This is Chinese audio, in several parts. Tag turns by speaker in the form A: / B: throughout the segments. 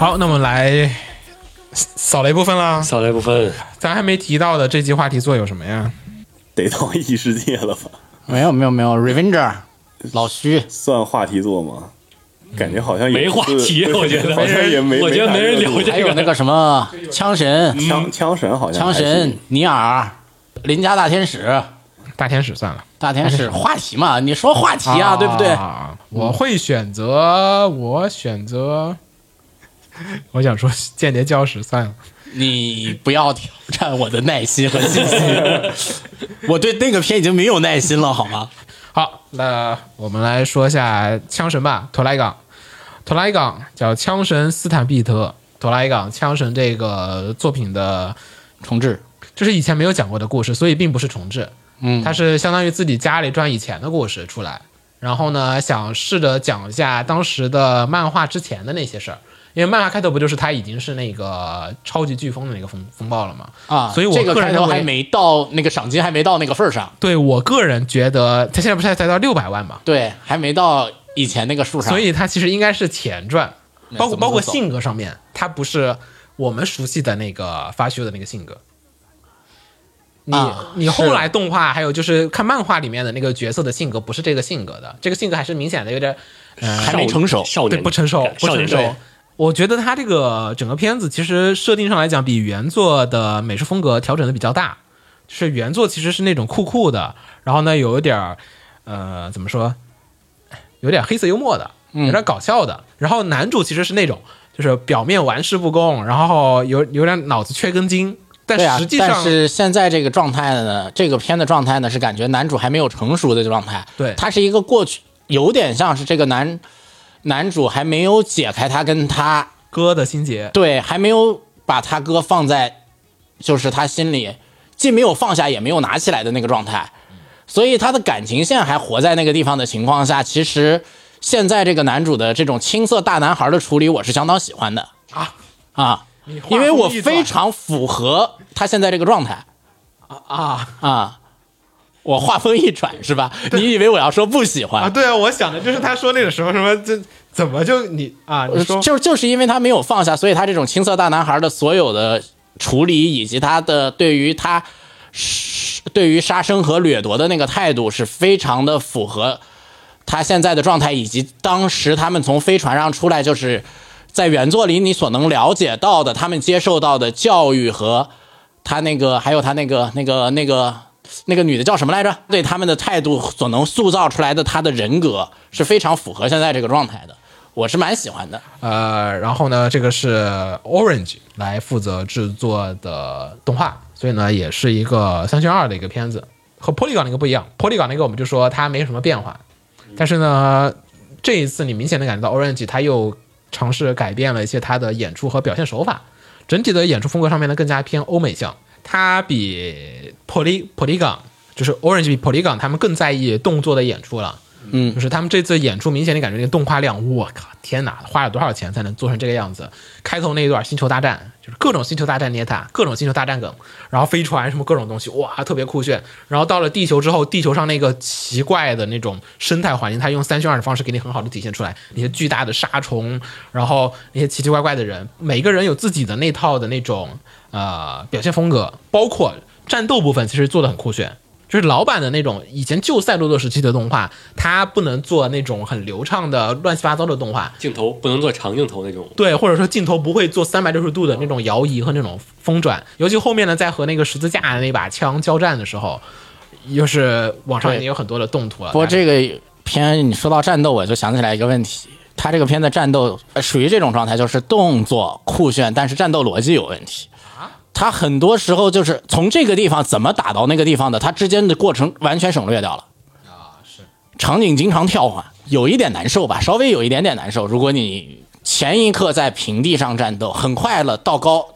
A: 好，那我们来扫雷部分啦。
B: 扫雷部分，
A: 咱还没提到的这期话题做有什么呀？
C: 得到异世界了吧？
D: 没有没有没有，Revenger 老徐
C: 算话题做吗？感觉好像也
B: 没话题
C: 是
B: 我觉得
C: 好像也没，
B: 我觉得没人嗯聊
C: 没啥热度
B: 这
D: 还有那个什嗯么枪神、
C: 枪枪神好像
D: 枪
C: 还
D: 神
C: 是
D: 尼尔、邻家大天使、
A: 大天使算了。
D: 大天使话题嘛，你说话题啊，对不对？
A: 啊我会选择，我选择， 我想说《间谍教室》算了。
D: 你不要挑战我的耐心和信心， 我对那个片已经没有耐心了，好吗？
A: 好，那我们来说一下枪神吧，托莱港。托莱港叫枪神斯坦毕特。托莱港枪神这个作品的，
D: 重置，
A: 这是以前没有讲过的故事，所以并不是重置。
D: 嗯，
A: 他是相当于自己家里赚以前的故事出来，然后呢，想试着讲一下当时的漫画之前的那些事儿，因为漫画开头不就是他已经是那个超级飓风的那个风风暴了吗？
D: 啊，
A: 所以我
D: 这个
A: 个人
D: 开头
A: 认为
D: 还没到那个赏金还没到那个份儿上，
A: 对我个人觉得，他现在不是才才到六百万嘛，
D: 对，还没到以前那个数上，
A: 所以他其实应该是前传，包括
D: 怎么
A: 包括
D: 走
A: 性格上面，他不是我们熟悉的那个发修的那个性格。你、
D: 啊
A: 你
D: 是
A: 后来动画还有就是看漫画里面的那个角色的性格不是这个性格的，这个性格还是明显的有点
D: 还没成熟，
B: 少
A: 对，
B: 年
A: 不成熟，不
B: 少
A: 成
B: 年
A: 熟
B: 感。
A: 我觉得他这个整个片子其实设定上来讲，比原作的美术风格调整的比较大。就是原作其实是那种酷酷的，然后呢有一点儿，呃，怎么说，有点黑色幽默的，有点搞笑的。然后男主其实是那种，就是表面玩世不恭，然后有有点脑子缺根筋，但
D: 对啊
A: 实，际上、
D: 但是现在这个状态呢，这个片的状态呢，是感觉男主还没有成熟的状态。
A: 对
D: 他是一个过去，有点像是这个男男主还没有解开他跟他
A: 哥的心结，
D: 对，还没有把他哥放在，就是他心里既没有放下，也没有拿起来的那个状态，所以他的感情线还活在那个地方的情况下，其实现在这个男主的这种青涩大男孩的处理，我是相当喜欢的
A: 啊
D: 啊
A: 你话，
D: 因为
A: 锋
D: 我
A: 一转
D: 非常符合他现在这个状态。
A: 啊
D: 啊，我话锋一转是吧？你以为我要说不喜欢？
A: 啊！对啊，我想的就是他说那个时候什么这怎么就你啊？你
D: 呃
A: 说
D: 就就是因为他没有放下，所以他这种青涩大男孩的所有的处理，以及他的对于他是对于杀生和掠夺的那个态度，是非常的符合他现在的状态，以及当时他们从飞船上出来，就是在原作里你所能了解到的，他们接受到的教育和他那个，还有他那个那个那个那个女的叫什么来着？对他们的态度所能塑造出来的他的人格是非常符合现在这个状态的，我是蛮喜欢的。
A: 呃，然后呢，这个是 Orange 来负责制作的动画，所以呢，也是一个三选二的一个片子，和 Polygon 那个不一样。Polygon 那个我们就说它没什么变化，但是呢，这一次你明显的感觉到 Orange 它又尝试改变了一些它的演出和表现手法，整体的演出风格上面呢更加偏欧美向，它比 Poly Polygon 就是 Orange 比 Polygon 他们更在意动作的演出了。
D: 嗯
A: 就是他们这次演出明显的感觉那个动画量，我靠，天哪，花了多少钱才能做成这个样子？开头那一段星球大战，就是各种星球大战捏塔，各种星球大战梗，然后飞船什么各种东西，哇，特别酷炫。然后到了地球之后，地球上那个奇怪的那种生态环境，它用三选二的方式给你很好的体现出来，那些巨大的沙虫，然后那些奇奇怪怪的人，每个人有自己的那套的那种呃表现风格，包括战斗部分，其实做的很酷炫。就是老版的那种以前旧赛璐珞时期的动画，它不能做那种很流畅的乱七八糟的动画，
B: 镜头不能做长镜头那种，
A: 对，或者说镜头不会做三百六十度的那种摇移和那种风转，尤其后面呢，在和那个十字架那把枪交战的时候，又是网上已经有很多的动图了。
D: 不过这个片你说到战斗，我就想起来一个问题，他这个片的战斗呃属于这种状态，就是动作酷炫，但是战斗逻辑有问题。他很多时候就是从这个地方怎么打到那个地方的，它之间的过程完全省略掉了。场景经常跳换，有一点难受吧，稍微有一点点难受。如果你前一刻在平地上战斗，很快了到高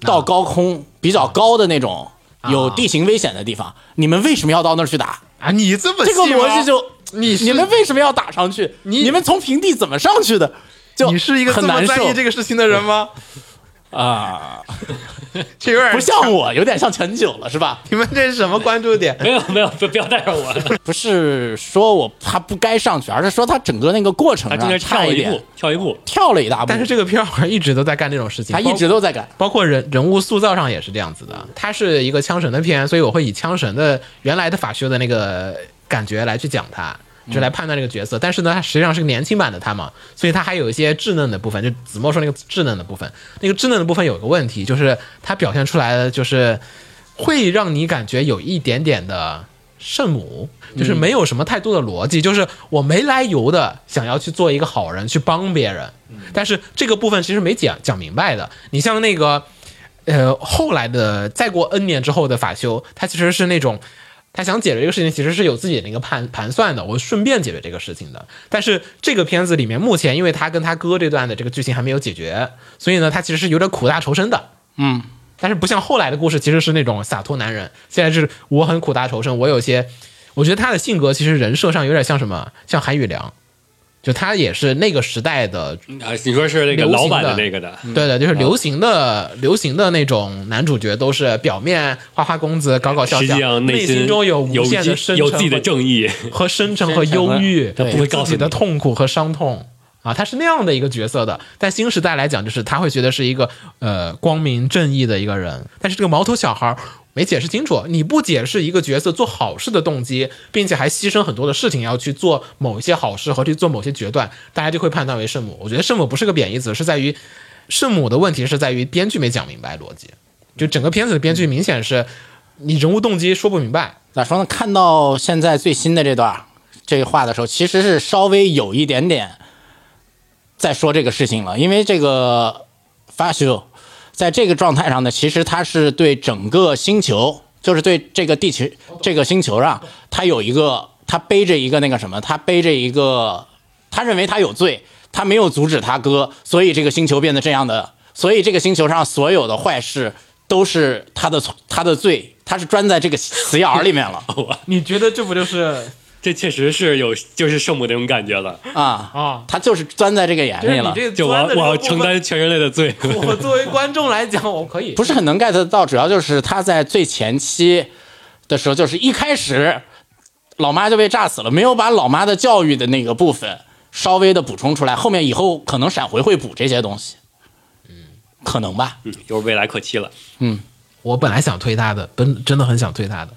D: 到高空比较高的那种有地形危险的地方，你们为什么要到那儿去打？
A: 啊，你这么
D: 这个
A: 细吗
D: 逻辑就
A: 你是
D: 你们为什么要打上去？
A: 你
D: 你们从平地怎么上去的？就
A: 你是一个这
D: 很
A: 么
D: 难
A: 在
D: 受
A: 意这个事情的人吗？
D: 啊，
A: 这有点
D: 不像我，有点像陈九了，是吧？
A: 你们这是什么关注点？
B: 没有没有，不不要带上我，
D: 不是说我他不该上去，而是说他整个那个过程
B: 他 中
D: 上
B: 间
D: 差
B: 跳了
D: 一
B: 一
D: 点
B: 步，，跳一步，
D: 跳了一大步。
A: 但是这个片儿一直都在干这种事情，
D: 他一直都在改，
A: 包括人人物塑造上也是这样子的。它是一个枪神的片，所以我会以枪神的原来的法学的那个感觉来去讲它，就来判断这个角色。但是呢，它实际上是个年轻版的他嘛，所以它还有一些稚嫩的部分。就子墨说那个稚嫩的部分，那个稚嫩的部分有一个问题，就是它表现出来的就是会让你感觉有一点点的。圣母就是没有什么太多的逻辑，就是我没来由的想要去做一个好人，去帮别人，但是这个部分其实没讲讲明白的。你像那个呃，后来的再过 N 年之后的法修，他其实是那种。他想解决这个事情，其实是有自己的一个盘盘算的，我顺便解决这个事情的。但是这个片子里面，目前因为他跟他哥这段的这个剧情还没有解决，所以呢，他其实是有点苦大仇深的。
D: 嗯，
A: 但是不像后来的故事，其实是那种洒脱男人，现在是我很苦大仇深，我有些，我觉得他的性格其实人设上有点像什么，像韩宇良，就他也是那个时代的
B: 啊，你说是那个
A: 嗯流行的
B: 老板的那个的，
A: 对的，就是流行的、流行的那种男主角都是表面花花公子、搞搞笑
B: 实际
A: 笑，
B: 上
A: 内
B: 心
A: 中有无
B: 有
A: 限的
B: 自
A: 深沉
B: 己有
A: 和
B: 自己的正义，
A: 和深沉和忧郁，
B: 他不会告
A: 自
B: 诉
A: 己
B: 你
A: 的痛苦和伤痛啊，他是那样的一个角色的。但新时代来讲，就是他会觉得是一个呃光明正义的一个人，但是这个毛头小孩儿没解释清楚，你不解释一个角色做好事的动机，并且还牺牲很多的事情要去做某一些好事和去做某些决断，大家就会判断为圣母。我觉得圣母不是个贬义词，是在于圣母的问题是在于编剧没讲明白逻辑，就整个片子的编剧明显是你人物动机说不明白。
D: 咋说呢？看到现在最新的这段这话的时候，其实是稍微有一点点在说这个事情了，因为这个发修在这个状态上呢，其实他是对整个星球，就是对这个地球这个星球上，他有一个他背着一个那个什么，他背着一个他认为他有罪，他没有阻止他哥，所以这个星球变得这样的，所以这个星球上所有的坏事都是他的错他的罪，他是钻在这个死眼儿里面了
A: 你觉得这不就是
B: 这确实是有就是圣母那种感觉了，
D: 啊
A: 啊
D: 他就是钻在这个眼里了，
A: 个
B: 就我
A: 钻的这
B: 我
A: 个
B: 要
A: 部分
B: 承担全人类的罪，
A: 我作为观众来讲，我可以
D: 不是很能 get 得到，主要就是他在最前期的时候，就是一开始老妈就被炸死了，没有把老妈的教育的那个部分稍微的补充出来，后面以后可能闪回会补这些东西，嗯，可能吧，
B: 嗯就是未来可期了。
A: 我本来想推他的，本真的很想推他的，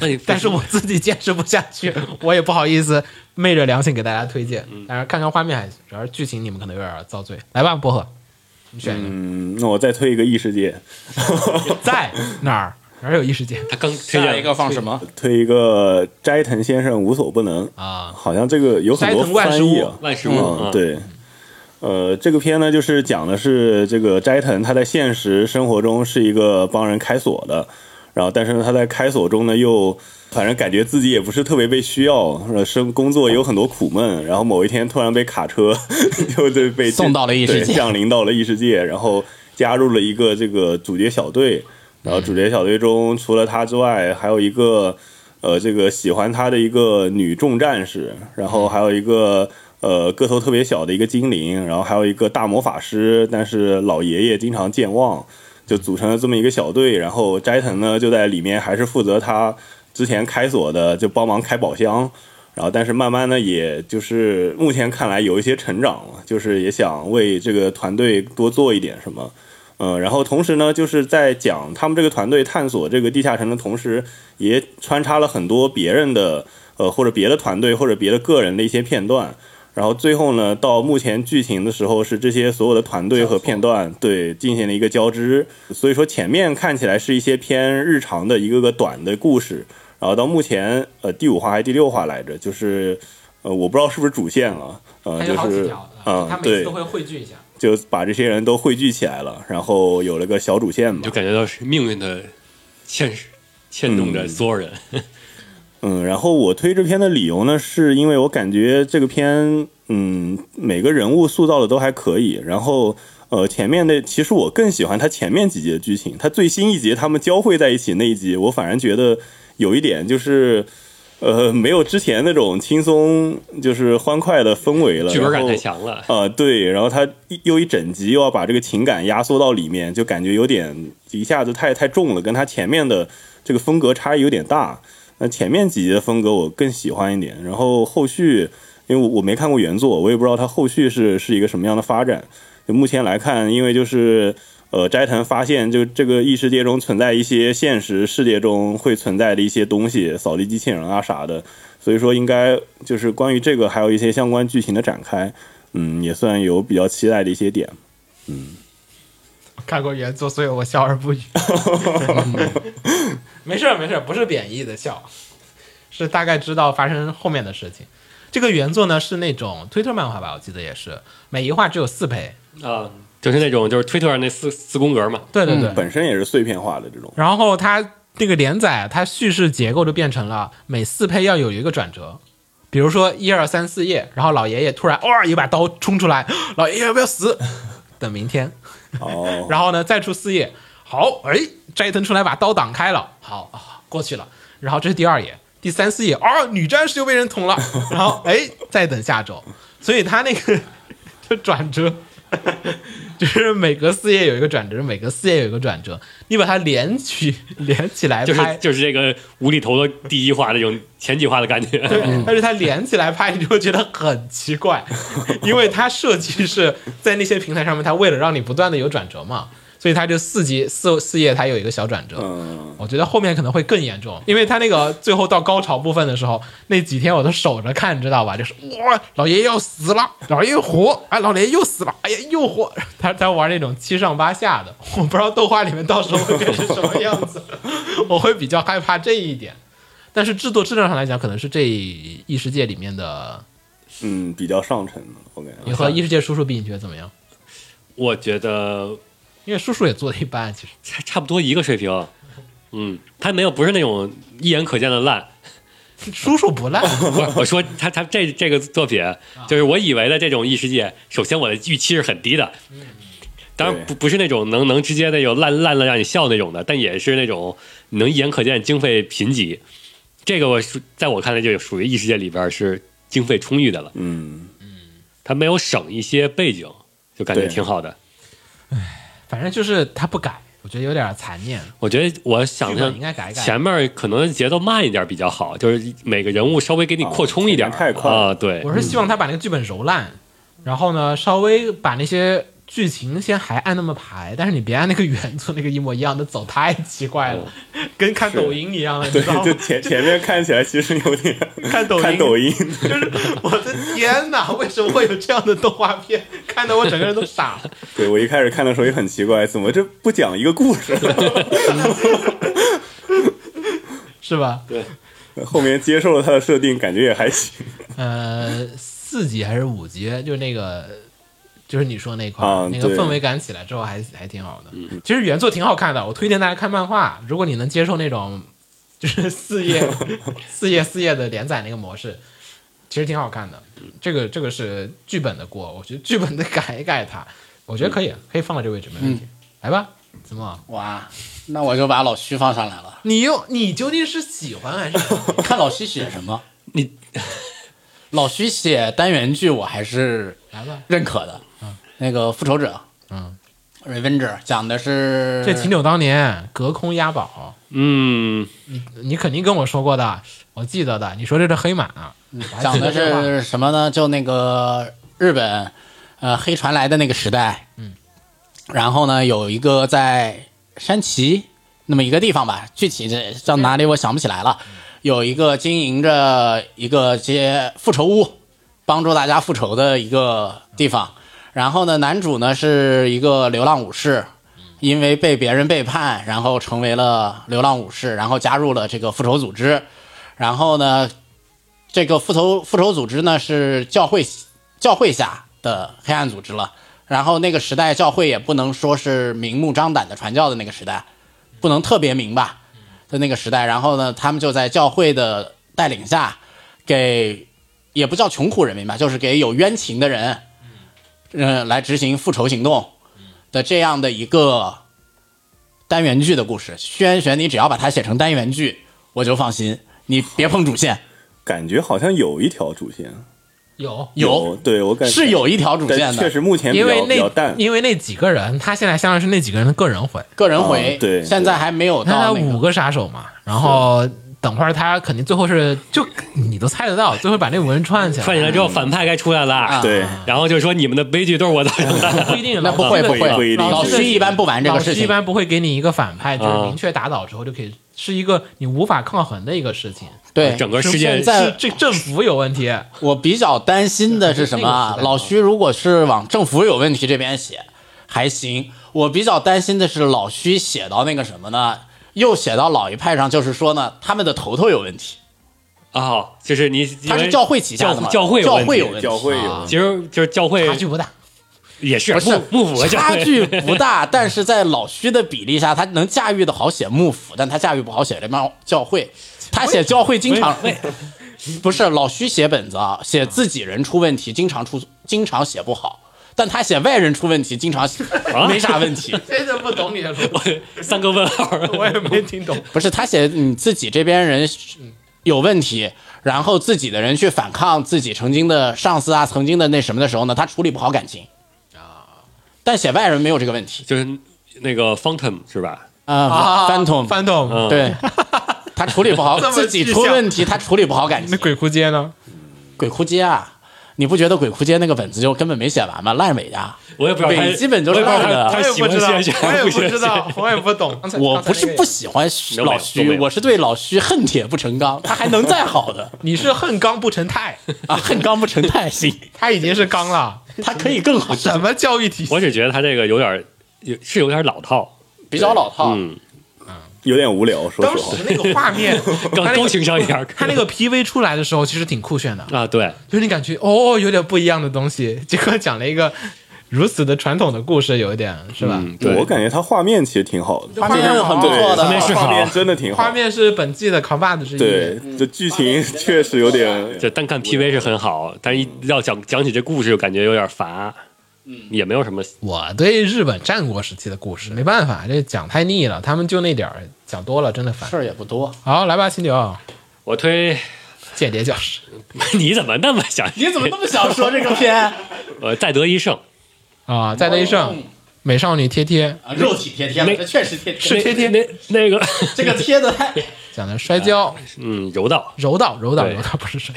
B: 那你
A: 但是我自己坚持不下 去，我也不好意思昧着良心给大家推荐。但是看看画面还行，主要是剧情你们可能有点遭罪。来吧，薄荷，你选一个，
C: 嗯，那我再推一个异世界，
A: 在哪儿？哪儿有异世界
B: 他刚推荐
D: 放什么？
C: 推一个斋藤先生无所不能，
A: 啊？
C: 好像这个有很
A: 斋
C: 多
A: 藤万
C: 翻
A: 事
C: 译
A: 屋
C: 啊，
B: 万事屋
C: 嗯，
B: 啊，
C: 对，呃，这个片呢，就是讲的是这个斋藤他在现实生活中是一个帮人开锁的，然后但是呢，他在开锁中呢又反正感觉自己也不是特别被需要，呃，生工作也有很多苦闷，然后某一天突然被卡车 就对被
D: 送到了异世界
C: 对 降临到了异世界，然后加入了一个这个主角小队，然后主角小队中除了他之外，还有一个。呃，这个喜欢他的一个女重战士，然后还有一个呃个头特别小的一个精灵，然后还有一个大魔法师，但是老爷爷经常健忘，就组成了这么一个小队。然后斋藤呢就在里面还是负责他之前开锁的，就帮忙开宝箱。然后，但是慢慢呢，也就是目前看来有一些成长了，就是也想为这个团队多做一点什么。嗯，然后同时呢，就是在讲他们这个团队探索这个地下城的同时，也穿插了很多别人的呃或者别的团队或者别的个人的一些片段。然后最后呢，到目前剧情的时候是这些所有的团队和片段对进行了一个交织，所以说前面看起来是一些偏日常的一个个短的故事，然后到目前呃第五话还是第六话来着，就是呃我不知道是不是主线了，呃
A: 还
C: 就
A: 有好几
C: 是
A: 条，啊
C: 嗯
A: 他每次
C: 对
A: 都，会汇聚一下。
C: 就把这些人都汇聚起来了，然后有了个小主线吧
B: 就。感觉到是命运的牵牵动着所有人，
C: 嗯，然后我推这篇的理由呢，是因为我感觉这个片，嗯，每个人物塑造的都还可以。然后，呃，前面的其实我更喜欢它前面几集的剧情，它最新一集他们交汇在一起那一集，我反而觉得有一点就是，呃，没有之前那种轻松就是欢快的氛围了，
B: 剧本感
C: 然后
B: 太强了。
C: 啊、对，然后他一又一整集又要把这个情感压缩到里面，就感觉有点一下子太太重了，跟他前面的这个风格差异有点大。那前面几集的风格我更喜欢一点，然后后续因为我我没看过原作，我也不知道它后续是是一个什么样的发展。就目前来看，因为就是呃斋藤发现就这个异世界中存在一些现实世界中会存在的一些东西，扫地机器人啊啥的，所以说应该就是关于这个还有一些相关剧情的展开。嗯，也算有比较期待的一些点。
A: 看过原作，所以我笑而不语。没事儿没事儿，不是贬义的笑，是大概知道发生后面的事情。这个原作呢是那种推特漫画吧，我记得也是，每一话只有四倍。
B: 啊，就是那种就是推特上那四四宫格嘛，
A: 对对对，
C: 本身也是碎片化的这种，
A: 然后它这个连载，它叙事结构就变成了每四配要有一个转折，比如说一二三四页，然后老爷爷突然哇、有一把刀冲出来，老爷爷要不要死？等明天，
C: 哦，
A: 然后呢再出四页，好，哎，斋藤出来把刀挡开了，好、啊过去了，然后这是第二页，第三四页，啊，女战士又被人捅 了，然后哎，再等下周，所以他那个就转折。就是每隔四页有一个转折，每隔四页有一个转折，你把它连起连起来拍，
B: 就是就是这个无厘头的第一话那种前几话的感觉。
A: 对，但是它连起来拍，你就会觉得很奇怪，因为它设计是在那些平台上面，它为了让你不断的有转折嘛，所以它就四集四四页它有一个小转折。
C: 嗯，
A: 我觉得后面可能会更严重，因为它那个最后到高潮部分的时候，那几天我都守着看，你知道吧？就是哇，老爷爷要死了，老爷爷活，哎，老爷爷又死了，哎呀，又活， 他他玩那种七上八下的，我不知道动画里面到时候会变成什么样子，我会比较害怕这一点。但是制作质量上来讲，可能是这异世界里面的。
C: 嗯，比较上乘的，我感
A: 你
C: 觉。
A: 和异世界叔叔比，你觉得怎么样？
B: 我觉得
A: 因为叔叔也做的一般，其实
B: 差差不多一个水平。嗯，他没有不是那种一眼可见的烂。
A: 叔叔不烂，
B: 我我说他他这这个作品，就是我以为的这种异世界，首先我的预期是很低的。当然
C: 对
B: 不不是那种能能直接那种烂烂了让你笑那种的，但也是那种能一眼可见经费贫瘠。这个我属在我看来就属于异世界里边是经费充裕的了，
C: 嗯，
B: 他没有省一些背景，就感觉
C: 对
B: 挺好的。
A: 反正就是他不改，我觉得有点残念。
B: 我觉得我想
A: 剧本
B: 象
A: 应该改一改
B: 前面可能节奏慢一点比较好，就是每个人物稍微给你扩充一点，
C: 啊前面太快了
B: 啊，对，
A: 我是希望他把那个剧本揉烂，然后呢，稍微把那些剧情先还按那么排，但是你别按那个原作那个一模一样的走，太奇怪了，跟看抖音一 样的，你
C: 哦对
A: 知道，吗
C: 就？前前面看起来其实有点
A: 看抖音
C: 看抖音，
A: 就是 我的天哪，为什么会有这样的动画片？看得我整个人都傻了。
C: 对我一开始看的时候也很奇怪，怎么这不讲一个故 事，
A: 是吧？
C: 后面接受了他的设定，感觉也还行
A: 呃，四集还是五集？就是那个，就是你说那块儿、
C: 啊
A: 那个
C: 对嗯
A: 氛围感起来之后还，还挺好的。其实原作挺好看的，我推荐大家看漫画。如果你能接受那种就是 四 页、四页、四页的连载那个模式，其实挺好看的。
C: 嗯
A: 这个这个是剧本的锅，我觉得剧本得改一改它，我觉得可
C: 嗯
A: 以，可以放到这个位置没问题。来吧，子墨，
D: 哇，那我就把老徐放上 来了。
A: 你又你究竟是喜欢还是不喜欢？
D: 看老徐写什么？
B: 你
D: 老徐写单元剧，我还是
A: 来吧，
D: 认可的。那个复仇者，
A: 嗯
D: ，Revenger 讲的是
A: 这秦柳当年隔空押宝。
B: 嗯，
A: 你肯定跟我说过的，我记得的。你说这是黑马、啊我还
D: 嗯讲
A: 记得
D: 的
A: 这话
D: 是什么呢？就那个日本，呃，黑船来的那个时代。嗯。然后呢，有一个在山崎那么一个地方吧，具体这叫哪里我想不起来了。有一个经营着一个接复仇屋，帮助大家复仇的一个地方。然后呢，男主呢是一个流浪武士，因为被别人背叛，然后成为了流浪武士，然后加入了这个复仇组织。然后呢，这个复仇复仇组织呢是教会教会下的黑暗组织了。然后那个时代教会也不能说是明目张胆的传教的那个时代，不能特别明吧的那个时代。然后呢，他们就在教会的带领下，给也不叫穷苦人民吧，就是给有冤情的人，嗯、来执行复仇行动的这样的一个单元剧的故事。轩轩，你只要把它写成单元剧，我就放心，你别碰主线。
C: 感觉好像有一条主线，
A: 有，
C: 有，对我感
D: 是有一条主线
C: 但确
D: 的，
C: 实目前比
A: 因
C: 较
A: 为
C: 比较
A: 那
C: 淡，
A: 因为那几个人，他现在相当于是那几个人的个人回，
D: 个人回
C: 嗯对
D: 现在还没有
A: 他
D: 到那
A: 五
D: 个。
A: 个杀手嘛，然后等会儿他肯定最后是就你都猜得到，最后把那五个人串起来，
B: 串起来之后，反派该出来了。
C: 对，
A: 啊
B: 然后就说你们的悲剧都是我造成 的。
A: 不一定，
D: 那不会
A: 老
C: 不会不一定
D: 老
A: 师
D: 徐一般不玩这个事
A: 老师一
D: 情，
A: 般不会给你一个反派，就是
B: 啊
A: 明确打倒之后就可以，是一个你无法抗衡的一个事 情。
D: 对，
B: 整个世界
D: 现在
A: 是这政府有问题，
D: 我比较担心的是什么
A: 那个
D: 啊
A: 时？代
D: 老徐如果是往政府有问题这边写，还行。我比较担心的是老徐写到那个什么呢？又写到老一派上，就是说呢，他们的头头有问题，
B: 哦，就是你，
D: 他是教会旗下的嘛，
B: 教教
D: 会
B: 会有
D: 教
B: 问题
D: 有问
C: 教
D: 题，
C: 会
A: 啊
C: 有，
B: 其实就是教会
A: 差距不大。
B: 也是
D: 不是
B: 幕幕府和教
D: 差
B: 会
D: 距不大， 但是在老徐的比例下，他能驾驭的好写幕府，但他驾驭不好写这帮教会。他写教会经常
B: 喂
D: 不是老徐写本子啊，写自己人出问题，经常出，经常写不好。但他写外人出问题，经常写没啥问题。
A: 真的不懂你 的逻辑，
B: 三个问号，
A: 我也没听 懂。
D: 不是他写你自己这边人有问题，然后自己的人去反抗自己曾经的上司啊，曾经的那什么的时候呢，他处理不好感情啊。但写外人没有这个问题
B: 就是那个 Phantom 是吧？
D: 啊，Phantom，
A: 翻动，
B: 嗯，，
D: 对 他处理不好
A: 这么
D: 自己
A: 具
D: 出
A: 象
D: 问题，他处理不好感
A: 那
D: 情。
A: 鬼哭街呢？
D: 鬼哭街啊，你不觉得鬼哭街那个本子就根本没写完吗？烂尾啊呀！
B: 我也不知道他，
D: 北基本都是
B: 我也不知道
D: 二的
A: 我
B: 他他
A: 也
B: 喜
A: 不
B: 欢
A: 知道，
B: 谢谢
A: 我也不知道，我也不懂。刚才
D: 我不
A: 刚
D: 是，
A: 才那
D: 不
A: 个
D: 喜欢
B: 有
D: 老
B: 都
D: 徐，
B: 没有
D: 我是对老徐恨铁不成钢，他还能再好 的
A: 你是恨钢不成钛，
D: 啊？恨钢不成钛，行，
A: 他已经是钢了。
D: 他可以更 好，
A: 什么教育体系？
B: 我只觉得他这个有点儿有是有点老套，
D: 比较老套。
B: 嗯，
C: 有点无聊，说
A: 当
C: 实话
A: 时，那个画面，
B: 更
A: 他那
B: 高
A: 个
B: 情商一点儿。
A: 他那个 PV 出来的时候，其实挺酷炫的，
B: 啊，对，
A: 就是你感觉哦，有点不一样的东西。结果讲了一个如此的传统的故事，有一点是吧？
B: 嗯，对，
C: 我感觉它画面其实挺好的，
D: 画面很不错
C: 对，
D: 的，
B: 面是好
C: 画面真的挺好
A: 画，面是本季的 combat 之一，
C: 对，这剧情确实有 点
B: 就单看 PV 是很好，但是一要讲讲起这故事，就感觉有点乏，嗯，也没有什么
A: 我对日本战国时期的故事没办法，这讲太腻了，他们就那点儿讲多了，真的烦
D: 事。儿也不多。
A: 好，来吧，秦九，
B: 我推，
A: 间谍教室
B: 你怎么那么想？
D: 你怎么那么想说这个 片？
B: 呃，再得一胜，
A: 啊，在内圣，美少女贴贴
D: 啊，肉体贴贴了，
B: 那
D: 这确实贴贴。
B: 那那那个，
D: 这个贴的太
A: 讲的摔跤、
B: 嗯，柔道，
A: 柔道、柔道、
B: 对
A: 柔道不是 摔，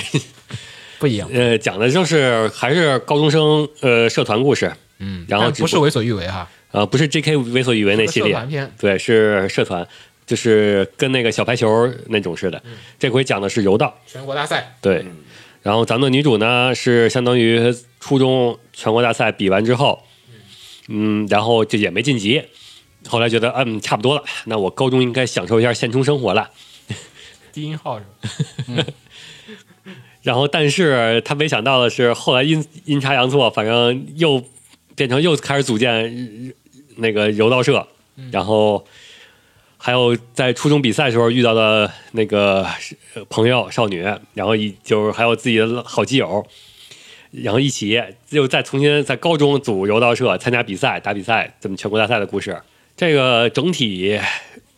A: 不一样，
B: 呃，讲的就是还是高中生呃社团故事，嗯，然后
A: 但
B: 只
A: 不是为所欲为哈，
B: 啊，不是 J.K. 为所欲为那系
A: 社
B: 列
A: 团片，
B: 对，是社团，就是跟那个小排球那种似的。
A: 嗯
B: 这回讲的是柔道，
A: 全国大赛
B: 对。然后咱们的女主呢是相当于初中全国大赛比完之后，嗯，然后就也没晋级。后来觉得嗯差不多了，那我高中应该享受一下县城生活了。
A: 低音号是吧？
B: 然后，但是他没想到的是，后来阴阴差阳错，反正又变成又开始组建呃那个柔道社，然后还有在初中比赛时候遇到的那个呃朋友少女，然后一就是还有自己的好基友，然后一起又再重新在高中组柔道社参加比赛、打比赛，这么全国大赛的故事。这个整体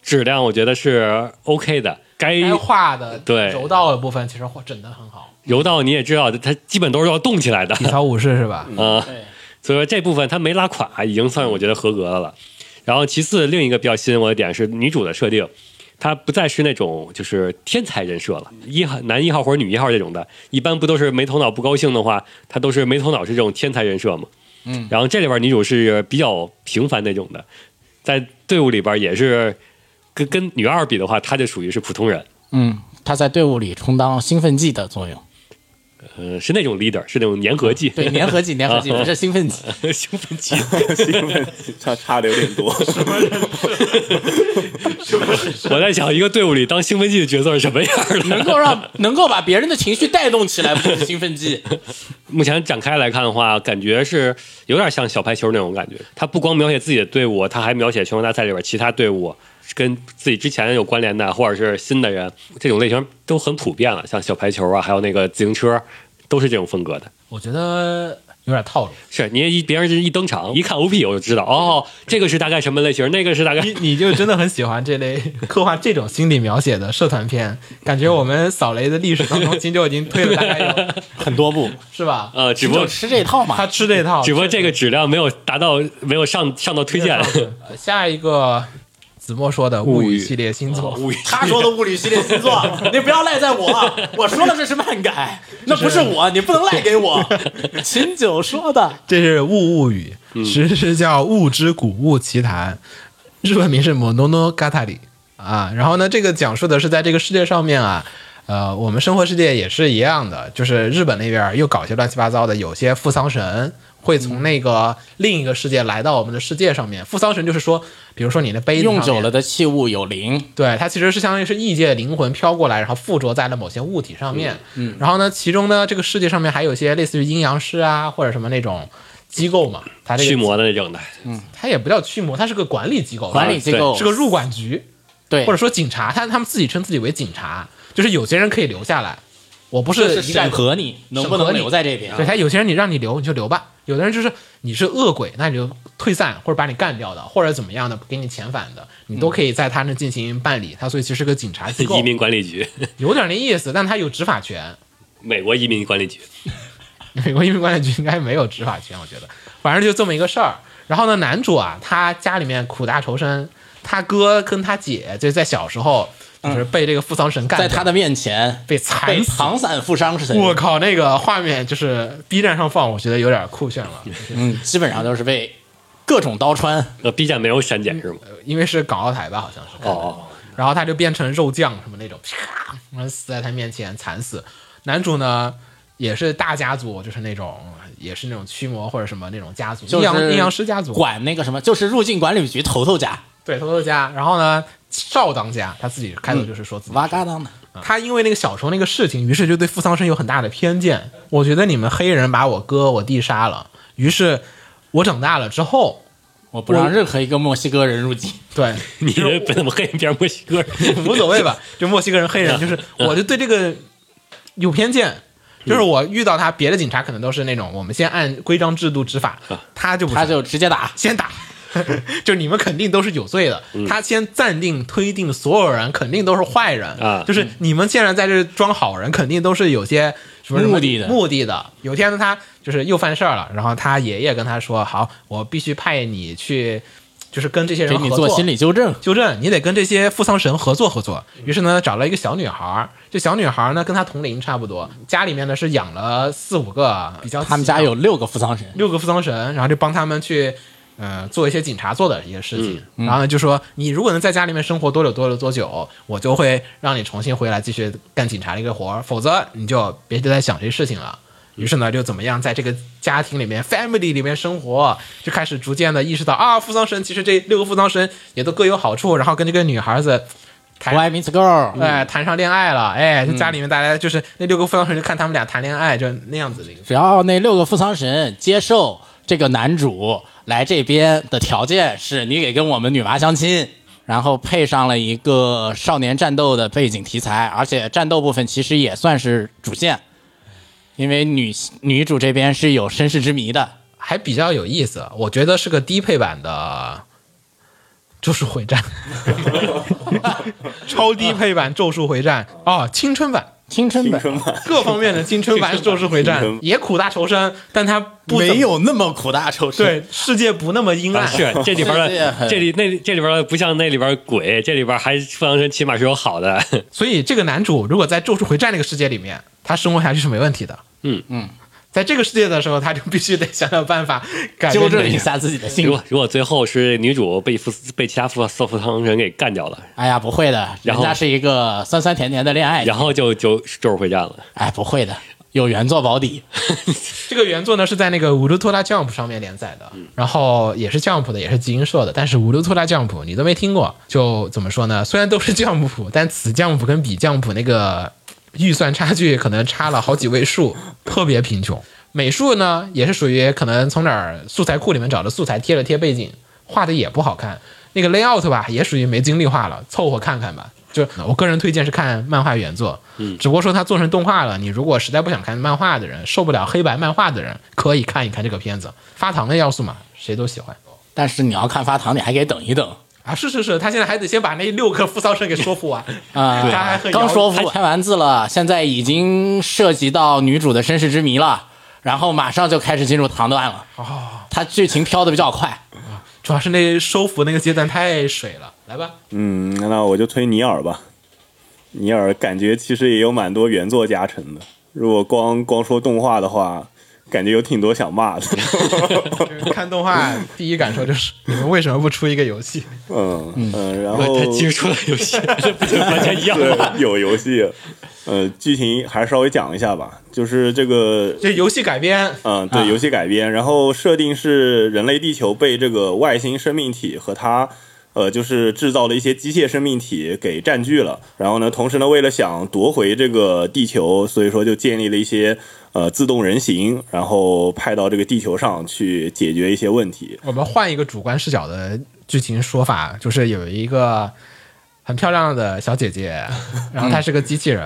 B: 质量我觉得是 OK 的，该
A: 该画的
B: 对
A: 柔道的部分其实画整的很好，
B: 柔道你也知道，它基本都是要动起来的。
A: 体操武士是吧？
B: 啊、
D: 对
B: 所以说这部分它没拉垮，已经算我觉得合格的了。然后其次，另一个比较吸引我的点是女主的设定，她不再是那种就是天才人设了，一号男一号或者女一号这种的，一般不都是没头脑不高兴的话，她都是没头脑是这种天才人设嘛。嗯，然后这里边女主是比较平凡那种的，在队伍里边也是跟跟女二比的话，她就属于是普通人，
D: 嗯，他在队伍里充当兴奋剂的作用。
B: 呃，是那种 leader，是那种粘合剂，
D: 对，粘合剂，粘合剂不是兴奋剂。
B: 兴奋剂。
C: 兴奋，差差的有点 多，
B: 我在想，一个队伍里当兴奋剂的角色是什么样的？
D: 能够让 能够把别人的情绪带动起来，不是兴奋 剂。
B: 目前展开来看的话，感觉是有点像小排球那种感觉。他不光描写自己的队伍，他还描写全国大赛里边其他队伍跟自己之前有关联的，或者是新的人，这种类型都很普遍了。像小排球啊，还有那个自行车，都是这种风格的。
A: 我觉得有点套路。
B: 是你一别人一登场，一看 OP 我就知道，哦，这个是大概什么类型，那个是大概
A: 你你就真的很喜欢这类 刻画这种心理描写的社团片，感觉我们扫雷的历史当中，秦九已经推了大概 有
E: 很多部，
A: 是哦吧？
B: 呃，只不过
E: 就吃这套嘛
A: 他。吃这套，
B: 只不过这个质量没有达到，没有上上到 推荐。
A: 呃下一个子墨说的物
B: 物
A: 语哦
B: 语
A: 系列星座，
B: 无语，
E: 他说的物理系列星 座，你不要赖在
D: 啊
E: 我，我说的这是漫改，那不是我，你不能赖给 我。秦九说的，
A: 这是物物语，
D: 嗯
A: 其实是叫《物之古物奇谭》，日文名是《Monono Gatari》啊。然后呢，这个讲述的是在这个世界上面啊，呃，我们生活世界也是一样的，就是日本那边又搞一些乱七八糟的，有些富桑神会从那个另一个世界来到我们的世界上面。富桑神就是说，比如说你的杯子上
D: 用
A: 面
D: 久了的器物有灵，
A: 对，它其实是相当于是异界的灵魂飘过来，然后附着在了某些物体上面。嗯，然后呢，其中呢，这个世界上面还有一些类似于阴阳师啊，或者什么那种机构嘛，它这个
B: 驱魔的那种的，
A: 它也不叫驱魔，它是个管理机构，
D: 管理机构
A: 是个入管局，
D: 对
A: 或者，说警察，他他们自己称自己为警察，就是有些人可以留下来，我不
E: 这
A: 是
E: 是
A: 一概
E: 审核你能不
A: 审核
E: 能
A: 你
E: 留在这边
A: 对。他有些人你让你留你就留吧，有的人就是你是恶鬼，那你就退散或者把你干掉的，或者怎么样的给你遣返的，你都可以在他那进行办理。他所以其实是个警察机构
B: 移，民管理局，
A: 有点那意思，但他有执法权。
B: 美国移民管理局，
A: 美国移民管理局应该没有执法权，我觉得，反正就这么一个事儿。然后呢，男主啊，他家里面苦大仇深，他哥跟他姐就在小时候就是被这个付桑神干掉，
D: 在他的面前
A: 被惨
D: 被
A: 死。
D: 唐散负伤神，
A: 我靠，那个画面就是 B 站上放，我觉得有点酷炫了，
D: 嗯，基本上都是被各种刀穿。
B: 呃，B 站没有删减是吗？
A: 因为是港澳台吧，好像是。
B: 哦，
A: 然后他就变成肉酱什么那种，啪，然后死在他面前惨死。男主呢也是大家族，就是那种也是那种驱魔或者什么那种家族，
D: 就
A: 阴阳
D: 是
A: 阴阳师家族，
D: 管那个什么，就是入境管理局头头家，
A: 对，头头家。然后呢，少当家他自己开头就是说自己
D: 哇嘎当的，
A: 他因为那个小时候那个事情，于是就对付桑生有很大的偏见。我觉得你们黑人把我哥我弟杀了，于是我长大了之后，
D: 我不让任何一个墨西哥人入境。
A: 对，
B: 你这怎么黑边墨西哥人？
A: 无所谓吧，就墨西哥人、黑人，就是我就对这个有偏见。就是我遇到他，别的警察可能都是那种我们先按规章制度执法，他就不
D: 他
A: 是
D: 就直接打，
A: 先打， 就你们肯定都是有罪的。
D: 嗯
A: 他先暂定推定所有人肯定都是坏人
B: 啊
A: 就是你们现在在这装好人，肯定都是有些什么什么
D: 目的的
A: 目的的。有一天呢，他就是又犯事儿了，然后他爷爷跟他说：“好，我必须派你去，就是跟这些人
D: 给
A: 合
D: 你
A: 作，
D: 做心理纠正。
A: 纠正，你得跟这些富桑神合作合作。于是呢，找了一个小女孩儿，这小女孩儿呢跟她同龄差不多，家里面呢是养了四五个比较，
D: 他们家有六个扶桑神，
A: 六个富桑神，然后就帮他们去。呃，做一些警察做的一些事情，然后呢，就说你如果能在家里面生活多久多久多久，我就会让你重新回来继续干警察这个活儿，否则你就别再想这事情了。于是呢，就怎么样在这个家庭里面、family 里面生活，就开始逐渐的意识到啊，富桑神其实这六个富桑神也都各有好处，然后跟这个女孩子谈
D: Why Miss Girl？
A: 哎谈上恋爱了，哎，就家里面大家就是那六个富桑神就看他们俩谈恋爱，就那样子的一个
D: 只要那六个扶桑神接受这个男主来这边的条件是你得跟我们女娃相亲，然后配上了一个少年战斗的背景题材，而且战斗部分其实也算是主线，因为女女主这边是有身世之谜的。
A: 还比较有意思，我觉得是个低配版的《咒术回战》，超低配版《咒术回战》哦，青春版，
D: 青春
C: 青
D: 版
C: 春版，
A: 各方面的青春版《咒术回战
C: 青春》版
A: 也苦大仇深，但它不怎么
D: 没有那么苦大仇深，
A: 对世界不那么阴 暗，
B: 啊，是这里边
D: 这也很
B: 的，这里那这里边的不像那里边鬼，这里边还富阳神起码是有好的，
A: 所以这个男主如果在《咒术回战》那个世界里面，他生活下去是没问题的。
B: 嗯
A: 嗯，在这个世界的时候，他就必须得想想办法改变
D: 纠
A: 这个
D: 正一下自己的性
B: 如
D: 格。
B: 果如果最后是女主被富被其他富富富桑人给干掉了，
D: 哎呀，不会的，
B: 然
D: 人
B: 后
D: 家是一个酸酸甜甜的恋爱。
B: 然后就就咒术回战了。
D: 哎，不会的，有缘做保底。
A: 这个原作呢是在那个《五六拖拉 Jump》上面连载的，然后也是 Jump 的，也是集英社的。但是《五六拖拉 Jump》你都没听过，就怎么说呢？ 虽然都是 Jump，但此 Jump 跟彼 Jump 那个预算差距可能差了好几位数，特别贫穷。美术呢也是属于可能从哪儿素材库里面找的素材贴了贴背景，画的也不好看。那个 layout 吧也属于没精力画了，凑合看看吧。就我个人推荐是看漫画原作，嗯，只不过说它做成动画了，你如果实在不想看漫画的人，受不了黑白漫画的人，可以看一看这个片子，发糖的要素嘛，谁都喜欢。
D: 但是你要看发糖，你还得等一等
A: 啊，是是是，他现在还得先把那六个副丧生给说服完
D: 啊。
A: 他还很
D: 刚
A: 摇
D: 说服啊开完字了，现在已经涉及到女主的身世之谜了，然后马上就开始进入唐段了。
A: 哦，
D: 它剧情飘的比较快，
A: 主要是那收服那个阶段太水了，来吧，
C: 嗯，那我就推尼尔吧。尼尔感觉其实也有蛮多原作加成的，如果光光说动画的话，感觉有挺多想 骂的。
A: 就是看动画 第一感受就是你们为什么不出一个游戏？
C: 嗯嗯，然
B: 不
C: 后
B: 他其实出来游戏不就完全一样吗？
C: 对有游戏，呃，剧情还是稍微讲一下吧，就是这个
A: 这游戏改编
C: 嗯，对，游戏改编，然后设定是人类地球被这个外星生命体和它，呃，就是制造的一些机械生命体给占据了。然后呢，同时呢，为了想夺回这个地球，所以说就建立了一些呃自动人形，然后派到这个地球上去解决一些问题。
A: 我们换一个主观视角的剧情说法，就是有一个很漂亮的小姐姐，然后她是个机器人，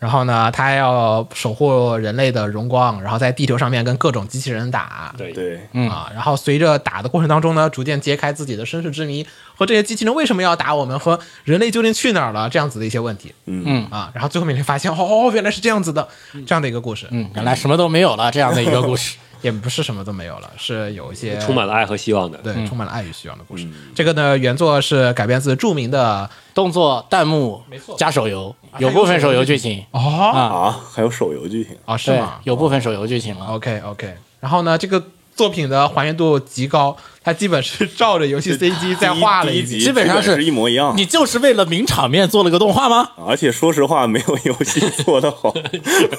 A: 然后呢，她要守护人类的荣光，然后在地球上面跟各种机器人打。
B: 对
C: 对，
A: 啊，然后随着打的过程当中呢，逐渐揭开自己的身世之谜和这些机器人为什么要打我们，和人类究竟去哪儿了这样子的一些问题。
C: 嗯
A: 啊，然后最后面才发现，哦，原来是这样子的，这样的一个故事，
D: 嗯，原来什么都没有了这样的一个故事。
A: 也不是什么都没有了，是有一些
B: 充满了爱和希望的。
A: 对，充满了爱与希望的故事。这个呢，原作是改编自著名的
D: 动作、弹幕
A: 错
D: 加手游，
A: 还有
D: 有部分手游剧情
A: 哦
D: 啊，
C: 啊，还有手游剧情，
A: 哦，是
D: 对
A: 吗，
D: 有部分手游剧情了。
A: ？OK OK。然后呢，这个作品的还原度极高，它基本是照着游戏 CG 再画了
C: 第一
A: 集。
C: 集，
D: 基本上是
C: 是一模一样。
D: 你就是为了名场面做了个动画吗？
C: 啊而且说实话，没有游戏做得好，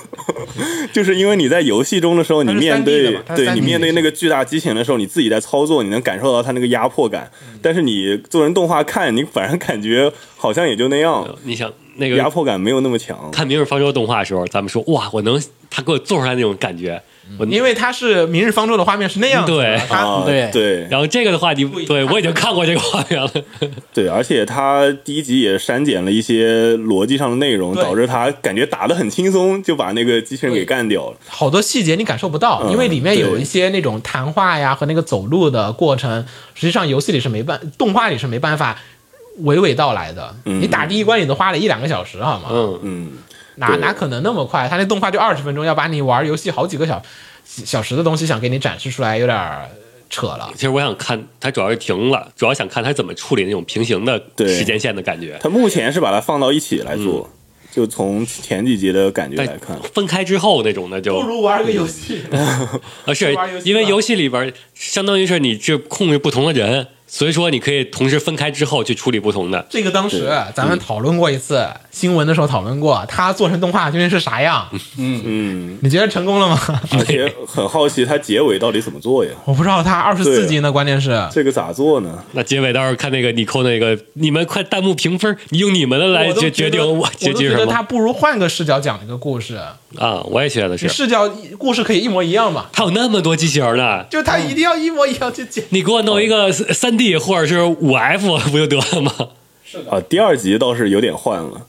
C: 就是因为你在游戏中的时候，你
A: 它是
C: 面
A: 3D 的
C: 对
A: 嘛它是
C: 对
A: 3D
C: 你面对那个巨大机器人的时候，你自己在操作，你能感受到它那个压迫感。
A: 嗯
C: 但是你做成动画看，你反而感觉好像也就那样，
B: 你想那
C: 压
B: 个
C: 迫感没有那么强。
B: 看《明日方舟》动画的时候，咱们说哇，我能他给我做出来那种感觉，我
A: 因为它是《明日方舟》的画面是那样子的，
B: 对
A: 它、
C: 啊，
D: 对
C: 对
B: 然后这个的话，你对我已经看过这个画面了，
C: 对，而且它第一集也删减了一些逻辑上的内容，
A: 对
C: 导致它感觉打得很轻松，就把那个机器人给干掉了。
A: 好多细节你感受不到，
C: 嗯
A: 因为里面有
C: 对
A: 一些那种谈话呀和那个走路的过程，实际上游戏里是没办，动画里是没办法娓娓道来的。
C: 嗯
A: 你打第一关你都花了一两个小时，好吗？
B: 嗯，
C: 嗯，
A: 哪
C: 对
A: 哪可能那么快？他那动画就二十分钟，要把你玩游戏好几个小小时的东西想给你展示出来，有点儿扯了。
B: 其实我想看，它主要是停了，主要想看它怎么处理那种平行的
C: 对
B: 时间线的感觉。
C: 它目前是把它放到一起来
B: 嗯
C: 做，就从前几集的感觉来
B: 但
C: 看，
B: 分开之后那种的就
A: 玩个游戏，
B: 啊，是
A: 玩游戏
B: 因为
A: 吧
B: 游戏里边儿相当于是你是控制不同的人，所以说你可以同时分开之后去处理不同的。
A: 这个当时
C: 对
A: 咱们讨论过一次，新闻的时候讨论过，它做成动画究竟是啥样？
C: 嗯，
A: 你觉得成功了吗？
C: 而且啊 很好奇它结尾到底怎么做呀？
A: 我不知道它二十四
C: 对
A: 集呢，关键是。
C: 这个咋做呢？
B: 那结尾到时候看那个你扣那个，你们快弹幕评分，你用你们的来
A: 我都
B: 决
A: 觉
B: 决
A: 得
B: 定
A: 我
B: 结
A: 都
B: 局
A: 觉
B: 是什
A: 得
B: 么
A: 它不如换个视角讲一个故事，
B: 啊？我也觉得
A: 你
B: 是，
A: 视角故事可以一模一样嘛？
B: 它有那么多机器人呢，
A: 就它
C: 嗯
A: 一定要一模一样去讲。
B: 你给我弄一个三 D 或者是五 F 不就得了吗？
C: 啊，第二集倒是有点换了。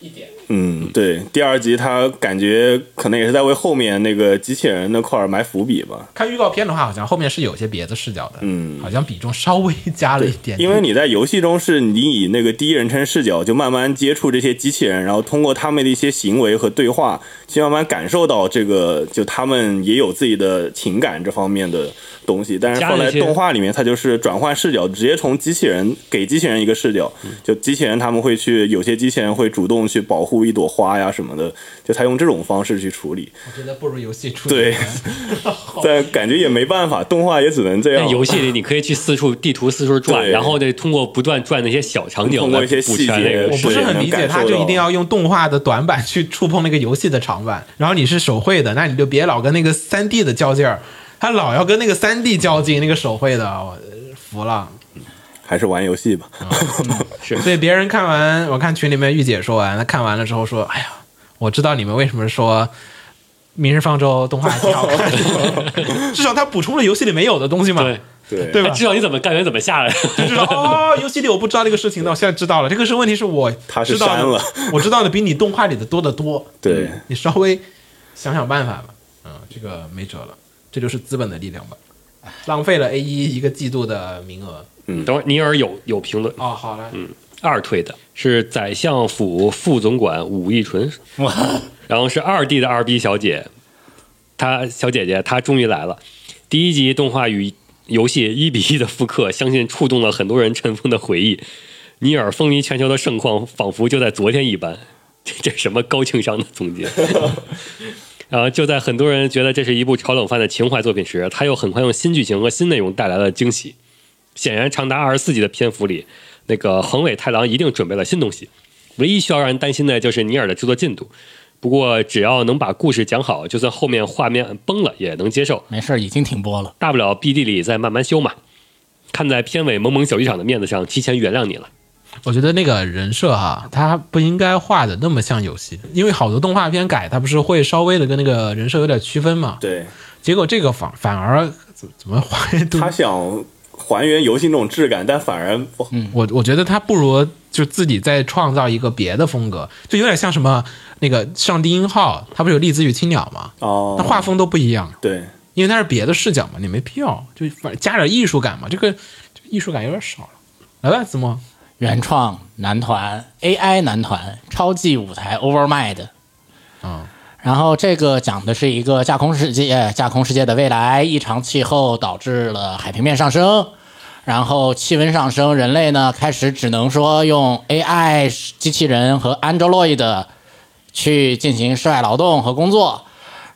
A: 一点
C: 嗯，对，第二集他感觉可能也是在为后面那个机器人那块儿埋伏笔吧。
A: 看预告片的话，好像后面是有些别的视角的，
C: 嗯
A: 好像比重稍微加了一点点
C: 因为你在游戏中是你以那个第一人称视角，就慢慢接触这些机器人，然后通过他们的一些行为和对话，去慢慢感受到这个，就他们也有自己的情感这方面的东西。但是
B: 加
C: 放
B: 了
C: 在
B: 一些
C: 动画里面，它就是转换视角，直接从机器人给机器人一个视角，就机器人他们会去，有些机器人会主动去保护一朵花呀什么的，就他用这种方式去处理。
A: 我觉得不如游戏出
C: 对
A: 名，
C: 但感觉也没办法，动画也只能这
B: 在
C: 样。
B: 游戏里你可以去四处地图四处转，
C: 啊对
B: 然后得通过不断转那些小场景
C: 通
B: 来
C: 过一些
B: 补
C: 细
B: 全
C: 节
B: 那个
A: 我
B: 世
A: 不
B: 界
A: 是很理解，他
C: 能感受
A: 就
C: 到
A: 一定要用动画的短板 去触碰那个游戏的长板，然后你是手绘的，那你就别老跟那个三 D 的较劲儿，他老要跟那个三 D 较劲，那个手绘的，我呃服了。
C: 还是玩游戏吧。
A: 所以别人看完，我看群里面玉姐说完，她看完了之后说：“哎呀，我知道你们为什么说《 明日方舟》动画挺好看的，至少它补充了游戏里没有的东西嘛。
B: 对”
C: 对
A: 对吧？
B: 知道哎你怎么干员怎么 下来，
A: 知道哦，游戏里我不知道这个事情，那我现在知道了。这个是问题是我
C: 他是
A: 知道的
C: 删了，
A: 我知道的比你动画里的多得多。
C: 对
A: 你稍微想想办法吧。嗯，这个没辙了，这就是资本的力量吧。浪费了 A 一一个季度的名额。
C: 嗯
B: 等会儿尼尔有有评论，
A: 哦，好了，嗯，
B: 二推的是宰相府副总管武义纯，然后是二 D 的二逼小姐，她小姐姐她终于来了。第一集动画与游戏一比一的复刻，相信触动了很多人尘封的回忆。尼尔风靡全球的盛况，仿佛就在昨天一般。 这这什么高情商的总结？然后就在很多人觉得这是一部炒冷饭的情怀作品时，他又很快用新剧情和新内容带来了惊喜。显然，长达二十四集的篇幅里，那个横尾太郎一定准备了新东西。唯一需要让人担心的就是尼尔的制作进度。不过，只要能把故事讲好，就算后面画面崩了也能接受，
D: 没事儿，已经停播了。
B: 大不了 BD 里再慢慢修嘛。看在片尾萌萌小剧场的面子上，提前原谅你了。
A: 我觉得那个人设哈、他不应该画的那么像游戏，因为好多动画片改，它不是会稍微的跟那个人设有点区分嘛。
C: 对，
A: 结果这个反反而怎么怎么画都
C: 他想还原游戏那种质感，但反而不好。
A: 我我觉得他不如就自己再创造一个别的风格，就有点像什么那个上低音号，他不是有栗子与青鸟吗？那
C: 哦，
A: 画风都不一样，
C: 对，
A: 因为它是别的视角嘛，你没必要就反正加点艺术感嘛，这个这个艺术感有点少了。来吧，子墨，
D: 原创男团 AI 男团超级舞台 Overmind。
A: 嗯，
D: 然后这个讲的是一个架空世界，架空世界的未来，异常气候导致了海平面上升，然后气温上升，人类呢开始只能说用 AI 机器人和 Android 去进行室外劳动和工作，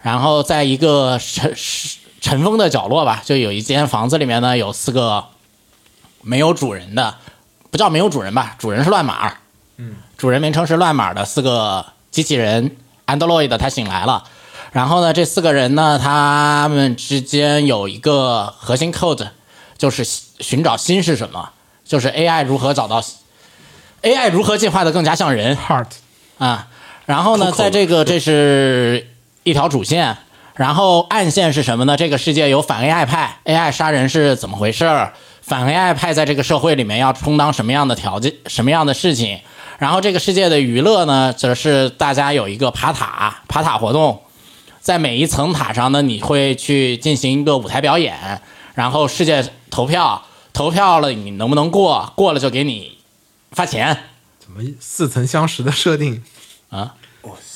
D: 然后在一个尘尘封的角落吧，就有一间房子里面呢有四个没有主人的，不叫没有主人吧，主人是乱码，嗯，主人名称是乱码的四个机器人 Android，他醒来了。然后呢，这四个人呢，他们之间有一个核心 code，就是寻找心是什么，就是 AI 如何找到 AI 如何进化的更加像人。
A: heart
D: 啊。然后呢，
B: 扣扣
D: 在这个这是一条主线，然后暗线是什么呢？这个世界有反 AI 派，AI 杀人是怎么回事儿？反 AI 派在这个社会里面要充当什么样的条件、什么样的事情？然后这个世界的娱乐呢，则是大家有一个爬塔、爬塔活动，在每一层塔上呢，你会去进行一个舞台表演，然后世界投票，投票了你能不能过，过了就给你发钱。
A: 怎么似曾相识的设定？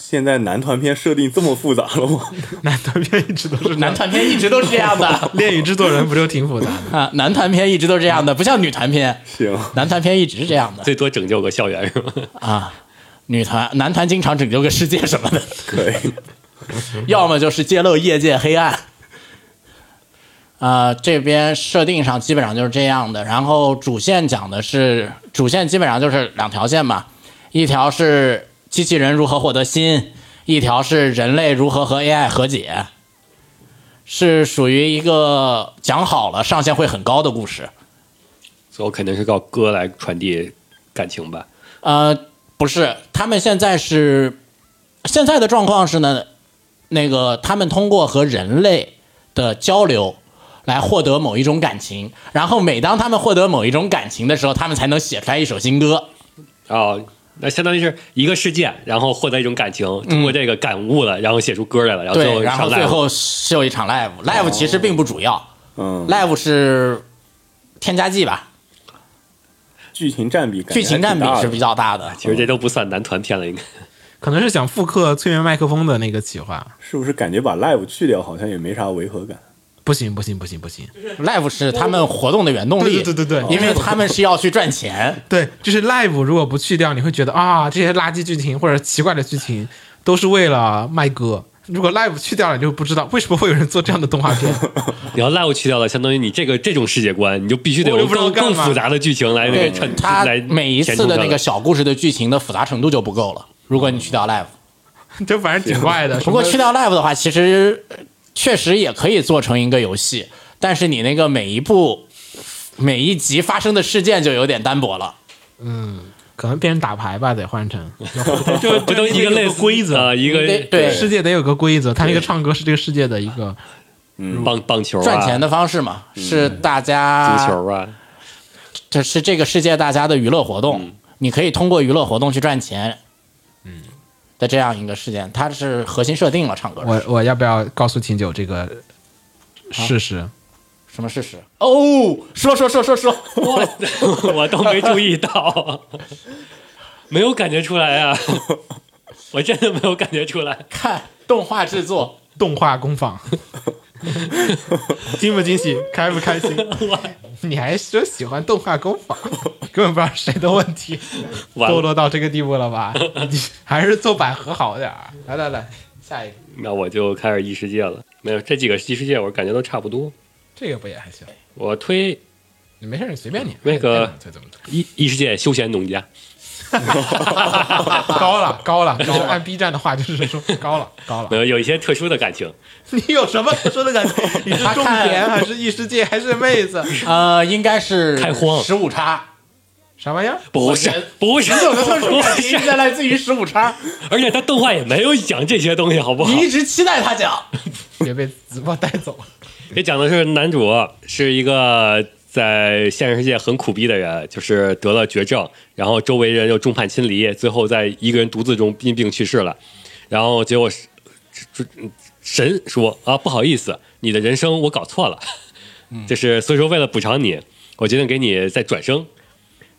C: 现在男团片设定这么复杂了吗？
A: 男团片一直都是，
D: 男团片一直都是这样的
A: 恋与制作人不就挺复杂的？
D: 啊，男团片一直都是这样的，不像女团片，
C: 行，
D: 男团片一直是这样的
B: 最多拯救个校园是吧？
D: 啊。女团、男团经常拯救个世界什么的，
C: 可以，
D: 要么就是揭露业界黑暗。啊、这边设定上基本上就是这样的，然后主线讲的是主线基本上就是两条线嘛，一条是机器人如何获得心，一条是人类如何和 AI 和解，是属于一个讲好了上限会很高的故事。
B: 所以我肯定是靠歌来传递感情吧。
D: 呃，不是，他们现在是现在的状况是呢，那个他们通过和人类的呃交流来获得某一种感情，然后每当他们获得某一种感情的时候，他们才能写出来一首新歌。
B: 哦，那相当于是一个事件，然后获得一种感情，通过这个感悟了，然后写出歌来嗯了，然后最
D: 对，
B: 后
D: 然后
B: 上来
D: 最
B: 了。
D: 后秀一场 live，live 其实并不主要
C: 嗯，
D: ，live 是添加剂吧，
C: 剧情占比感觉
D: 剧情占比
C: 还挺大
D: 是
C: 的
D: 比较大的。
B: 其实这都不算男团片了，应该。
A: 可能是想复刻催眠麦克风的那个企划。
C: 是不是感觉把 live 去掉好像也没啥违和感？
A: 不行不行不行不行！
D: live 是他们活动的原动
A: 对
D: 力，
A: 对对对对
D: 因为他们是要去赚钱。
A: 对，就是 live 如果不去掉，你会觉得啊，这些垃圾剧情或者奇怪的剧情都是为了卖歌。如果 live 去掉了，你就不知道为什么会有人做这样的动画 片。
B: 你要 live 去掉了，相当于你这个这种世界观，你就必须得
A: 我
B: 有
A: 就不知道
B: 更更
A: 干嘛
B: 复杂的剧情来那
D: 对
B: 个衬
D: 它
B: 来
D: 每一
B: 填
D: 次
B: 充
D: 的
B: 它
D: 那个小故事的剧情的复杂程度就不够了。如果你去掉 live，
A: 就反正挺怪
B: 啊
A: 的。
D: 不过
A: 什么
D: 去掉 live 的话，其实呃确实也可以做成一个游戏，但是你那个每一步、每一集发生的事件就有点单薄了。
A: 可能变成打牌吧，得换成
B: 就不都一个类似
A: 规则
B: 啊，一个
D: 对对
A: 世界得有个规则，它那个唱歌是这个世界的一个
B: 棒棒球啊，
D: 嗯赚钱的方式嘛，是大家
B: 足球啊，
D: 这是这个世界大家的娱乐活动，
B: 嗯
D: 你可以通过娱乐活动去赚钱，嗯，的这样一个事件，它是核心设定了唱歌
A: 我我要不要告诉秦九这个事实？
D: 什么事实？
E: 哦，说说说说说，
B: 我我都没注意到， 没有感觉出来 啊，我真的没有感觉出来。
D: 看动画制作，
A: 动画工坊，惊不惊喜，开不 开心？你还说喜欢动画工坊，根本不知道谁的问题，
B: 完
A: 堕
B: 了，
A: 落到这个地步了吧？ 你还是做百合好点儿。来来来，下一个，
B: 那我就开始异世界了。没有这几个异世界，我感觉都差不多。
A: 这个不也还行？
B: 我推
A: 你没事，你随便你。哎
B: 那
A: 爱
B: 个
A: 怎么推怎么推
B: 异异世界休闲农家，
A: 高了高了，就是按 B 站的话就是说 高了高了
B: 没。有有一些特殊的感情。
A: 你有什么可说的 感觉？你是种田还是异世界还是妹子？
D: 呃，应该是
B: 开荒
D: 十五叉，
A: 啥玩意儿？
B: 不是不是
D: 有的特殊
B: 不
D: 感情
B: 是
D: 应，该来自于十五叉，
B: 而且他动画也没有讲这些东西，好不好？嗯
D: 你一直期待他讲，
A: 别被子墨带走了。
B: 这讲的是男主是一个在现实世界很苦逼的人，就是得了绝症，然后周围人又众叛亲离，最后在一个人独自中因病去世了。然后结果是这这神说啊，不好意思，你的人生我搞错了，就是所以说为了补偿你，我决定给你再转生，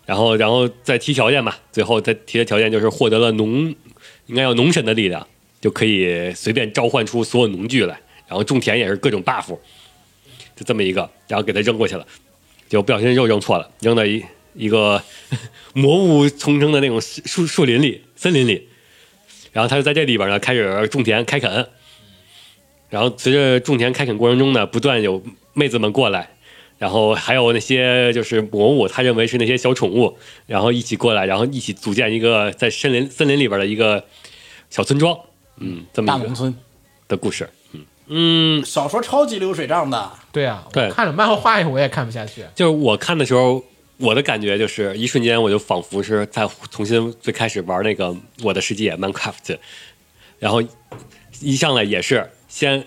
B: 然后然后再提条件吧。最后他提的条件就是获得了农，应该要农神的力量，就可以随便召唤出所有农具来，然后种田也是各种 buff。就这么一个，然后给他扔过去了，就不小心又扔错了，扔到一一个 魔物丛生的那种树树林里、森林里，然后他就在这里边呢开始呃种田开垦，然后随着种田开垦过程中呢，不断有妹子们过来，然后还有那些就是魔物，他认为是那些小宠物，然后一起过来，然后一起组建一个在森林森林里边的一个小村庄，嗯，这
D: 大
B: 么一
D: 农
B: 个
D: 村
B: 的故事，嗯嗯。
D: 小说超级流水账的，
A: 对啊，我
B: 对
A: 看了漫画画一会儿我也看不下去。
B: 就是我看的时候，我的感觉就是一瞬间，我就仿佛是在重新最开始玩那个《我的世界》Minecraft，然后一上来也是先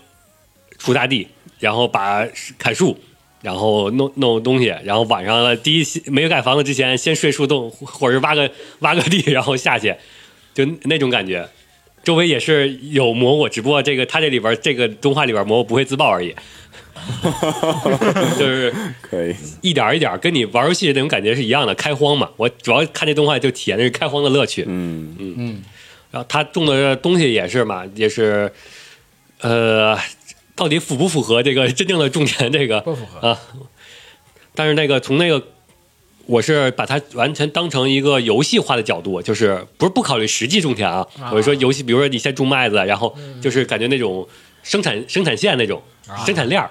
B: 锄大地，然后把砍树，然后弄弄东西，然后晚上了第一期没有盖房子之前，先睡树洞，或或者是挖个挖个地，然后下去，就那种感觉。周围也是有魔我，只不过这个他这里边这个动画里边魔我不会自爆而已， 就是
C: 可以，
B: 一点儿一点儿跟你玩游戏的那种感觉是一样的，开荒嘛。我主要看这动画就体验的是开荒的乐趣。
C: 嗯，
B: 然后他种的东西也是嘛，也是，呃，到底符不符合这个真正的种田这个？
A: 不符合
B: 啊。但是那个从那个，我是把它完全当成一个游戏化的角度，就是不是不考虑实际种田啊，我是说游戏，比如说你先种麦子，然后
A: 嗯
B: 就是感觉那种生产生产线那种
A: 啊
B: 生产链儿，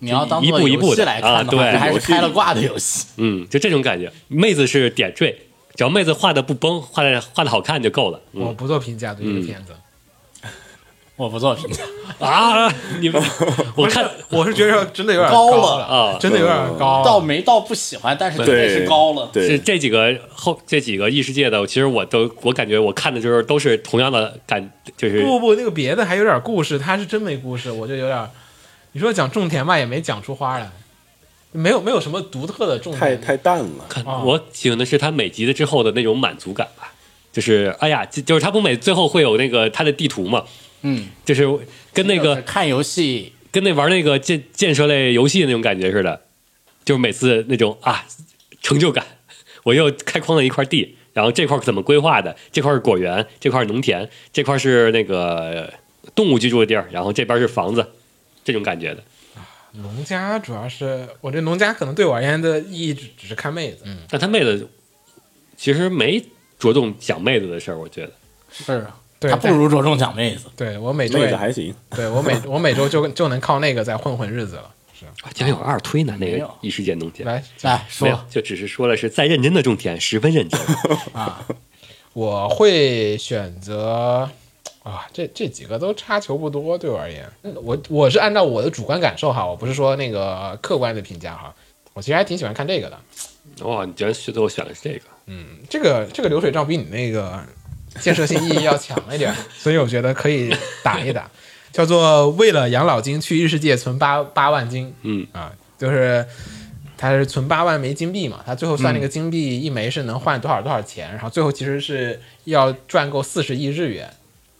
D: 你要当做
B: 一步一
D: 游
B: 步
D: 戏
B: 的
D: 来看的
B: 啊
D: 话，
B: 对
D: 这还是开了挂的游戏。
B: 嗯，就这种感觉。妹子是点缀，只要妹子画的不崩，画的画的好看就够了。
A: 我
B: 嗯
A: 不做评价对这个片子。
D: 我不做评价，
B: 啊，你 们，我看
A: 我是觉得真的有点
D: 高
A: 了
D: 了
B: 啊
A: 真的有点高
D: 到
A: 了。
D: 没到不喜欢，但是绝
C: 对，
D: 是高了。
B: 是
C: 对，
B: 这几个后这几个异世界的，其实我都我感觉我看的时候都是同样的感，就是
A: 不不不，那个别的还有点故事，他是真没故事，我就有点。你说讲种田吧，也没讲出花来，没有没有什么独特的种
C: 太
D: 嗯
A: 田。
C: 太淡了，
B: 看
A: 啊
B: 我喜欢的是他每集的之后的那种满足感吧，就是哎呀，就就是他不每最后会有那个他的地图嘛，
D: 嗯，
B: 就是跟那
D: 就是
B: 个
D: 看游戏
B: 跟那玩那个建建设类游戏那种感觉似的，就是每次那种啊成就感， 我又开荒了一块地，然后这块怎么规划的？这块是果园，这块是农田，这块是那个呃动物居住的地儿，然后这边是房子，这种感觉的。
A: 农家主要是我这农家可能对我而言的意义只只是看妹子，嗯，
B: 但他妹子其实没着重讲妹子的事儿，我觉得
D: 是，
A: 对
D: 他不如着重讲妹子。
A: 对我每周
C: 妹
A: 也
C: 子还行，
A: 对我每我每周就就能靠那个在混混日子了。
B: 啊竟然有二推呢，那
D: 没
B: 个
D: 有
B: 异世界农田。
A: 来，
D: 来
B: 没有
D: 说，，
B: 就只是说了是再认真的种田，十分认真。
A: 我会选择啊，这这几个都差球不多，对我而言，嗯我我是按照我的主观感受哈，我不是说那个客观的评价哈，我其实还挺喜欢看这个的。
B: 哇、你居然最后选的是这个，
A: 这个这个流水 账比你那个建设性意义要强一点，所以我觉得可以打一打。 叫做为了养老金去异世界存八八万金，
B: 嗯
A: 啊，就是他是存八万枚金币嘛，他最后算那个金币一枚是能换多少多少钱，然后最后其实是要赚够四十亿日元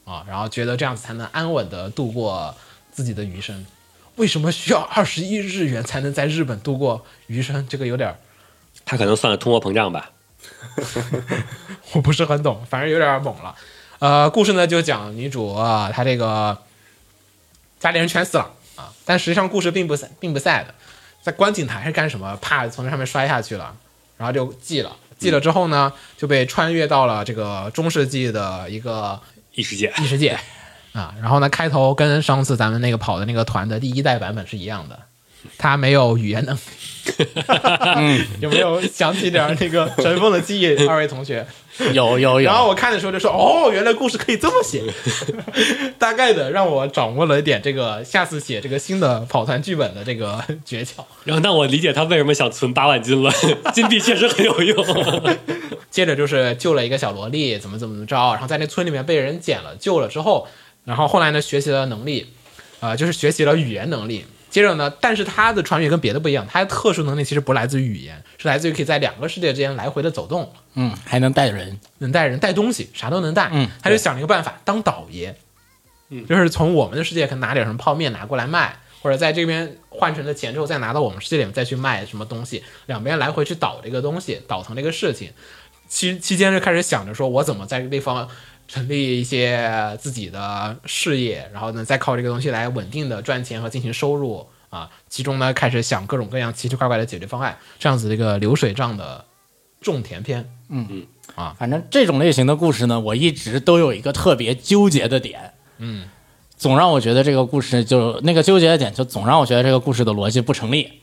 A: 啊，然后觉得这样子才能安稳的度过自己的余生。为什么需要二十亿日元才能在日本度过余生？这个有点儿
B: 他可能算了通货膨胀吧。
A: 我不是很懂，反正有点儿懵了。呃，故事呢就讲女主啊，她这个家里人全死了啊，但实际上故事并不 sad- 并不 sad，在观景台是干什么？啪，从那上面摔下去了，然后就记了，记了之后呢，就被穿越到了这个中世纪的一个
B: 异世界，
A: 异世界啊。然后呢，开头跟上次咱们那个跑的那个团的第一代版本是一样的，他没有语言能力。 有没有想起点儿那个 尘封的记忆，二位同学？
D: 有有
A: 然后
D: 有，
A: 我看的时候就说，哦，原来故事可以这么写，大概的让我掌握了一点这个下次写这个新的跑团剧本的这个诀窍。
B: 然后那我理解他为什么想存八万金了，金币确实很有用。
A: 接着就是救了一个小萝莉，怎么怎么着，啊然后在那村里面被人捡了，救了之后，然后后来呢学习了能力，呃，就是学习了语言能力。接着呢，但是他的穿越跟别的不一样，他的特殊能力其实不来自于语言，是来自于可以在两个世界之间来回的走动。
D: 嗯，还能带人，
A: 能带人带东西，啥都能带。
D: 嗯
A: 他就想了一个办法，当导爷，嗯，就是从我们的世界可能拿点什么泡面拿过来卖，或者在这边换成了钱之后再拿到我们世界里面再去卖什么东西，两边来回去倒这个东西，倒腾这个事情。期期间就开始想着说，我怎么在这个地方成立一些自己的事业，然后呢，再靠这个东西来稳定的赚钱和进行收入啊。其中呢，开始想各种各样奇奇怪怪的解决方案，这样子的一个流水账的种田篇。
D: 反正这种类型的故事呢，我一直都有一个特别纠结的点，嗯，总让我觉得这个故事就那个纠结的点，就总让我觉得这个故事的逻辑不成立。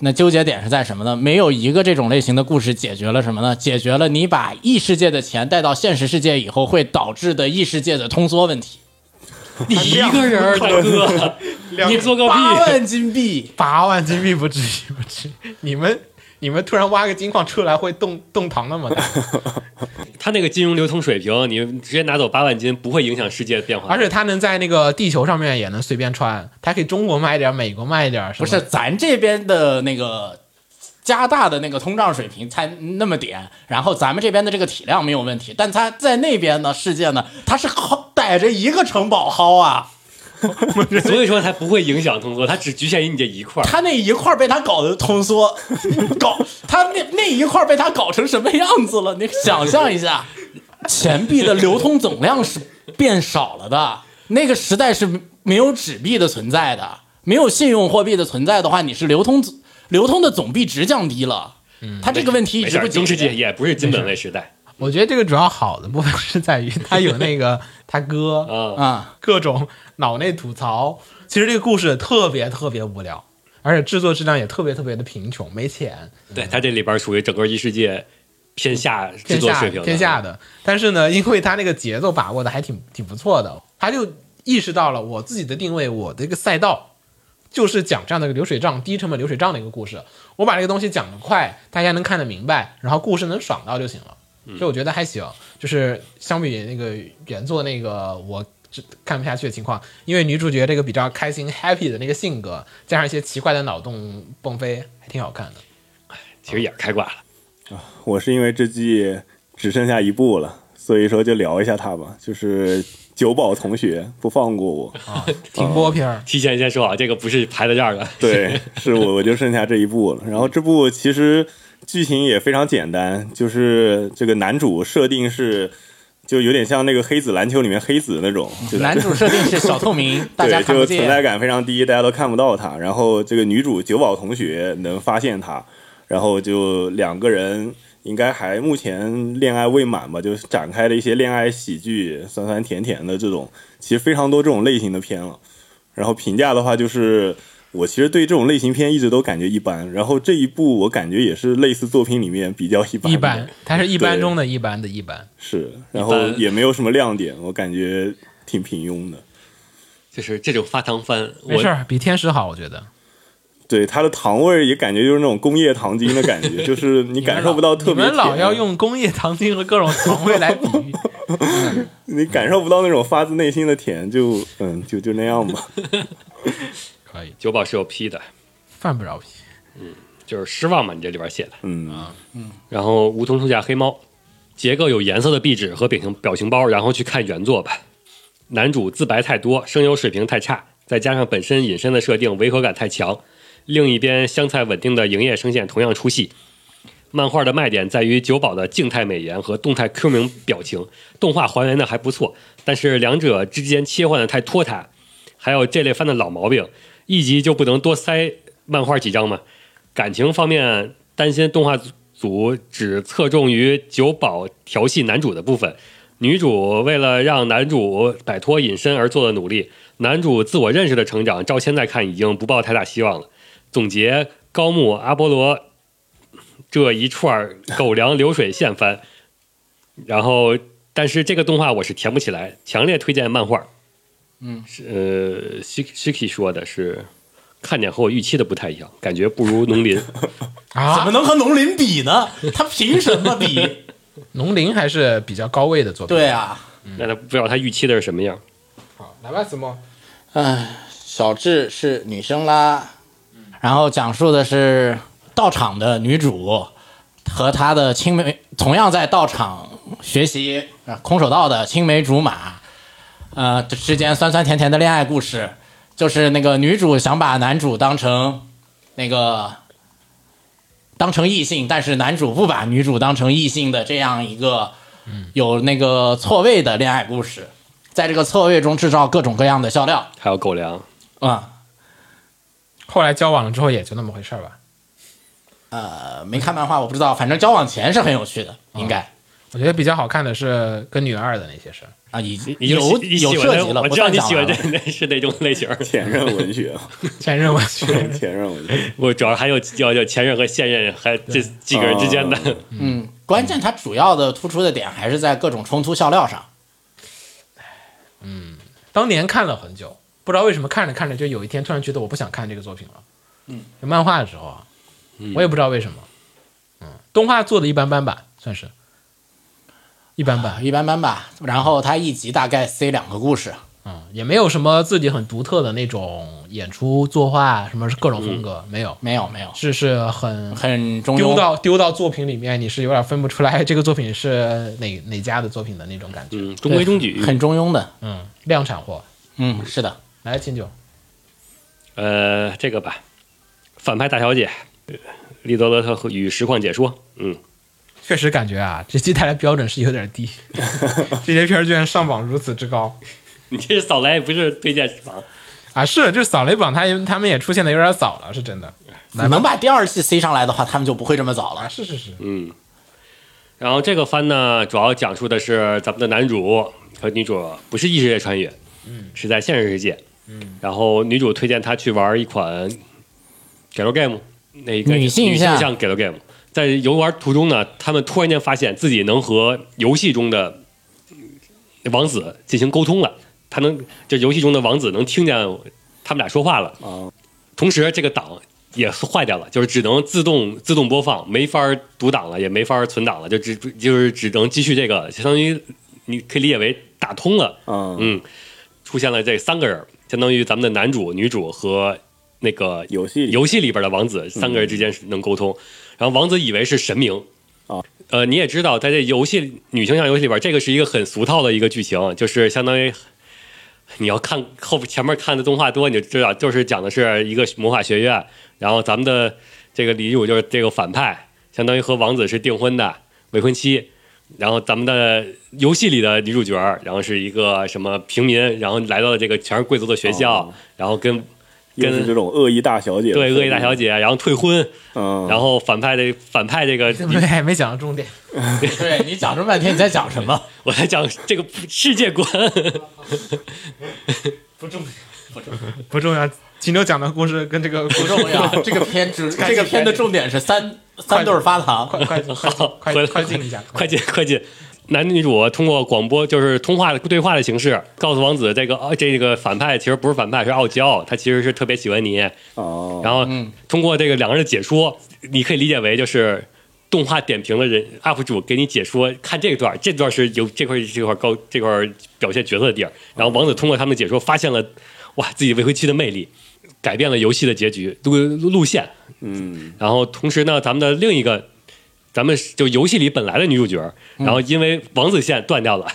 D: 那纠结点是在什么呢？没有一个这种类型的故事解决了什么呢？解决了你把异世界的钱带到现实世界以后会导致的异世界的通缩问题。
B: 你一个人儿，大哥，你做个屁！
D: 八万金币，
A: 八万金币不至于，不至于。你们你们突然挖个金矿出来会动动堂那么大，
B: 他那个金融流通水平，你直接拿走八万金，不会影响世界的 变化
A: 而。且他能在那个地球上面也能随便穿，他可以中国卖一点，美国卖一点，
D: 不是咱这边的那个加拿大的那个通胀水平才那么点，然后咱们这边的这个体量没有问题，但他在那边呢，世界呢，他是薅逮着一个城堡薅啊，
B: 所以说它不会影响通缩，它只局限于你这一块儿。
D: 他那一块儿被他搞得通缩， 搞他那那一块儿被他搞成什么样子了？你想象一下，钱币的流通总量是变少了的，那个时代是没有纸币的存在的，没有信用货币的存在的话，你是流通流通的总币值降低了。他这个问题一
B: 没
D: 直
B: 事
D: 不
B: 儿，
D: 解
B: 中世
D: 决
B: 界也不是金本位时代
A: 我觉得这个主要好的部分是在于他有那个他哥
B: 啊。
D: 啊、
A: 各种脑内吐槽。其实这个故事特别特别无聊，而且制作质量也特别特别的贫穷，没钱。
B: 对，它这里边儿属于整个异世界偏下制
A: 天
B: 作
A: 下
B: 水平的
A: 天下的。但是呢，因为他那个节奏把握的还挺挺不错的，他就意识到了我自己的定位，我的一个赛道就是讲这样的一个流水账、低成本流水账的一个故事。我把这个东西讲得快，大家能看得明白，然后故事能爽到就行了。
C: 嗯
A: 所以我觉得还行，就是相比那个原作那个我只看不下去的情况，因为女主角这个比较开心 happy 的那个性格，加上一些奇怪的脑洞蹦飞，还挺好看的。
C: 哦
B: 其实也是开挂了。
C: 我是因为这季只剩下一部了，所以说就聊一下他吧。就是九保同学不放过我，
A: 停播片儿，
B: 提前先说啊，这个不是排在这儿的，
C: 对，是我我就剩下这一部了。然后这部其实剧情也非常简单，就是这个男主设定是就有点像那个黑子篮球里面黑子那种，就
D: 男主设定是小透明，大家
C: 对，
D: 看不
C: 就存在
D: 见。
C: 感非常低，大家都看不到他。然后这个女主九保同学能发现他，然后就两个人应该还目前恋爱未满吧，就是展开了一些恋爱喜剧，酸酸甜甜的这种，其实非常多这种类型的片了。然后评价的话，就是我其实对这种类型片一直都感觉一般，然后这一部我感觉也是类似作品里面比较一般的，
A: 一般，它是一般
C: 对
A: 中的一般的一般。
C: 是，然后也没有什么亮点，我感觉挺平庸的。
B: 就是这种发糖番，
A: 没
B: 我
A: 事儿，比天使好，我觉得。
C: 对它的糖味儿也感觉就是那种工业糖精的感 觉，就是你感受不到特别
A: 你们老
C: 甜啊
A: 要用工业糖精和各种糖味来比 喻，
C: 你感受不到那种发自内心的甜，就嗯就就那样吧。
A: 可以
B: 酒保是有批的，
A: 犯不着比。
B: 就是失望嘛，你这里边写的。
A: 啊
C: 嗯，
B: 然后梧桐树下黑猫，结个有颜色的壁纸和表情表情包，然后去看原作吧。男主自白太多，声优水平太差，再加上本身隐身的设定违和感太强。另一边，香菜稳定的营业声线同样出戏。漫画的卖点在于九保的静态美颜和动态 Q 名表情，动画还原的还不错，但是两者之间切换的太拖沓。还有这类番的老毛病，一集就不能多塞漫画几张吗？感情方面，担心动画组只侧重于九保调戏男主的部分，女主为了让男主摆脱隐身而做的努力，男主自我认识的成长，照现在看已经不抱太大希望了。总结高木阿波罗这一串儿狗粮流水线番，然后但是这个动画我是填不起来，强烈推荐漫画。
E: 嗯，
B: 是呃，Shiki 说的是看点和我预期的不太一样，感觉不如农林。
E: 怎
A: 啊
E: 么，能和农林比呢？他凭什么比？
A: 农林还是比较高位的作品。
E: 对啊，
B: 那他不知道他预期的是什么样。
A: 好，来吧，子墨。
D: 唉，小智是女生啦，然后讲述的是道场的女主和她的青梅，同样在道场学习呃空手道的青梅竹马，呃之间酸酸甜甜的恋爱故事，就是那个女主想把男主当成那个当成异性，但是男主不把女主当成异性的这样一个有那个错位的恋爱故事，在这个错位中制造各种各样的笑料。
B: 还有狗粮，
D: 啊、
A: 后来交往了之后也就那么回事儿吧。
D: 呃，没看漫画我不知道，反正交往前是很有趣的，应该
A: 我觉得比较好看的是跟女二的那些事儿，
D: 啊，已经
B: 你就
D: 有
B: 你喜
D: 有
B: 欢
D: 涉
B: 的
D: 及了，
B: 我
D: 不
B: 知道
D: 算
B: 你
D: 讲
B: 喜欢
D: 完
B: 这
D: 了。
B: 那是哪种类型儿。
C: 前任文学，啊
A: 前任我去。
C: 前任文学，
B: 我主要还有要要前任和现任，还这几个人之间的。
D: 嗯，关键它主要的突出的点还是在各种冲突笑料上。
A: 当年看了很久，不知道为什么看着看着就有一天突然觉得我不想看这个作品了。嗯，就漫画的时候啊，我也不知道为什么。嗯，动画做的一般般吧，算是一般般。
D: 一般般吧。然后它一集大概塞两个故事，
A: 嗯，也没有什么自己很独特的那种演出、作画什么各种风格，没有，
D: 没有没有，
A: 是是嗯很
D: 很中
A: 丢
D: 庸。
A: 到丢到作品里面，你是有点分不出来这个作品是哪哪家的作品的那种感觉。
B: 嗯，中规中矩。
D: 很中庸的，
A: 嗯，量产货。
D: 嗯，是的，
A: 来，秦九，
B: 呃，这个吧，反派大小姐，利德勒特和与实况解说。嗯，
A: 确实感觉啊，这期带来标准是有点 低，这些片儿居然上榜如此之高
B: 你这扫雷不是推荐榜，
A: 啊！是，就是扫雷榜他也他们也出现的有点早了，是真的
D: 你能把第二季塞上来的话，他们就不会这么早
A: 啊！
D: 了。
A: 是是是，
B: 嗯。然后这个番呢，主要讲述的是咱们的男主和女主不是异世界穿越，嗯，是在现实世界。嗯，然后女主推荐他去玩一款 g a l game，那个
D: 女性
B: 女
D: 向
B: 性向 g a l game。在游玩途中呢，他们突然间发现自己能和游戏中的王子进行沟通了，他能就游戏中的王子能听见他们俩说话了。
C: 哦
B: 同时这个档也坏掉了，就是只能自动自动播放，没法读档了，也没法存档了，就只就是只能继续这个，相当于你可以理解为打通了。
C: 嗯，
B: 嗯，出现了这三个人，相当于咱们的男主、女主和那个
C: 游戏里嗯
B: 游戏里边的王子，三个人之间是能沟通。然后王子以为是神明
C: 啊，
B: 呃，你也知道，在这游戏女性向游戏里边，这个是一个很俗套的一个剧情，就是相当于。你要看后前面看的动画多，你就知道，就是讲的是一个魔法学院，然后咱们的这个女主就是这个反派，相当于和王子是订婚的未婚妻，然后咱们的游戏里的女主角，然后是一个什么平民，然后来到了这个全是贵族的学校，
C: 哦
B: 然后跟
C: 又是
B: 跟
C: 这种恶意大小姐，
B: 对恶意大小，姐，然后退婚，
C: 嗯，
B: 然后反派这反派这个，
A: 对，还没讲到重点。
D: 对你讲这么半天，你在讲什么？
B: 我在讲这个世界观，
A: 不重要。秦九讲的故事跟这个
D: 不
A: 故
D: 重 要，这个片只
A: 赶紧
D: 这个片的重点是三三对儿发糖。
A: 快快快
B: 好，
A: 快
B: 回来
A: 快进一下，
B: 快进快进。男女主通过广播就是通话的对话的形式，告诉王子这个、哦、这个反派其实不是反派，是傲娇，他其实是特别喜欢你。
C: 哦，
B: 然后
A: 嗯
B: 通过这个两个人的解说，你可以理解为就是动画点评的人 UP 主给你解说，看这段，这段是有这块这块高这块表现角色的地儿。然后王子通过他们的解说，发现了哇自己未婚妻的魅力，改变了游戏的结局路路线。
C: 嗯，
B: 然后同时呢，咱们的另一个，咱们就游戏里本来的女主角，然后因为王子线断掉了，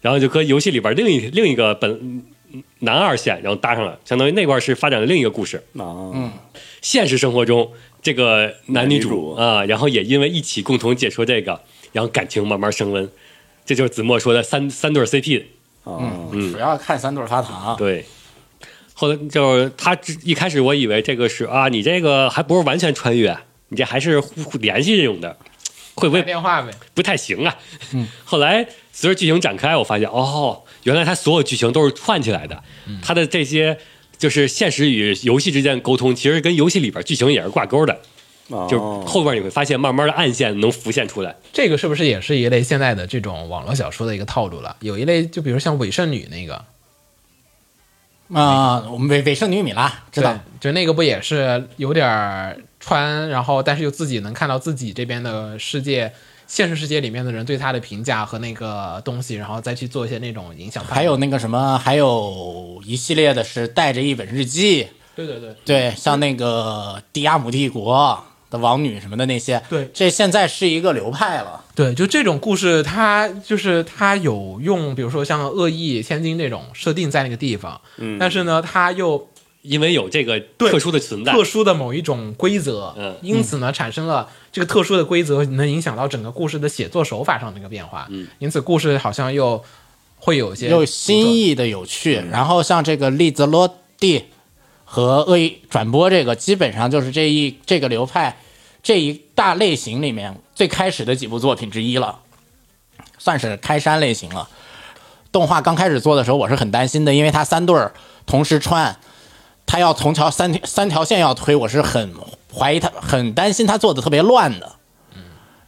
B: 然后就和游戏里边另一另一个本男二线，然后搭上了，相当于那块是发展的另一个故事。
C: 啊，
A: 嗯
B: 现实生活中，这个男女主
C: 男女主
B: 啊、然后也因为一起共同解说这个，然后感情慢慢升温。这就是子墨说的三三对儿 CP，
A: 嗯
C: 啊，
D: 嗯主要看三对发糖，
B: 对。后来就是他之一开始我以为这个是啊，你这个还不是完全穿越，你这还是互互联系这种的，会不
A: 打
B: 会
A: 电话呗，
B: 不太行啊。
A: 嗯
B: 后来随着剧情展开，我发现哦，原来它所有剧情都是串起来的，
A: 嗯
B: 它的这些就是现实与游戏之间的沟通，其实跟游戏里边剧情也是挂钩的。
C: 啊
A: 哦
B: 就是后边你会发现，慢慢的暗线能浮现出来。
A: 这个是不是也是一类现在的这种网络小说的一个套路了？有一类就比如像伪圣女那个，
D: 啊，我们伪伪圣女米拉知道
A: 对，就那个不也是有点儿穿，然后但是又自己能看到自己这边的世界。现实世界里面的人对他的评价和那个东西，然后再去做一些那种影响判断。
D: 还有那个什么，还有一系列的是带着一本日记，
A: 对对对，
D: 对，像那个迪亚姆帝国的王女什么的那些，
A: 对
D: 这现在是一个流派了。
A: 对，就这种故事，它就是它有用，比如说像恶意千金这种设定在那个地方，嗯，但是呢，它又
B: 因为有这个
A: 对
B: 特殊的存在，
A: 特殊的某一种规则，
B: 嗯
A: 因此呢，产生了这个特殊的规则能影响到整个故事的写作手法上的一个变化，嗯，因此故事好像又会有一些
D: 有新意的有趣。然后像这个利泽罗蒂和恶意转播这个，基本上就是这一这个流派这一大类型里面最开始的几部作品之一了，算是开山类型了。动画刚开始做的时候，我是很担心的，因为它三对儿同时穿，它要从条三三条线要推，我是很怀疑它，很担心它做的特别乱的。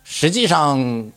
D: 实际上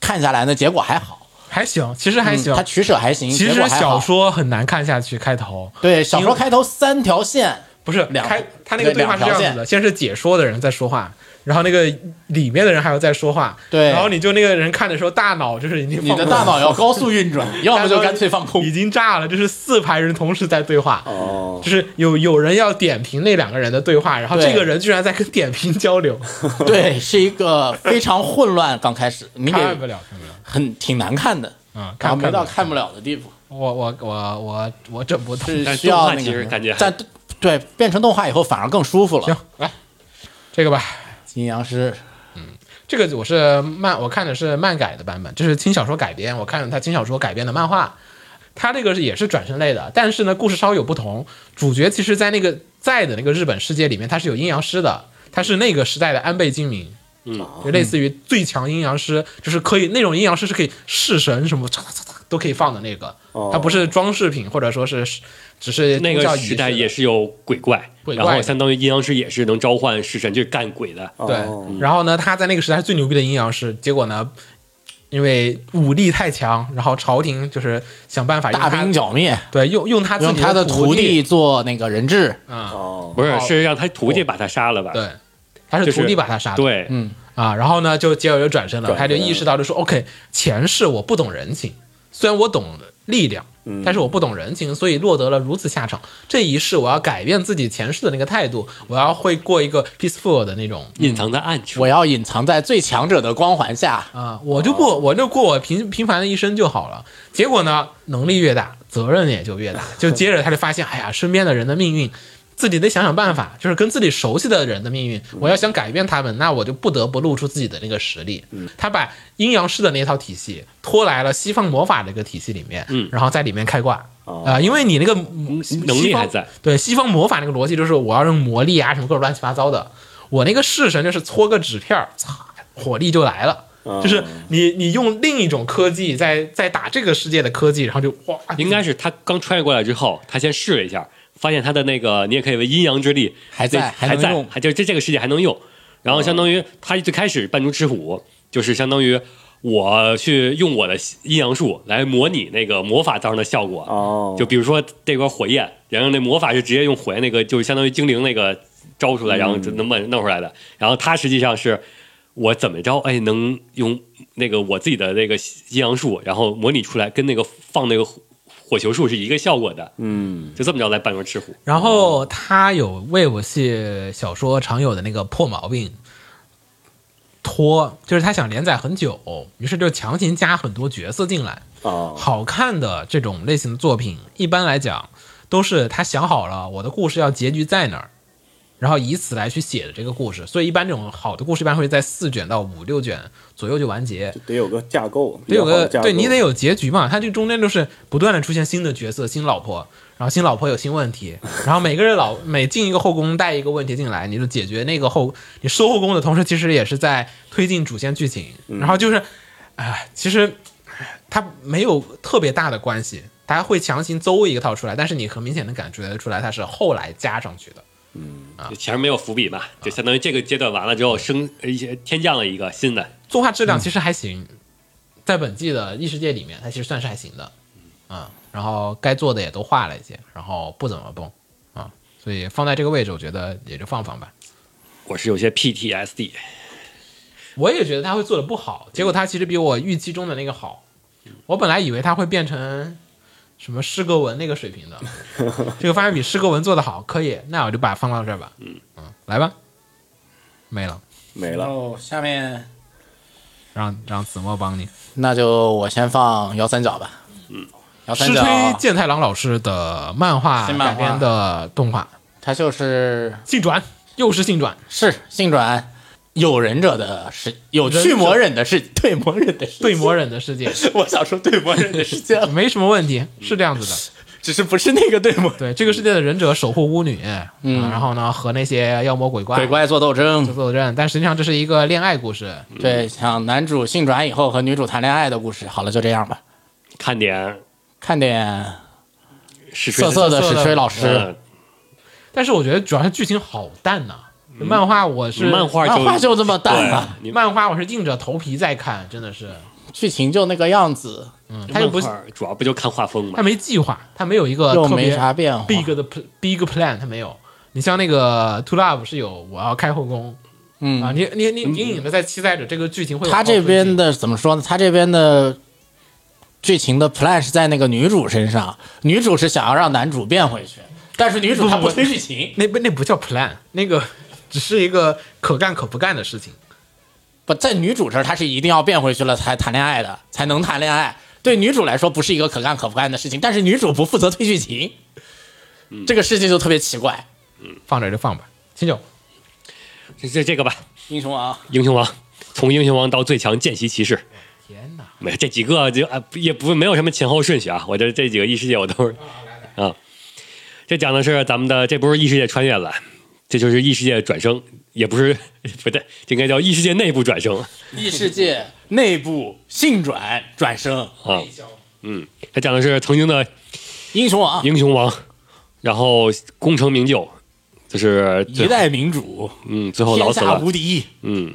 D: 看下来呢，结果还好。
A: 还行，其实还行，
D: 嗯它取舍还行。
A: 其
D: 结果
A: 实
D: 还
A: 小
D: 好
A: 说很难看下去，开头
D: 对小
A: 因
D: 说
A: 为
D: 开头三条线，
A: 不是
D: 两
A: 开他那个对话是这
D: 两条
A: 样子的，先是解说的人在说话。然后那个里面的人还要在说话，
D: 对
A: 然后你就那个人看的时候，大脑就是已经
D: 你
A: 放
D: 的
A: 不了
D: 大脑要高速运转，要么就干脆放空
A: 已。经炸了，就是四排人同时在对话，
C: 哦，
A: 就是有有人要点评那两个人的对话，然后
D: 对
A: 这个人居然在跟点评交流，
D: 对，是一个非常混乱。刚开始你
A: 看
D: 给
A: 不了，看不了，
D: 很挺难看的，
A: 嗯，
D: 然后
A: 看
D: 啊没到
A: 不了
D: 看不了的地步，
A: 我我我我我整不懂。
D: 是
B: 但是
D: 需
B: 动
D: 要那
B: 画
D: 个
B: 其实
D: 什么
B: 感觉还
D: 但对变成动画以后反而更舒服
A: 行
D: 了。，
A: 来这个吧，
D: 阴阳师
A: 这个我是漫，我看的是漫改的版本，这是轻小说改编，我看了他轻小说改编的漫画，他这个是也是转身类的，但是呢，故事稍有不同。主角其实，在那个在的那个日本世界里面，他是有阴阳师的，他是那个时代的安倍晋明。嗯，就类似于最强阴阳师，就是可以那种阴阳师是可以弑神什么，嚓嚓嚓嚓都可以放的那个，它不是装饰品或者说是只是
B: 那
A: 宗教
B: 个
A: 仪式
B: 时代
A: 的
B: 也是有鬼怪，
A: 鬼怪
B: 然后相当于阴阳师也是能召唤式神去干鬼的。
C: 哦
A: 对，然后呢，他在那个时代是最牛逼的阴阳师，结果呢，因为武力太强，然后朝廷就是想办法用
D: 大
A: 他
D: 兵剿灭，
A: 对用用他自
D: 用
A: 己
D: 他的
A: 徒
D: 徒弟做那个人质，
A: 啊、
C: 哦，
B: 不是，
A: 哦
B: 是让他徒弟把他杀了吧？
A: 对，他是
B: 就是
A: 徒弟把他杀的、
B: 对，
A: 啊，然后呢，就结果就转身了，
C: 转
A: 他
C: 身
A: 就意识到就说，OK，前世我不懂人情，虽然我懂力量。但是我不懂人情，所以落得了如此下场。这一世我要改变自己前世的那个态度，我要会过一个 peaceful 的那种
B: 隐藏在暗处。
D: 我要隐藏在最强者的光环下。
A: 啊，我就
B: 哦
A: 不，我就过我平平凡的一生就好了。结果呢，能力越大，责任也就 越大。就接着他就发现，哎呀，身边的人的命运，自己得想想办法，就是跟自己熟悉的人的命运，
B: 嗯
A: 我要想改变他们，那我就不得不露出自己的那个实力。
B: 嗯
A: 他把阴阳师的那套体系拖来了西方魔法的一个体系里面，然后在里面开挂。啊、因为你那个
B: 嗯哦能
A: 西
B: 力还
A: 方
B: 在
A: 对西方魔法那个逻辑就是我要用魔力啊什么各种乱七八糟的，我那个式神就是搓个纸片儿，擦，火力就来了。就是你你用另一种科技在在打这个世界的科技，然后就哇，
B: 应该是他刚穿越过来之后，他先试了一下，发现他的那个你也可以为阴阳之力
D: 还在
B: 那
D: 还
B: 还
D: 能
B: 在，
D: 用
B: 还就这这个世界还能用。然后相当于他最开始扮猪吃虎，就是相当于我去用我的阴阳术来模拟那个魔法造成的效果。
C: 哦，
B: 就比如说这块火焰，然后那魔法是直接用火焰那个，就是相当于精灵那个招出来，然后就能把弄出来的。然后它实际上是我怎么着，哎，能用那个我自己的那个阴阳术，然后模拟出来，跟那个放那个火火球术是一个效果的，
C: 嗯，
B: 就这么着来扮成赤虎。
A: 然后他有 Wave 系小说常有的那个破毛病，拖，就是他想连载很久，于是就强行加很多角色进来。
C: 哦，
A: 好看的这种类型的作品，一般来讲都是他想好了我的故事要结局在哪儿，然后以此来去写的这个故事。所以一般这种好的故事一般会在四卷到五六卷左右就完结。
C: 得有个架构，
A: 得有
C: 比较好
A: 个
C: 的架构
A: 对你得有结局嘛。他这中间就是不断的出现新的角色、新老婆，然后新老婆有新问题，然后每个人老每进一个后宫带一个问题进来，你就解决那个后，你收后宫的同时，其实也是在推进主线剧情。
C: 嗯
A: 然后就是，哎、其实唉它没有特别大的关系，它会强行邹一个套出来，但是你很明显能感觉得出来，它是后来加上去的。
B: 就前面没有伏笔嘛，就相当于这个阶段完了之后升呃一些天降了一个新的，
A: 作画质量其实还行，在本季的异世界里面，它其实算是还行的，啊、然后该做的也都画了一些，然后不怎么崩，啊、所以放在这个位置，我觉得也就放放吧。
B: 我是有些 PTSD，
A: 我也觉得他会做的不好，结果他其实比我预期中的那个好。我本来以为他会变成什么诗歌文那个水平的，这个发现比诗歌文做的好，可以，那我就把它放到这儿吧。嗯来吧，没了，
C: 没
E: 然
C: 了，
E: 后下面
A: 让让子墨帮你。
D: 那就我先放摇三角吧。嗯，摇
A: 石
D: 三
A: 吹
D: 角，
A: 健太郎老师的漫画
D: 新漫
A: 改
D: 画
A: 编的动画，
D: 它就是
A: 性转又是性转，
D: 是性转有忍者的世，有
A: 忍
D: 去
A: 者
D: 魔忍的世，对魔忍的世，
A: 对魔忍的世界
D: 我想说对魔忍的世界，
A: 没什么问题，是这样子的。
D: 只是不是那个对魔
A: 对这个世界的忍者守护巫女，嗯，然后呢和那些妖魔鬼怪
D: 鬼怪做斗争。
A: 作战，但实际上这是一个恋爱故事，
D: 对，像男主性转以后和女主谈恋爱的故事。好了，就这样吧。
B: 看点
D: 看点
B: 是
D: 瑟瑟的
A: 瑟瑟
D: 史
A: 的
D: 吹老师，
B: 嗯
A: 但是我觉得主要是剧情好淡呐、嗯漫画我是
B: 漫画
D: 漫
B: 就
D: 画就这么淡啊，
B: 对，你
A: 漫画我是硬着头皮在看，真的是，
D: 剧情就那个样子，
A: 嗯，他
B: 漫
A: 又不
B: 画主要不就看画风
A: 他
B: 嘛，
A: 没计划，他没有一个
D: 又
A: 特
D: 没
A: 别
D: 啥变化。
A: big 的 pl- big plan 他没有。你像那个 To Love 是有我要开后宫，
D: 嗯
A: 啊，你你你隐隐的在期待着这个剧情会有
D: 他
A: 好
D: 这
A: 推
D: 边
A: 进
D: 的怎么说呢？他这边的剧情的 plan 是在那个女主身上，女主是想要让男主变回去，但是女主她不推剧情，
A: 那不那不叫 plan，那 个只是一个可干可不干的事情。
D: 不在女主这儿她是一定要变回去了才谈恋爱的，才能谈恋爱。对女主来说不是一个可干可不干的事情，但是女主不负责推剧情，
A: 嗯
D: 这个事情就特别奇怪。
A: 放这儿就放吧。秦九，
B: 这这这个吧，
D: 英雄王
B: 英雄王，从英雄王到最强见习骑士，
A: 天哪，
B: 没有这几个就啊也不没有什么前后顺序啊，我这这几个异世界我都是啊，这讲的是咱们的这不是异世界穿越了，这就是异世界转生，也不是 不对，这应该叫异世界内部转生
D: 异世界内部性转转生，
B: 啊，嗯，他讲的是曾经的
D: 英雄王
B: 英雄王，然后功成名就，就是
D: 一
B: 最后
D: 代民主，
B: 嗯最后老
D: 天
B: 死
D: 下
B: 了，
D: 无敌。
B: 嗯，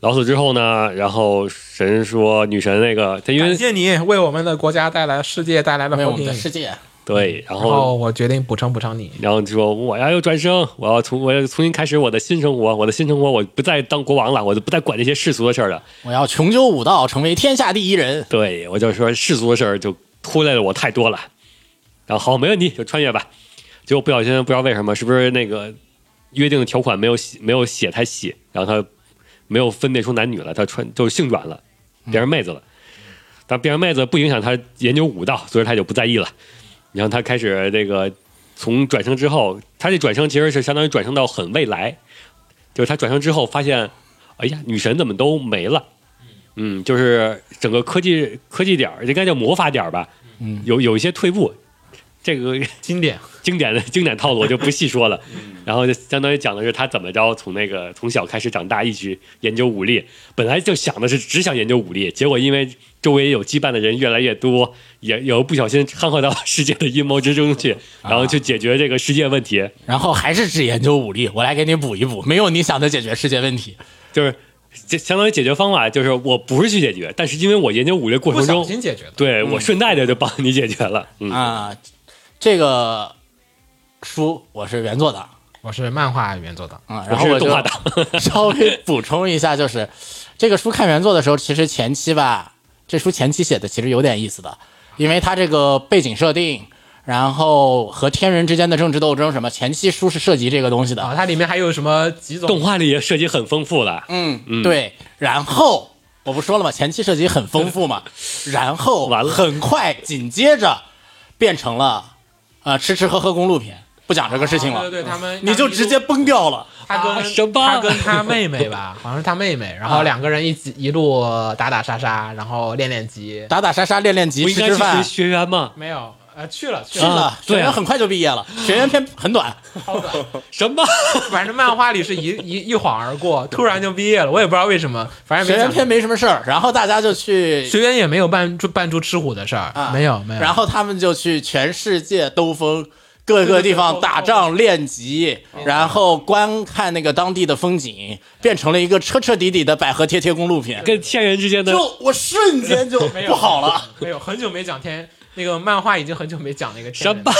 B: 老死之后呢，然后神说女神那个他因
A: 感
B: 为
A: 谢你为我们的国家带来、世界带来了
D: 没有我
A: 和
D: 们
A: 平
D: 的。世界，
B: 对，然
A: 然
B: 后
A: 后我决定补偿补偿你。
B: 然后就说我要又转生，我要从我要重新开始我的新生活，我的新生活我不再当国王了，我就不再管这些世俗的事儿了。
D: 我要穷究武道，成为天下第一人。
B: 对我就说世俗的事儿就拖累了我太多了。然后好，没问题，就穿越吧。结果不小心不知道为什么，是不是那个约定的条款没有写没有写太细，然后他没有分辨出男女了，他穿就性转了，变成妹子了。但变成妹子不影响他研究武道，所以他就不在意了。然后他开始这个从转生之后，他这转生其实是相当于转生到很未来，就是他转生之后发现，哎呀，女神怎么都没了。嗯，就是整个科技科技点儿，应该叫魔法点儿吧，嗯，有有一些退步，这个
A: 经典，
B: 经典的经典套路我就不细说了。
A: 嗯
B: 然后就相当于讲的是他怎么着从那个从小开始长大，一直研究武力。本来就想的是只想研究武力，结果因为周围有羁绊的人越来越多，也有不小心掺和到世界的阴谋之中去，
A: 啊
B: 然后去解决这个世界问题。
D: 然后还是只研究武力，我来给你补一补，没有你想的解决世界问题。
B: 就是这相当于解决方法就是我不是去解决，但是因为我研究武略过
A: 不
B: 程
A: 小
B: 中，
A: 心解决的。
B: 对
D: 嗯
B: 我顺带着就帮你解决了。嗯，
D: 啊，这个书我是原作党啊
A: 我是漫画原作党，
D: 啊，
B: 我
D: 然后
B: 是
D: 我就
B: 动画党，
D: 稍微补充一下，就是这个书看原作的时候，其实前期吧，这书前期写的其实有点意思的，因为它这个背景设定，然后和天人之间的政治斗争什么，前期书是涉及这个东西的。
A: 啊，它里面还有什么几种
B: 动画里也涉及很丰富了。
D: 嗯，对。然后我不说了吗？前期设计很丰富嘛， 然后
B: 嗯完了
D: 很快紧接着变成了呃吃吃喝喝公路片，不讲这个事情了。
A: 啊对对对他们
D: 你就直接崩掉了。
A: 他跟、
B: 啊什么
A: 他跟他妹妹吧，好像是他妹妹，然
D: 啊
A: 后两个人一起一路打打杀杀，然后练练级。
D: 打打杀杀，练练级，
B: 不
D: 吃
B: 应该
D: 吃
B: 去学
D: 饭，
B: 学员吗？
A: 没有，呃，去了去
D: 去
A: 了，
D: 了。
B: 啊
D: 学
B: 对啊
D: 员很快就毕业了，学员篇很短。
A: 超短。
B: 什么？
A: 反正漫画里 是一一一晃而过，突然就毕业了，我也不知道为什么，反正
D: 学
A: 没
D: 员
A: 讲
D: 篇没什么事儿，然后大家就去
A: 学员也没有办出办出吃虎的事儿，
D: 啊
A: 没有没有。
D: 然后他们就去全世界兜风，各个地方打仗练级，然后观看那个当地的风景，变成了一个彻彻底底的百合贴贴公路片。
B: 跟天人之间的
D: 就我瞬间就
A: 没有
D: 不好 了，
A: 没有很久没讲天那个漫画已经很久没讲那个天
B: 什
A: 人
B: 么
A: 了？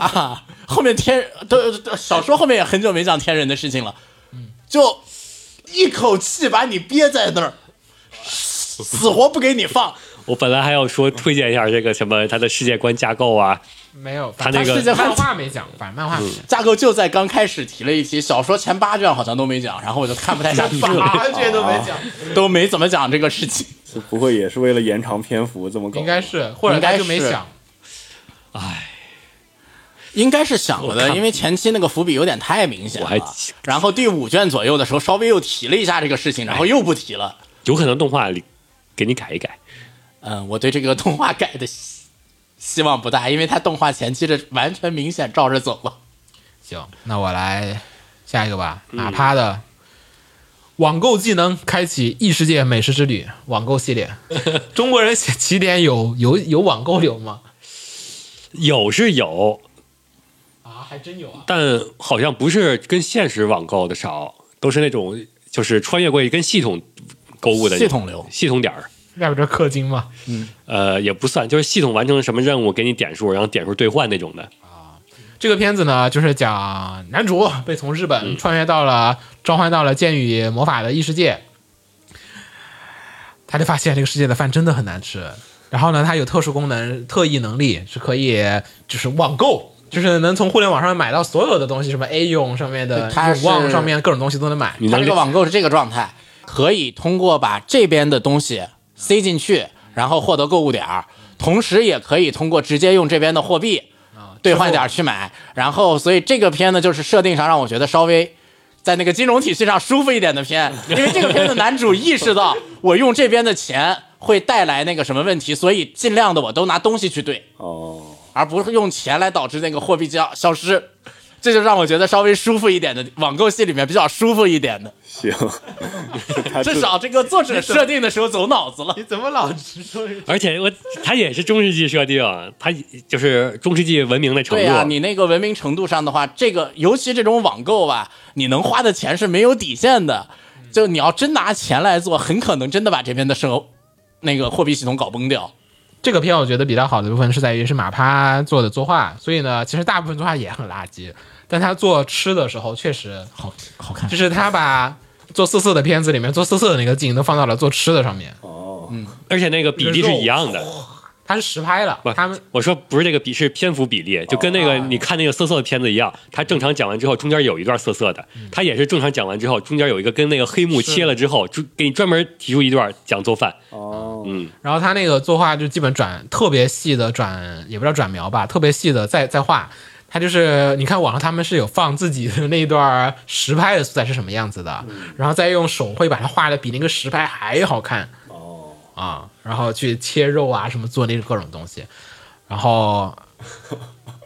D: 啊！后面天都都小说后面也很久没讲天人的事情了，就一口气把你憋在那儿，死活不给你放。
B: 我本来还要说推荐一下这个什么他的世界观架构啊，
A: 没有，
B: 他
A: 反正
B: 那
D: 他
B: 个
D: 世界
A: 漫画没讲，反正漫画没讲。
D: 架构就在刚开始提了一提，小说前八卷好像都没讲，然后我就看不太下去了，
A: 啥这都没讲，
D: 都没怎么讲这个事情。
C: 这不会也是为了延长篇幅这么搞？
A: 应该是，或者他就没想。
D: 应该是想了
B: 我
D: 的，
B: 看
D: 因为前期那个伏笔有点太明显
B: 我还
D: 了。然后第五卷左右的时候，稍微又提了一下这个事情，然后又不提了。
B: 有可能动画里给你改一改。
D: 嗯，我对这个动画改的希希望不大，因为它动画前期的完全明显照着走了。
A: 行，那我来下一个吧。
D: 嗯
A: 哪怕的网购技能开启异世界美食之旅，网购系 列。中国人写起点有有有网购流吗？
B: 有是有，
A: 啊，还真有啊。
B: 但好像不是跟现实网购的少，都是那种就是穿越过去跟系统购物的
D: 系统流
B: 系统点儿。
A: 那不就是氪金吗？
B: 呃，也不算，就是系统完成什么任务给你点数，然后点数兑换那种的。
A: 这个片子呢，就是讲男主被从日本穿越到了、召唤到了剑与魔法的异世界，他就发现这个世界的饭真的很难吃。然后呢，他有特殊功能、特异能力，是可以就是网购，就是能从互联网上买到所有的东西，什么 A 用上面的、
D: 它是
A: 永旺上面各种东西都能买。
B: 你
D: 它
B: 能
D: 这个网购是这个状态，可以通过把这边的东西塞进去，然后获得购物点儿，同时也可以通过直接用这边的货币
B: 啊
D: 兑换点儿去买。然后，所以这个片呢，就是设定上让我觉得稍微。在那个金融体系上舒服一点的片，因为这个片的男主意识到我用这边的钱会带来那个什么问题，所以尽量的我都拿东西去兑，
C: 哦，
D: 而不是用钱来导致那个货币消消失，这就让我觉得稍微舒服一点的网购戏里面比较舒服一点的。
C: 行，他
D: 至少这个作者设定的时候啊走脑子了。
A: 你怎么老执着于？
B: 而且我它也是中世纪设定，它就是中世纪文明的程
D: 对
B: 度。
D: 呀、你那个文明程度上的话，这个尤其这种网购吧，你能花的钱是没有底线的。就你要真拿钱来做，很可能真的把这边的社那个货币系统搞崩掉。
A: 这个片我觉得比较好的部分是在于是马趴做的作画，所以呢，其实大部分作画也很垃圾，但他做吃的时候确实
D: 好好 看
A: 就是他把做色色的片子里面做色色的那个景都放到了做吃的上面，
C: 哦，
B: 而且那个比例是一样的。
A: 他是实拍了
B: 不，，
A: 他们
B: 我说不是这个比，是篇幅比例，就跟那个你看那个色色的片子一样，它正常讲完之后，中间有一段色色的，
D: 嗯
B: 它也是正常讲完之后，中间有一个跟那个黑幕切了之后，就给你专门提出一段讲做饭。
C: 哦，
B: 嗯，
A: 然后他那个作画就基本转特别细的转，也不知道转描吧，特别细的在在画。他就是你看网上他们是有放自己的那一段实拍的素材是什么样子的，然后再用手绘把它画的比那个实拍还好看。哦，啊，然后去切肉啊什么做那各种东西，然后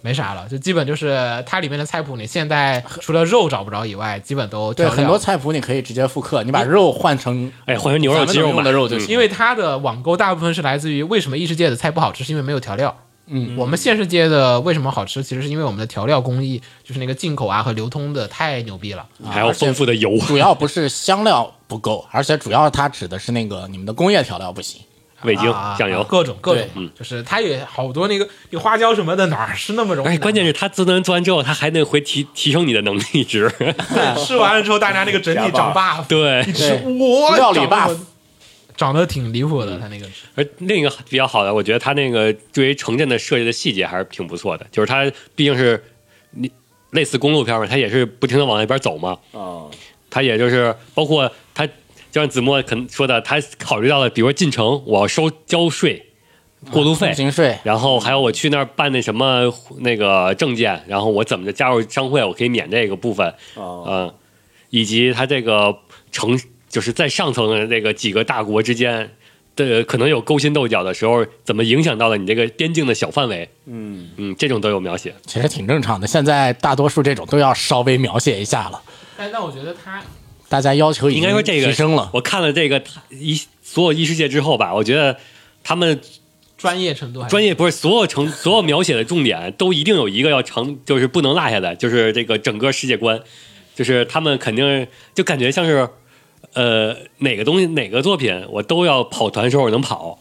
A: 没啥了，就基本就是它里面的菜谱，你现在除了肉找不着以外，基本都
D: 对，
A: 调料
D: 很多菜谱你可以直接复刻，你把肉换成
B: 哎，换成牛
D: 嗯咱
B: 肉、
D: 们
B: 鸡
D: 能
B: 肉
D: 用
B: 嘛
D: 的肉就行。
A: 因为它的网购大部分是来自于为什么异世界的菜不好吃，是因为没有调料。嗯，我们现世界的为什么好吃，其实是因为我们的调料工艺，就是那个进口啊和流通的太牛逼了。
B: 还有丰富的油，
D: 主要不是香料不够，而且主要它指的是那个你们的工业调料不行。
B: 味精、
A: 啊
B: 酱油。嗯
A: 各种各种
D: 对，
A: 就是它也好多那个那花椒什么的，哪儿是那
D: 啊
A: 么容易拿啊
B: 哎，
A: 的？
B: 关 键是它自能做完之后，它还能回提提升你的能力值。
A: 吃完了之后，大家那个整体长 buff，
B: 对，
A: 是
D: 对
A: 我
D: 料理
A: 长
D: buff
A: 得长得挺离谱的，他那个是
B: 而另一个比较好的，我觉得它那个对于城镇的设计的细节还是挺不错的，就是它毕竟是你类似公路片嘛，它也是不停的往那边走嘛，
C: 啊，
B: 它也就是包括它，就像子墨可能说的，他考虑到了，比如说进城我要收交税、过路费
D: 通，行税，
B: 然后还有我去那儿办那什么那个证件，然后我怎么着加入商会，我可以免这个部分，
C: 哦
B: 嗯，以及它这个城就是在上层的这个几个大国之间的可能有勾心斗角的时候，怎么影响到了你这个边境的小范围，
C: 嗯，
B: 嗯，这种都有描写。
D: 其实挺正常的。现在大多数这种都要稍微描写一下了，
A: 但但我觉得他
D: 大家要求已
B: 应该说
D: 经
B: 这个
D: 提升了。
B: 我看了这个一所有异世界之后吧，我觉得他们
A: 专业程度还是
B: 专业不是所有成 所有描写的重点都一定有一个要成，就是不能落下的，就是这个整个世界观，就是他们肯定就感觉像是，呃，哪个东西哪个作品我都要跑团时候能跑，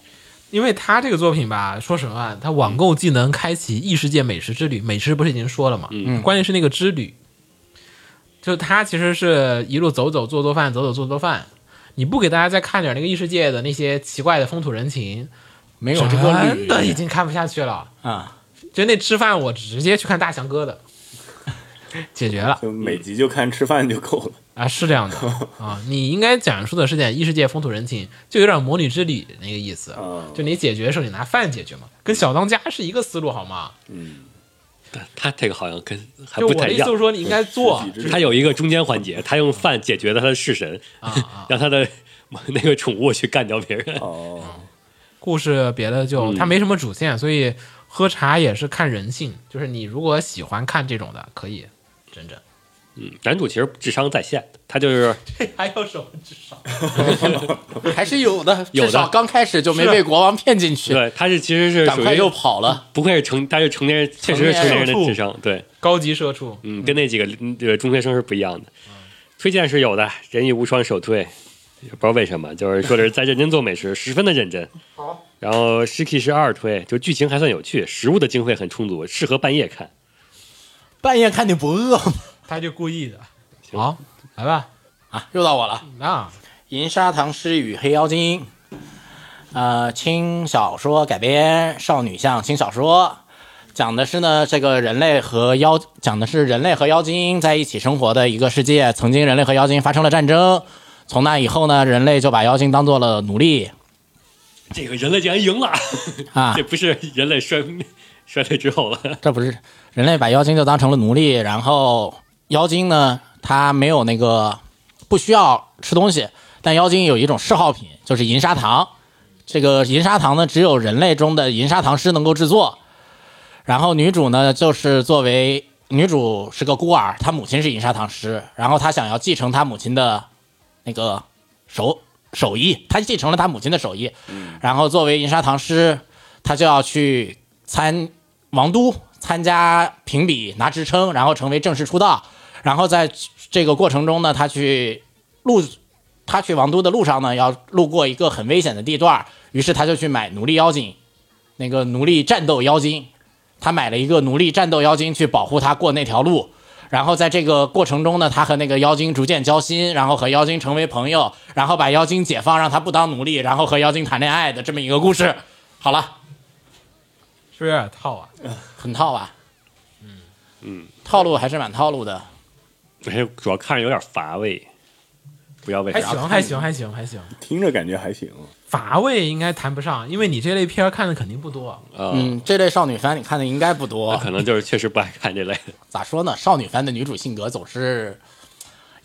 A: 因为他这个作品吧，说实话，他网购技能开启异世界美食之旅，美食不是已经说了嘛？
B: 嗯
A: 关键是那个之旅，就他其实是一路走走做做饭，走走做做饭。你不给大家再看点那个异世界的那些奇怪的风土人情，
D: 没有啊这个
A: 真
D: 旅
A: 的已经看不下去了。
D: 啊，
A: 就那吃饭，我直接去看大强哥的，解决了
C: 就每集就看吃饭就够了。
A: 啊，是这样的啊。你应该讲述的是点异世界风土人情，就有点魔女之旅那个意思。
B: 哦
C: 啊
A: 就你解决的时候，你拿饭解决嘛，跟小当家是一个思路好吗？
B: 他这个好像跟还
A: 就
B: 啊不
A: 我
B: 太
A: 的意
B: 一
A: 思
B: 样
A: 是。说，你应该做
C: 实体之
B: 他有一个中间环节，他用饭解决了他的式神，
A: 啊啊。
B: 让他的那个宠物去干掉别人。
C: 哦，
A: 故事别的就
B: 嗯
A: 它没什么主线，所以喝茶也是看人性。就是你如果喜欢看这种的，可以。真真，
B: 嗯，男主其实智商在线，他就是
A: 还有什么智商？
D: 还是有 的，
B: 有的
D: 至少刚开始就没
A: 是
D: 被国王骗进去，
B: 对，他是其实是
D: 赶
B: 属
D: 快
B: 于
D: 又跑了。
B: 不愧是成，他是成年人，确实是成年人的
A: 成年人
B: 智商，对。
A: 高级社畜，
B: 嗯，跟那几个嗯这个中学生是不一样的。
A: 嗯
B: 推荐是有的，仁义无双首推，也不知道为什么，就是说的是在认真做美食，十分的认真。好，然后《s h i k i 是二推，就剧情还算有趣，食物的经费很充足，适合半夜看。
D: 半夜看你不饿吗？
A: 他就故意的。好，来吧，
D: 啊，又到我了。
A: 那
D: 银砂糖师与黑妖精，呃，轻小说改编少女向轻小说，讲的是呢这个人类和妖，讲的是人类和妖精在一起生活的一个世界。曾经人类和妖精发生了战争，从那以后呢，人类就把妖精当做了奴隶
B: 这个人类竟然赢了，
D: 啊
B: 这，不是人类衰衰退之后了。
D: 这不是人类把妖精就当成了奴隶，然后妖精呢，它没有那个不需要吃东西，但妖精有一种嗜好品，就是银砂糖。这个银砂糖呢，只有人类中的银砂糖师能够制作。然后女主呢，就是作为女主是个孤儿，她母亲是银砂糖师，然后她想要继承她母亲的那个手手艺，她继承了她母亲的手艺，然后作为银砂糖师，她就要去参王都参加评比拿职称，然后成为正式出道。然后在这个过程中呢，他去路，他去王都的路上呢，要路过一个很危险的地段儿，于是他就去买奴隶妖精，那个奴隶战斗妖精，他买了一个奴隶战斗妖精去保护他过那条路。然后在这个过程中呢，他和那个妖精逐渐交心，然后和妖精成为朋友，然后把妖精解放，让他不当奴隶，然后和妖精谈恋爱的这么一个故事。好了。
A: 是不是有点套啊？
D: 很套吧？嗯嗯，套路还是蛮套路的。
B: 哎，主要看着有点乏味，不知道为
A: 还
B: 啥。
A: 行，还行，还行，还行。
C: 听着感觉还行。
A: 乏味应该谈不上，因为你这类片儿看的肯定不多。
B: 呃，
D: 嗯，这类少女番你看的应该不
B: 那
D: 多。
B: 可能就是确实不爱看这类的。
D: 咋说呢？少女番的女主性格总是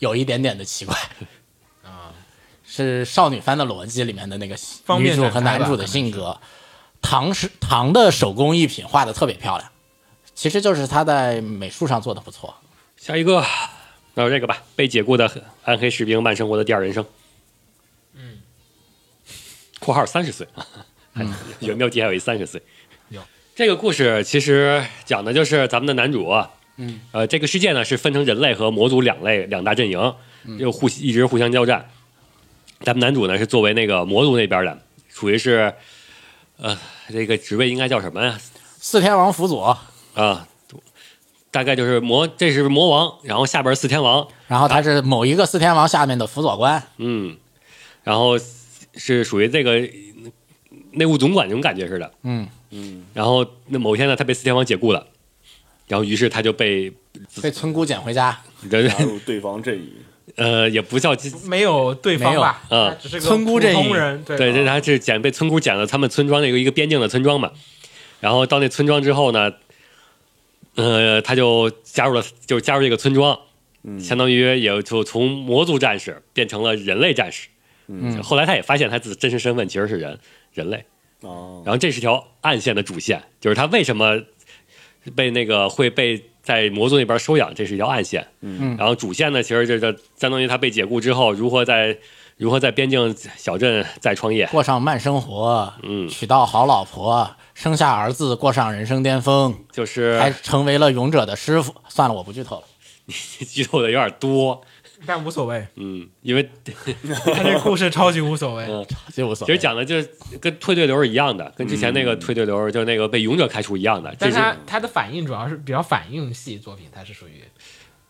D: 有一点点的奇怪啊，是少女番的逻辑里面的那个
A: 方
D: 女
A: 便
D: 主
A: 展
D: 和
A: 开
D: 男
A: 吧
D: 主
A: 可
D: 的
A: 能
D: 性格。唐是唐的手工艺品画的特别漂亮，其实就是他在美术上做的不错。
B: 下一个，那我这个吧，被解雇的暗黑士兵慢生活的第二人生。嗯，嗯括号三十岁啊，还有没有题还有一三十岁？
A: 有
B: 这个故事其实讲的就是咱们的男主、啊，嗯，呃，这个世界呢是分成人类和魔族两类两大阵营，就互一直互相交战。咱们男主呢是作为那个魔族那边的，属于是，呃，这个职位应该叫什么呀？
D: 四天王辅佐，
B: 啊，大概就是魔，这是魔王，然后下边四天王，
D: 然后他是某一个四天王下面的辅佐官，
B: 嗯，然后是属于这个内务总管那种感觉似的，
D: 嗯
B: 嗯。然后那某天呢，他被四天王解雇了，然后于是他就被
D: 被村姑捡回家。
B: 人
C: 加入对方阵营，
B: 呃也不叫
A: 没有对方吧？
B: 没有嗯
A: 只是个
D: 村姑
A: 普
D: 阵营
A: 通人，对
B: 对，
A: 对
B: 这他是捡被村姑捡了他们村庄的一个一个边境的村庄嘛。然后到那村庄之后呢，呃，他就加入了，就加入这个村庄，相当于也就从魔族战士变成了人类战士。嗯，后来他也发现他自己真实身份其实是人人类。
C: 哦，
B: 然后这是条暗线的主线，就是他为什么被那个会被在魔族那边收养，这是一条暗线。嗯，然后主线呢，其实就是相当于他被解雇之后，如何在如何在边境小镇再创业。
D: 过上慢生活，嗯，娶到好老婆，生下儿子，过上人生巅峰，
B: 就是
D: 还成为了勇者的师傅。算了，我不剧透了。
B: 剧透的有点多，
A: 但无所谓，
B: 嗯，因为
A: 他这故事超级无所谓。
D: 这无所
B: 其实
D: 谓。
B: 讲的就是跟退队流是一样的，跟之前那个退队流就是那个被勇者开除一样的，
A: 但是
B: 这是
A: 他他的反应主要是比较反应系作品，它是属于。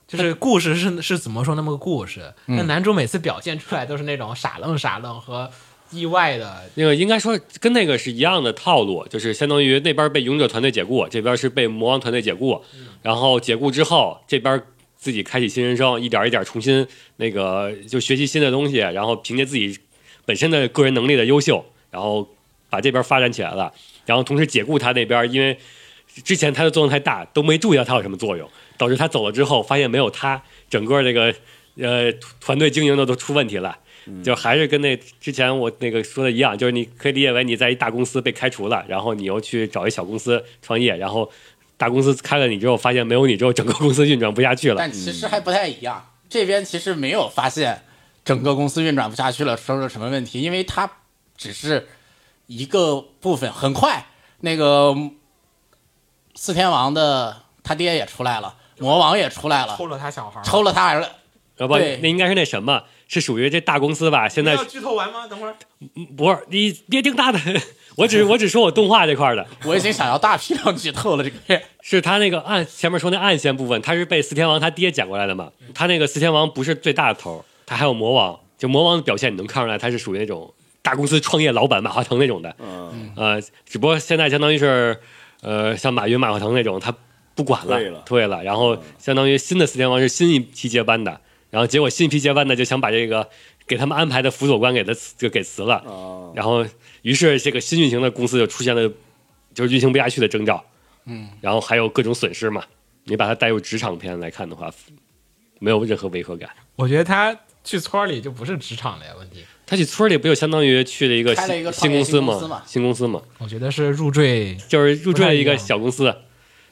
A: 就是故事是是怎么说那么个故事，那男主每次表现出来都是那种傻愣傻愣和意外的，
B: 那个应该说跟那个是一样的套路，就是相当于那边被勇者团队解雇，这边是被魔王团队解雇，然后解雇之后，这边自己开启新人生，一点一点重新那个就学习新的东西，然后凭借自己本身的个人能力的优秀，然后把这边发展起来了，然后同时解雇他那边，因为之前他的作用太大，都没注意到他有什么作用，导致他走了之后，发现没有他，整个这个呃团队经营的都出问题了。
D: 嗯
B: 就还是跟那之前我那个说的一样，就是你可以理解为你在一大公司被开除了，然后你又去找一小公司创业，然后大公司开了你之后，发现没有你之后，整个公司运转不下去了。
D: 但其实还不太一样，这边其实没有发现整个公司运转不下去了，收入什么问题，因为它只是一个部分。很快，那个四天王的他爹也出来了，魔王也出来了，
A: 偷了他小孩儿。
D: 抽了他儿子。
B: 要不
D: 对
B: 那应该是那什么，是属于这大公司吧？现在
A: 要剧透完吗？等会儿
B: 不是你别听他的，我只我只说我动画这块儿的，
D: 我已经想要大批量剧透了这个片。
B: 是他那个暗前面说那暗线部分，他是被四天王他爹捡过来的嘛？他那个四天王不是最大的头儿，他还有魔王。就魔王的表现，你能看出来他是属于那种大公司创业老板马化腾那种的。
C: 嗯，
B: 呃，只不过现在相当于是，呃，像马云、马化腾那种，他不管了，
C: 退了嗯
B: 退了，然后相当于新的四天王是新一批接班的，然后结果新一批接班的就想把这个给他们安排的辅佐官给他辞就给辞了，
C: 哦，
B: 然后于是这个新运行的公司就出现了就是运行不下去的征兆，嗯，然后还有各种损失嘛，你把它带入职场片来看的话，没有任何违和感。
A: 我觉得他去村儿里就不是职场了呀，问题，
B: 他去村里不就相当于去了一个
D: 开了一个
B: 新
D: 创业
B: 公司
D: 新公
B: 嘛
D: 司嘛，
B: 新公司嘛，
A: 我觉得是入赘。
B: 就是入赘了一
A: 不太一
B: 个
A: 样
B: 小公司，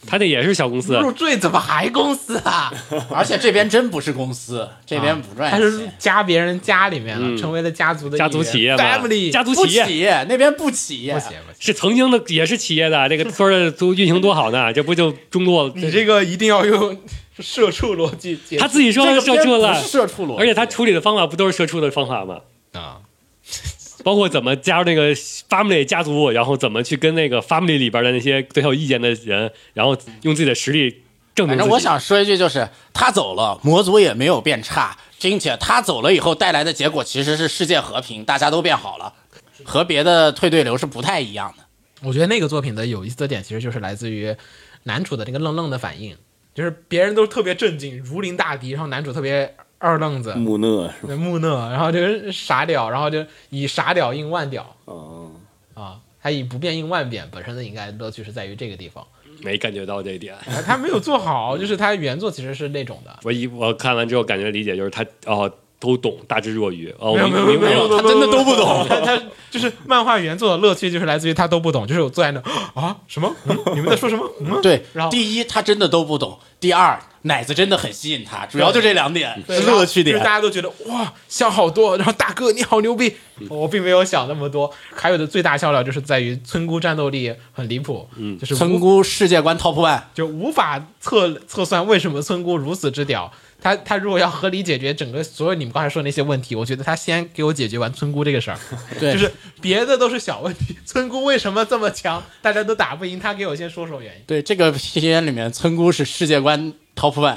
B: 他那也是小公司，
A: 入赘怎么还公司啊？
D: 而且这边真不是公司，这边不赚
A: 他
D: 钱，
A: 是加别人家里面
B: 嗯
A: 了，成为了家族的
B: 家族
A: 一员
B: 企业嘛
A: family
B: 家族
D: 不
B: 企业
D: 企业，那边不企业，
A: 不写不写。
B: 是曾经的，也是企业的，这个村儿的都运行多好呢，这不就中落？
A: 你这个一定要用 社畜逻辑解
B: 他自己说
D: 这个
B: 社畜
D: 边
B: 了
D: 不，是社畜逻辑，
B: 而且他处理的方法不都是社畜的方法吗？
A: 啊，
B: 包括怎么加入那个 family 家族，然后怎么去跟那个 family 里边的那些对他有意见的人，然后用自己的实力证明自
D: 反正
B: 己。
D: 我想说一句，就是他走了，魔族也没有变差，并且他走了以后带来的结果其实是世界和平，大家都变好了，和别的退队流是不太一样的。
A: 我觉得那个作品的有意思的点，其实就是来自于男主的那个愣愣的反应，就是别人都特别震惊，如临大敌，然后男主特别二愣子、
C: 木讷是吧？
A: 木讷，然后就是傻屌，然后就以傻屌应万屌
C: 哦，
A: 啊，他以不变应万变，本身的应该乐趣是在于这个地方，
B: 没感觉到这一点。
A: 啊他没有做好，就是他原作其实是那种的，
B: 我一我看完之后感觉理解就是他哦都懂，大智若愚哦，
A: 没有没有
B: 明白
A: 没有没
B: 了。
D: 他
A: 有
D: 真的都不懂，
A: 他他就是漫画原作的乐趣，就是来自于他都不懂，就是我坐在那啊什么、嗯你们在说什么？嗯、
D: 对
A: 然后，
D: 第一他真的都不懂，第二
E: 奶子真的很吸引他，主要就这两点
A: 对
E: 是乐趣
A: 就
E: 点
A: 是大。家都觉得哇想好多，然后大哥你好牛逼，我并没有想那么多。还有的最大笑料就是在于村姑战斗力很离谱，嗯，就是
E: 村
A: 无
E: 姑世界观 top one，
A: 就无法测测算为什么村姑如此之屌。他他如果要合理解决整个所有你们刚才说的那些问题，我觉得他先给我解决完村姑这个事儿，
D: 对
A: 就是别的都是小问题， 村姑为什么这么强，大家都打不赢他，给我先说说原因。
D: 对这个片里面，村姑是世界观 top one，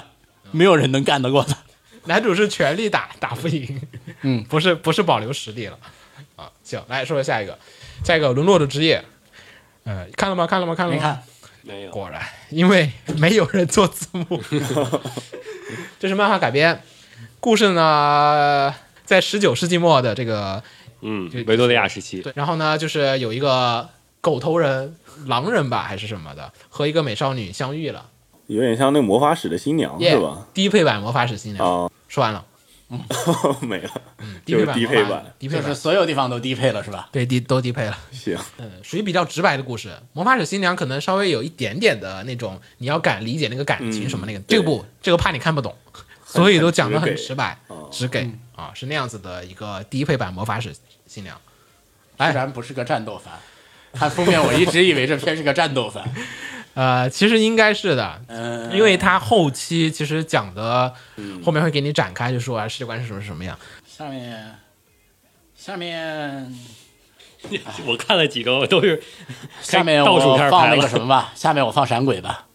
D: 没有人能干得过
A: 嗯
D: 他。
A: 男主是全力打，打不赢，嗯， 不是不是保留实力了啊。行，来说说下一个，下一个沦落的职业，呃，看了吗？看了吗？看了
D: 你
A: 吗？
D: 看，
B: 没有，
A: 果然，因为没有人做字幕， 这是漫画改编，故事呢在十九世纪末的这个
B: 嗯
A: 就，
B: 维多利亚时期，
A: 对，然后呢，就是有一个狗头人、狼人吧，还是什么的，和一个美少女相遇了。
C: 有点像那个魔法使的新娘是
A: Yeah，
C: 吧？
A: 低配版魔法使新娘，
C: 啊，
A: 说完了，
C: 没了，
A: 低配版
C: 就是低配版
A: 魔法低配
D: 就
A: 版
D: 是所有地方都低配了，是吧？
A: 对低都低配了。呃
C: 行，
A: 属于比较直白的故事。魔法使新娘可能稍微有一点点的那种，你要敢理解那个感情
C: 嗯
A: 什么那个，
C: 对
A: 这个不，这个怕你看不懂，所以都讲的很
C: 直给
A: 直白，直给啊，是那样子的一个低配版魔法使新娘。
D: 居然不是个战斗番。看封面，我一直以为这片是个战斗 番。
A: 呃，其实应该是的，
D: 嗯，
A: 因为它后期其实讲的
C: 嗯
A: 后面会给你展开，就说啊世界观是什么什么样。
D: 下面，下面，
B: 我看了几个，我都是
D: 下面
B: 倒数
D: 我
B: 开始
D: 放
B: 排
D: 那个
B: 了
D: 什么吧。下面我放闪鬼吧。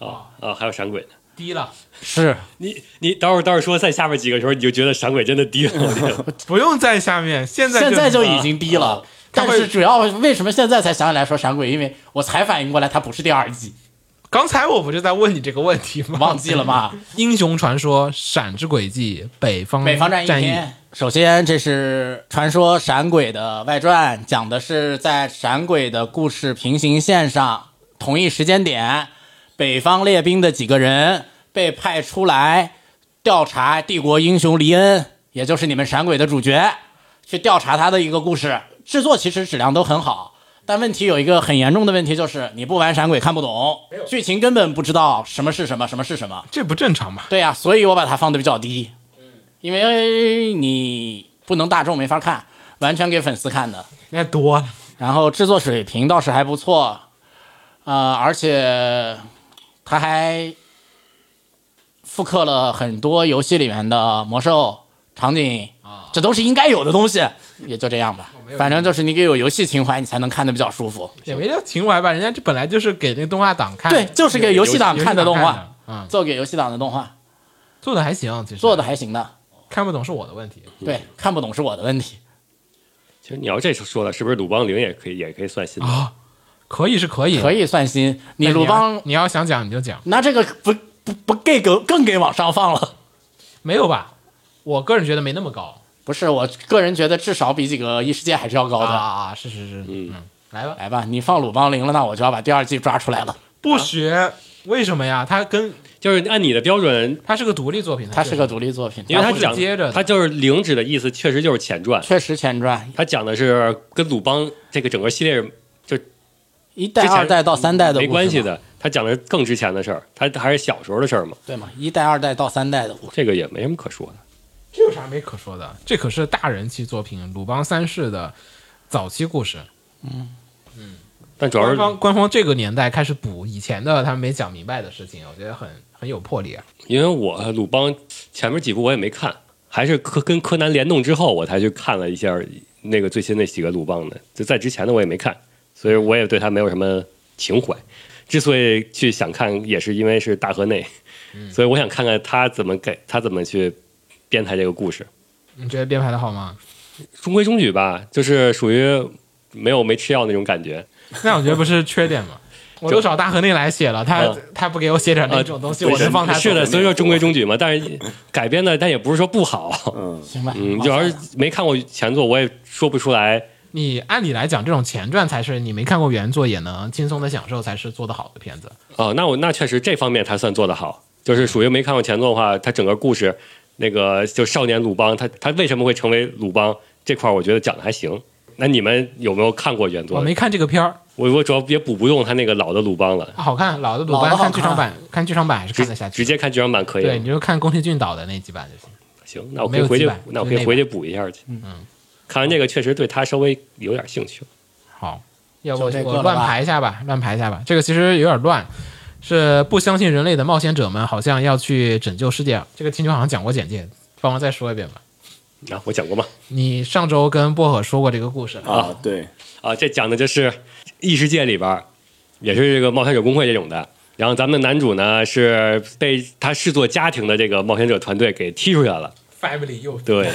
B: 啊啊，还有闪鬼呢。
A: 低了，
D: 是，
B: 你你等会儿等会儿说在下面几个时候，你就觉得闪鬼真的低了，我觉得
A: 不用在下面，现在
D: 现在就已经低了。但
A: 他会
D: 是主要为什么现在才想起来说闪鬼？因为我才反应过来它不是第二 季，
A: 刚才我不就在问你这个问题吗？
D: 忘记了吗？
A: 英雄传说、闪之轨迹、北方
D: 北方战
A: 役
D: 役篇。首先，这是传说闪鬼的外传，讲的是在闪鬼的故事平行线上，同一时间点，北方列兵的几个人被派出来调查帝国英雄黎恩，也就是你们闪鬼的主角，去调查他的一个故事。制作其实质量都很好，但问题有一个很严重的问题，就是你不玩闪鬼看不懂，剧情根本不知道什么是什么，什么是什么。
A: 这不正常吧？
D: 对呀、啊所以我把它放的比较低，因为呃你不能大众没法看，完全给粉丝看的。
A: 那多了。
D: 然后制作水平倒是还不错，呃，而且它还复刻了很多游戏里面的魔兽场景，这都是应该有的东西。也就这样吧，反正就是你给有游戏情怀，你才能看的比较舒服。
A: 也没叫情怀吧，人家这本来就是给那个动画党看，
D: 对，就是给游戏党
A: 游
D: 看的动画，
A: 的，嗯，
D: 做给游戏党的动画，
A: 做的还行，其实
D: 做的还行的。
A: 看不懂是我的问题，
D: 对，看不懂是我的问题。
B: 其实你要这说了，是不是鲁邦零也可以也可以算新的？
A: 啊可以是可以，
D: 可以算新。你
A: 但
D: 鲁
A: 要
D: 邦，
A: 你要想讲你就讲，
D: 那这个不不不给更更给往上放了。
A: 没有吧？我个人觉得没那么高
D: 不是，我个人觉得至少比几个异世界还是要高
A: 啊
D: 的。
A: 啊，啊是是是，嗯，来吧，
D: 来吧，你放鲁邦零了，那我就要把第二季抓出来 了。
A: 不学为什么呀？它跟
B: 就是按你的标准，
A: 它是个独立作品，
D: 它是个
A: 独
D: 独立作品，
B: 因为
A: 它
B: 它
A: 不是
B: 讲
A: 接着的
B: 它就是零指的意思，确实就是前传。
D: 确实前传
B: 它讲的是跟鲁邦这个整个系列
D: 一代、
B: 之前
D: 二代到三代的故
B: 没
D: 事嘛
B: 关系，的，它讲的是更之前的事儿，它还是小时候的事儿嘛，
D: 对吗？一代、二代到三代的故事，
B: 这个也没什么可说的。
A: 这有啥没可说的？这可是大人气作品，鲁邦三世的早期故事，
B: 但主要
A: 官
B: 是
A: 方官方这个年代开始补以前的他们没讲明白的事情，我觉得很很有魄力啊。
B: 因为我鲁邦前面几部我也没看，还是柯跟柯南联动之后，我才去看了一下那个最新那几个鲁邦的，就在之前的我也没看，所以我也对他没有什么情怀。之所以去想看，也是因为是大河内，
A: 嗯
B: 所以我想看看他怎么给他怎么去编排这个故事，
A: 你觉得编排的好吗？
B: 中规中矩吧，就是属于没有没吃药那种感觉。
A: 那我觉得不是缺 点吗？我都找大河内来写了，他、
B: 嗯
A: 他不给我写点那种东西，我
B: 是
A: 就放他走
B: 是的，所以说中规中矩嘛，但是改编的，但也不是说不好。
C: 嗯，
D: 行吧？
B: 嗯，
D: 往
B: 主要
D: 下
B: 是没看过前作，我也说不出来。
A: 你按理来讲，这种前传才是你没看过原作也能轻松的享受，才是做得好的片子。
B: 哦，那我那确实这方面他算做得好，就是属于没看过前作的话，他整个故事那个就少年鲁邦，他他为什么会成为鲁邦这块，我觉得讲的还行。那你们有没有看过原
A: 我
B: 作？
A: 没看这个片儿，
B: 我我主要也补不动他那个老的鲁邦了，
A: 好看，老的鲁
D: 老的
A: 班
D: 好
A: 看剧场
D: 看
A: 版，看剧场版还是看得下去。
B: 直接看剧场版可以
A: 对，
B: 了
A: 你。就看宫崎骏导的那几版就行。
B: 行，那我可
A: 没
B: 以
A: 有
B: 回
A: 几
B: 去
A: 版，
B: 那我
A: 就
B: 可以
A: 那
B: 回去
A: 版
B: 补一下去。嗯，看完这个确实对他稍微有点兴趣。
A: 好，要不
D: 就这个
A: 我
D: 了
A: 乱
D: 吧
A: 排一下吧，乱排一下吧。这个其实有点乱，是不相信人类的冒险者们好像要去拯救世界。啊这个听众好像讲过简介，帮忙再说一遍吧。
B: 啊，我讲过吗？
A: 你上周跟薄荷说过这个故事，
C: 啊，对，
B: 啊，这讲的就是异世界里边儿，也是这个冒险者工会这种的。然后咱们的男主呢是被他视作家庭的这个冒险者团队给踢出去了，
A: family 又
B: 对，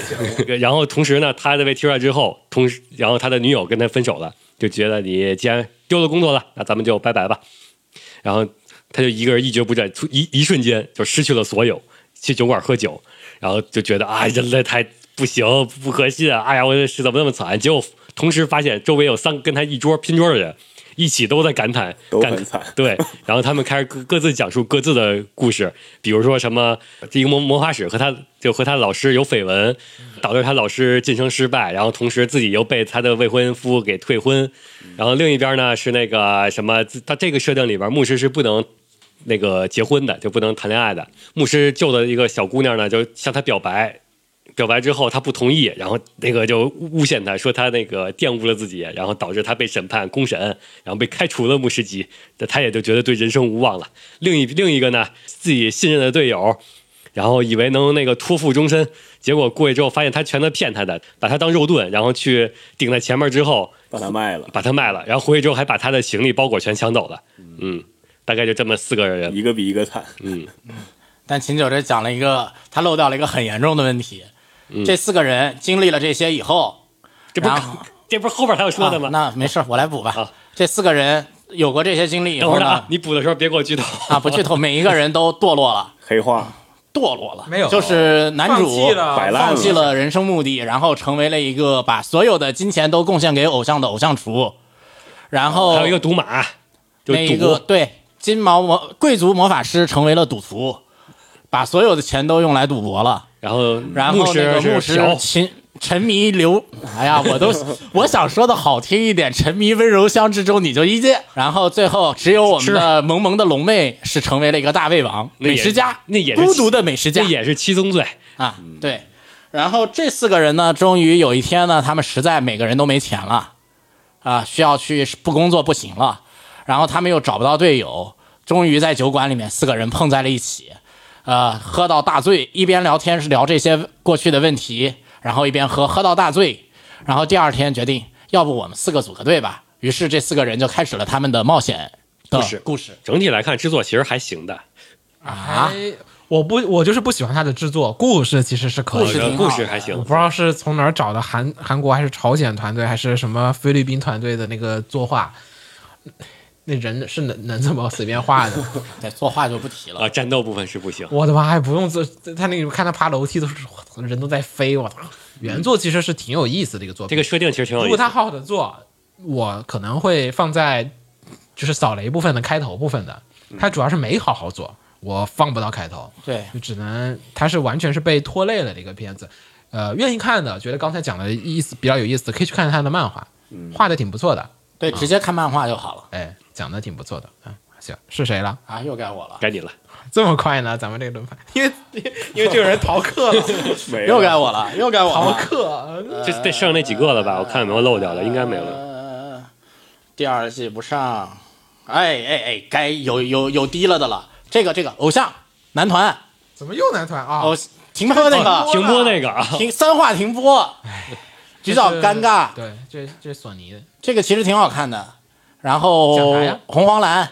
B: 然后同时呢，他在被踢出来之后，同时然后他的女友跟他分手了，就觉得你既然丢了工作了，那咱们就拜拜吧。然后他就一个人一蹶不振，突一一瞬间就失去了所有，去酒馆喝酒，然后就觉得啊，人类太不行，不可信啊！哎呀，我这是怎么那么惨？结果同时发现周围有三个跟他一桌拼桌的人，一起都在感叹，
C: 都
B: 感
C: 很惨
B: 对，然后他们开始各各自讲述各自的故事，比如说什么这个魔魔法使和他就和他老师有绯闻，导致他老师晋升失败，然后同时自己又被他的未婚夫给退婚，然后另一边呢是那个什么，他这个设定里边牧师是不能那个结婚的，就不能谈恋爱的。牧师救的一个小姑娘呢，就向他表白，表白之后他不同意，然后那个就诬陷他说他那个玷污了自己，然后导致他被审判公审，然后被开除了牧师级，他也就觉得对人生无望了。另一另一个呢，自己信任的队友。然后以为能那个托付终身，结果过去之后发现他全都骗他的，把他当肉盾，然后去顶在前面之后，
C: 把它卖了，
B: 把它卖了，然后回去之后还把他的行李包裹全抢走了。嗯，大概就这么四个人。
C: 一个比一个惨。
D: 但秦九这讲了一个，他漏掉了一个很严重的问题。这四个人经历了这些以后，
B: 这不是
D: 然后
B: 这不是后边还要说的吗？
D: 啊那没事儿，我来补吧。
B: 啊
D: 这四个人有过这些经历以
B: 等会
D: 后
B: 儿啊
D: 呢，，
B: 你补的时候别给我剧透
D: 啊，不剧透，每一个人都堕落了，
C: 黑化
D: 堕落了，
A: 没有
D: 就是男主
A: 放弃了
C: 摆烂
D: 放弃了人生目的，然后成为了一个把所有的金钱都贡献给偶像的偶像厨，然后
B: 还有一个赌马，就
D: 那一
B: 是
D: 个
B: 赌。
D: 对金毛魔贵族魔法师成为了赌徒，把所有的钱都用来赌博了。
B: 然后
D: 然
B: 牧
D: 后那
B: 师
D: 个牧
B: 是
D: 师
B: 嫖，
D: 沉沉迷流，哎呀，我都我想说的好听一点，沉迷温柔乡之中你就一见。然后最后只有我们的萌萌的龙妹是成为了一个大胃王
B: 那也
D: 美食家，
B: 那也是
D: 孤独的美食家
B: 这也是七宗罪。
D: 啊，
B: 嗯
D: 对。然后这四个人呢，终于有一天呢，他们实在每个人都没钱了，啊，需要去不工作不行了，然后他们又找不到队友，终于在酒馆里面四个人碰在了一起，呃，喝到大醉，一边聊天是聊这些过去的问题，然后一边喝，喝到大醉，然后第二天决定，要不我们四个组个队吧。于是这四个人就开始了他们的冒险的
B: 故事
D: 故事
B: 整体来看，制作其实还行的，
D: 啊，
A: 哎我不，我就是不喜欢它的制作，故事其实是可以
B: 故
A: 的。
B: 事
D: 挺好
B: 故
D: 的
B: 事还行
A: 我。不知道是从哪儿找的韩韩国还是朝鲜团队还是什么菲律宾团队的那个作画，那人是能能这么随便画的？
D: 对，作画就不提了
B: 啊，。战斗部分是不行，
A: 我的妈呀，不用这他那个看他爬楼梯都是，我操，人都在飞，我操！原作其实是挺有意思的一个作
B: 这
A: 品，
B: 个设定其实挺有
A: 如
B: 意
A: 果
B: 思
A: 他
B: 的。
A: 好好的做，我可能会放在就是扫雷部分的开头部分的，
B: 嗯
A: 他主要是没好好做，我放不到开头。
D: 对
A: 就只能它是完全是被拖累了的一个片子。呃，愿意看的，觉得刚才讲的意思比较有意思，可以去看他的漫画，
B: 嗯
A: 画的挺不错的，
D: 对，直接看漫画就好了
A: 哎，讲的挺不错的，嗯，行，是谁了？
D: 啊，又该我了。
B: 该你了，
A: 这么快呢？咱们这个轮盘，因为因为这个人逃课了，
C: 没
D: 又该
C: 了，
D: 我了，又该我
A: 哎逃
D: 了。
A: 课，
B: 就得剩那几个了吧？我看有没有漏掉的，应该没有了。
D: 呃，第二季不上，哎哎哎，该有有有低了的了。这个这个偶像男团
A: 怎么又男团啊？
D: 偶停播那
A: 哦
D: 个
B: 停播那个啊，
D: 停三话停播，
A: 这
D: 比较
A: 是
D: 尴尬。
A: 对，这这是索尼的，
D: 这个其实挺好看的。然
A: 讲
D: 后
A: 啥呀
D: 红黄蓝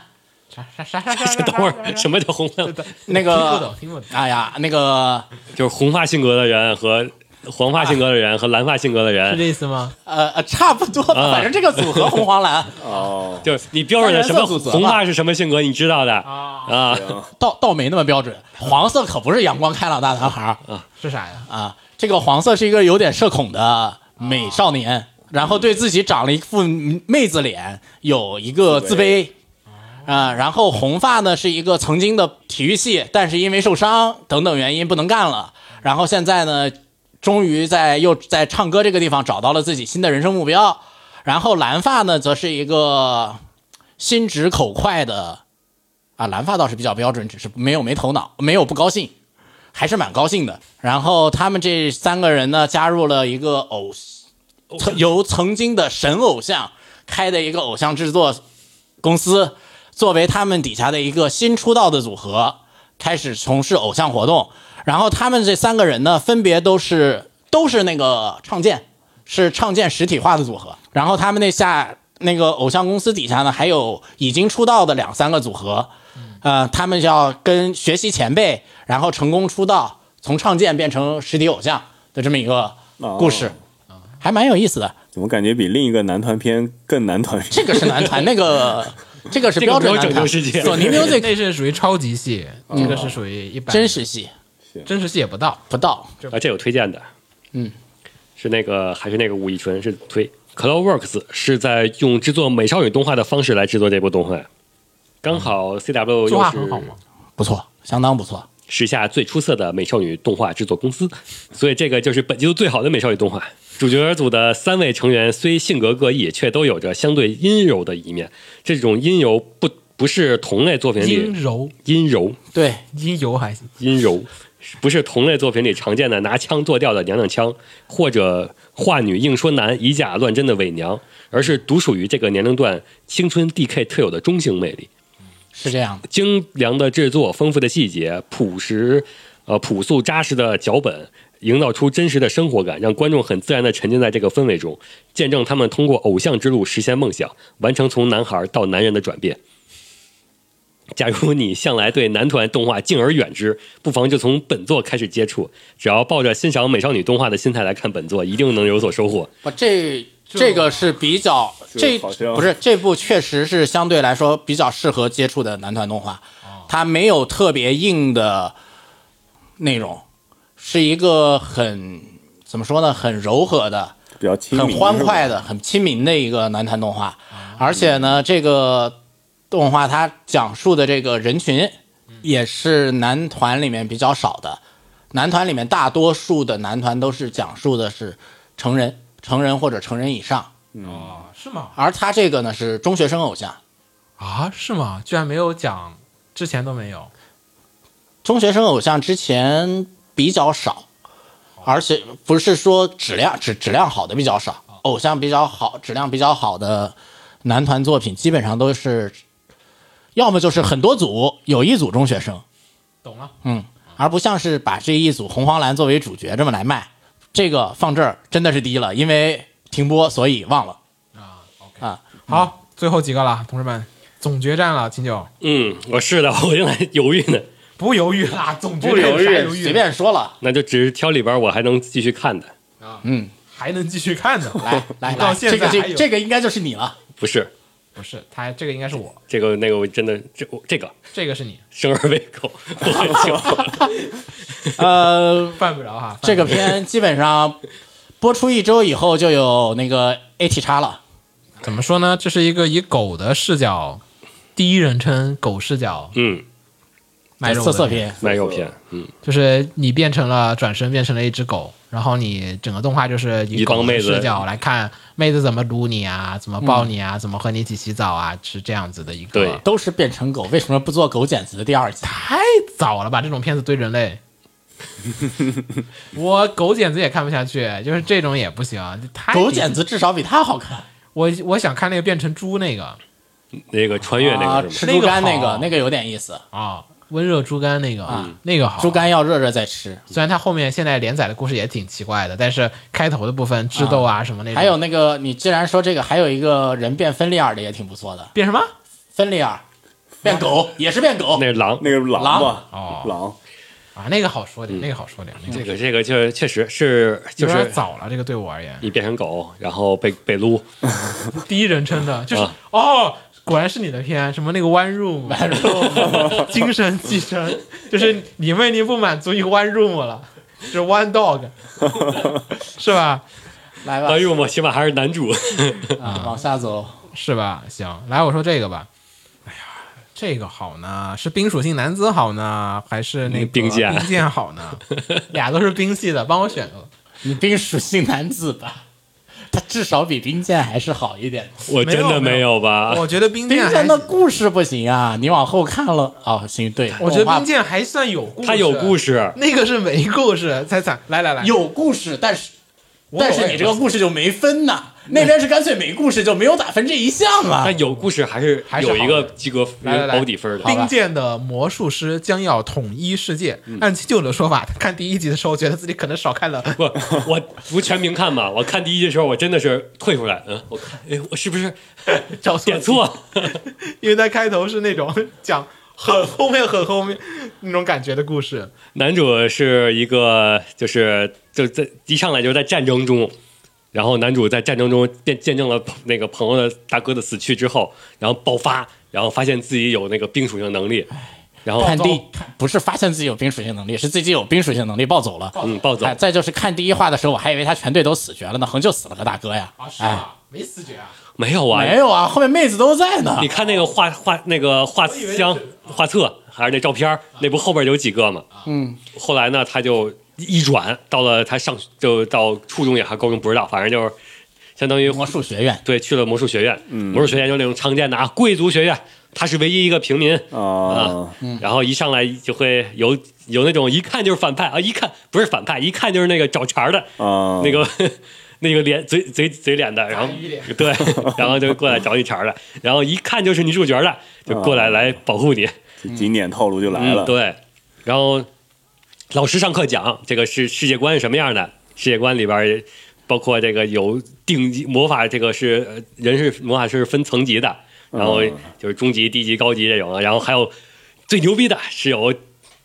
A: 啥啥 啥啥啥啥？
B: 等会儿什么叫红发？
D: 那
A: 听不
D: 个，
A: 懂，听不懂。
D: 哎呀，那个
B: 就是红发性格的人和黄发性格的人和蓝发性格的
A: 是
B: 人
A: 这，意思吗？
D: 呃呃，差不多吧，
A: 嗯
B: 啊
D: 反正这个组合红黄蓝
C: 哦，
B: 就是你标准的什么红发是什么性格，你知道的啊
C: 行
D: 倒倒没那么标准，黄色可不是阳光开朗大男孩儿。
A: 是啥呀？
D: 啊，这个黄色是一个有点社恐的美少年，然后对自己长了一副妹子脸，有一个自卑。啊，然后红发呢是一个曾经的体育系，但是因为受伤等等原因不能干了，然后现在呢，终于在又在唱歌这个地方找到了自己新的人生目标，然后蓝发呢，则是一个心直口快的啊，蓝发倒是比较标准，只是没有没头脑，没有不高兴，还是蛮高兴的。然后他们这三个人呢，加入了一个偶，曾由曾经的神偶像开的一个偶像制作公司，作为他们底下的一个新出道的组合，开始从事偶像活动。然后他们这三个人呢，分别都是都是那个唱见，是唱见实体化的组合。然后他们那下那个偶像公司底下呢，还有已经出道的两三个组合，呃，他们要跟学习前辈，然后成功出道，从唱见变成实体偶像的这么一个故事，还蛮有意思的。
C: 怎么感觉比另一个男团片更男团
D: 这
C: 片？
D: 个是男 团，那个这个是
B: 这个
D: 标
B: 没
D: 准
B: 有
D: 男
B: 拯救
D: 团，
B: 世界，
D: 索 尼 music
A: 那是属于超级系，这个是属于一般
D: 哦真实系
A: 真实系也不到。
D: 不到，
B: 啊，这有推荐的，
D: 嗯，
B: 是那个还是那个吴以纯是推 CloverWorks 是在用制作美少女动画的方式来制作这部动画，刚好
A: 嗯
B: CW
A: 作
B: 又
A: 画很好
B: 是
A: 吗？
D: 不错，相当不错。
B: 时下最出色的美少女动画制作公司，所以这个就是本季度最好的美少女动画。主角组的三位成员虽性格各异，却都有着相对阴柔的一面。这种阴柔不不是同类作品
A: 阴
B: 里
A: 柔
B: 阴柔
D: 对，
A: 阴柔还行，
B: 阴柔，不是同类作品里常见的拿腔作调的娘娘腔，或者话女硬说男、以假乱真的伪娘，而是独属于这个年龄段青春 DK 特有的中性魅力。
D: 是这样的。
B: 精良的制作、丰富的细节、朴实、呃朴素扎实的脚本，营造出真实的生活感，让观众很自然地沉浸在这个氛围中，见证他们通过偶像之路实现梦想，完成从男孩到男人的转变。假如你向来对男团动画敬而远之，不妨就从本作开始接触。只要抱着欣赏美少女动画的心态来看本作，一定能有所收获。
D: 不，这这个是比较这
C: 这好像
D: 不是这部确实是相对来说比较适合接触的男团动画，
C: 哦
D: 它没有特别硬的内容，是一个很怎么说呢，很柔和的、
C: 比较亲民，
D: 很欢快
C: 的。
D: 的、很亲民的一个男团动画。而且呢，这个动画它讲述的这个人群
C: 嗯
D: 也是男团里面比较少的。男团里面大多数的男团都是讲述的是成人、成人或者成人以上，
A: 哦，是吗？
D: 而他这个呢是中学生偶像。
A: 啊，是吗？居然没有讲，之前都没有。
D: 中学生偶像之前比较少，而且不是说质量质质量好的比较少，偶像比较好、质量比较好的男团作品基本上都是，要么就是很多组有一组中学生，
A: 懂了，
D: 嗯，而不像是把这一组红黄蓝作为主角这么来卖。这个放这儿真的是低了，因为停播，所以忘了啊。
A: 好，最后几个了，同志们，总决战了，秦九，
B: 嗯，我是的，我正在犹豫呢。
A: 不犹豫啦，总决战
D: 不犹
A: 啥犹
D: 豫，
A: 豫
D: 随便说了，
B: 那就只挑里边我还能继续看的，
D: 嗯，
A: 还能继续看呢。
D: 来 来
A: 到
D: 来，
A: 现
D: 这个
A: 在
D: 这
A: 还有
D: 这个应该就是 你了。
B: 不是
A: 不是他这个应该是我，
B: 这个那个，我真的这我这个
A: 这个是你，
B: 生而为狗，我很清楚。
D: 呃，
A: 犯不着哈。
D: 这
A: 个
D: 个片 基本上播出一周以后就有那个 AT 叉了，
A: 怎么说呢？这是一个以狗的视角，第一人称狗视角
B: 嗯，
A: 卖肉的
D: 色色，片，
B: 卖肉片，嗯，
A: 就是你变成了转身变成了一只狗，然后你整个动画就是以
B: 一帮
A: 狗
B: 妹
A: 的
B: 子
A: 视角来看妹子怎么撸你啊，怎么抱你啊，怎么和你一起洗澡啊，是这样子的一个。
B: 对
D: 都是变成狗，为什么不做狗剪子的第二季？
A: 太早了吧？这种片子对人类，我狗剪子也看不下去，就是这种也不行。太
D: 狗剪子至少比它好看
A: 我我想看那个变成猪那个
B: 那个穿越那
D: 啊！
B: 个是
D: 吃
B: 吗？
D: 猪肝哦
A: 那
D: 那
A: 个
D: 个
A: 好
D: 那个有点意思，
A: 啊，温热猪肝那个、
D: 嗯
A: 那个好。
D: 猪肝要热热再吃。
A: 虽然它后面现在连载的故事也挺奇怪的，但是开头的部分智斗啊什么那种，
D: 还有那个，你既然说这个，还有一个人变芬利尔的也挺不错的，
A: 变什么？
D: 芬利尔变狗 也是变狗
B: 那，是狼。
C: 那个狼吧，
A: 哦
C: 狼，
A: 啊，那个好说点，那个好说点，那个
B: 这个这个确确实是就
A: 有点
B: 是
A: 早了，这个对我而言，
B: 你变成狗，然后被被撸，
A: 第一人称的，就是、
B: 啊
A: 哦，果然是你的片，什么那个 One Room，, one room 精神寄生，就是你为你不满足于 One Room 了，就是 One Dog，是吧？
D: 来吧
B: 哎，呦我起码还是男主。
D: 啊，往下走，
A: 是吧？行，来我说这个吧。哎呀，这个好呢，是冰属性男子好呢，还是那个
B: 嗯冰剑
A: 冰剑 好呢？俩都是冰系的，帮我选个。
D: 你冰属性男子吧，它至少比冰剑还是好一点。
B: 我真的
A: 没有没有
B: 有吧？
A: 我觉得冰
D: 冰
A: 啊剑还
D: 嗯剑的故事不行啊，你往后看了哦，行，对，
A: 我觉得
D: 动画
A: 冰剑还算有故事，
B: 他有故，事，
A: 那个是没故事，才惨。来来来，
D: 有故事，但是
A: 无所
D: 但
A: 谓
D: 是你这个故事就没分呐，那边是干脆没故事，就没有打分这一项啊。
B: 但有故事还是
A: 还是
B: 有一
A: 好
B: 个
A: 的
B: 及格
A: 来来来
B: 保底分的。
A: 冰剑的魔术师将要统一世界。
B: 嗯
A: 按旧的说法，他看第一集的时候，觉得自己可能少看了
B: 不，我不全屏看嘛。我看第一集的时候，我真的是退出来。嗯，我看，哎，我是不是
A: 找错
B: 点错？
A: 因为他开头是那种讲很后面、很后面那种感觉的故事。
B: 男主是一个，就是就在一上来就是在战争中，然后男主在战争中见见证了朋那个朋友的大哥的死去之后，然后爆发，然后发现自己有那个冰属性能力，然后
D: 哎看第不是发现自己有冰属性能力，是自己有冰属性能力暴走了。
B: 嗯暴走
D: 哎，再就是看第一话的时候，我还以为他全队都死绝了呢，横就死了个大哥呀。哎，
A: 啊，没死绝啊！
B: 没有啊，
D: 没有啊，后面妹子都在呢
B: 你。看那个画画那个画箱画册还是那照片儿，那不后边有几个嘛？嗯，后来呢，他就一转到了他上就到初中也还高中不知道，反正就是相当于
D: 魔术学院
B: 对去了魔术学院，魔术学院就是那种常见的啊贵族学院，他是唯一一个平民
C: 啊，
B: 然后一上来就会有有那种一看就是反派啊，一看不是反派，一看就是那个找茬儿的
C: 啊
B: 那个 那个脸嘴嘴嘴脸的，然后
A: 鱼脸
B: 对，然后就过来找你茬儿的，然后一看就是女主角的，就过来来保护你，
C: 经典套路就来
B: 嗯，，
C: 了
B: 对，然后老师上课讲这个是世界观是什么样的，世界观里边儿包括这个有定级魔法，这个是呃人是魔法是分层级的，然后就是中级、低级、高级这种啊，然后还有最牛逼的是有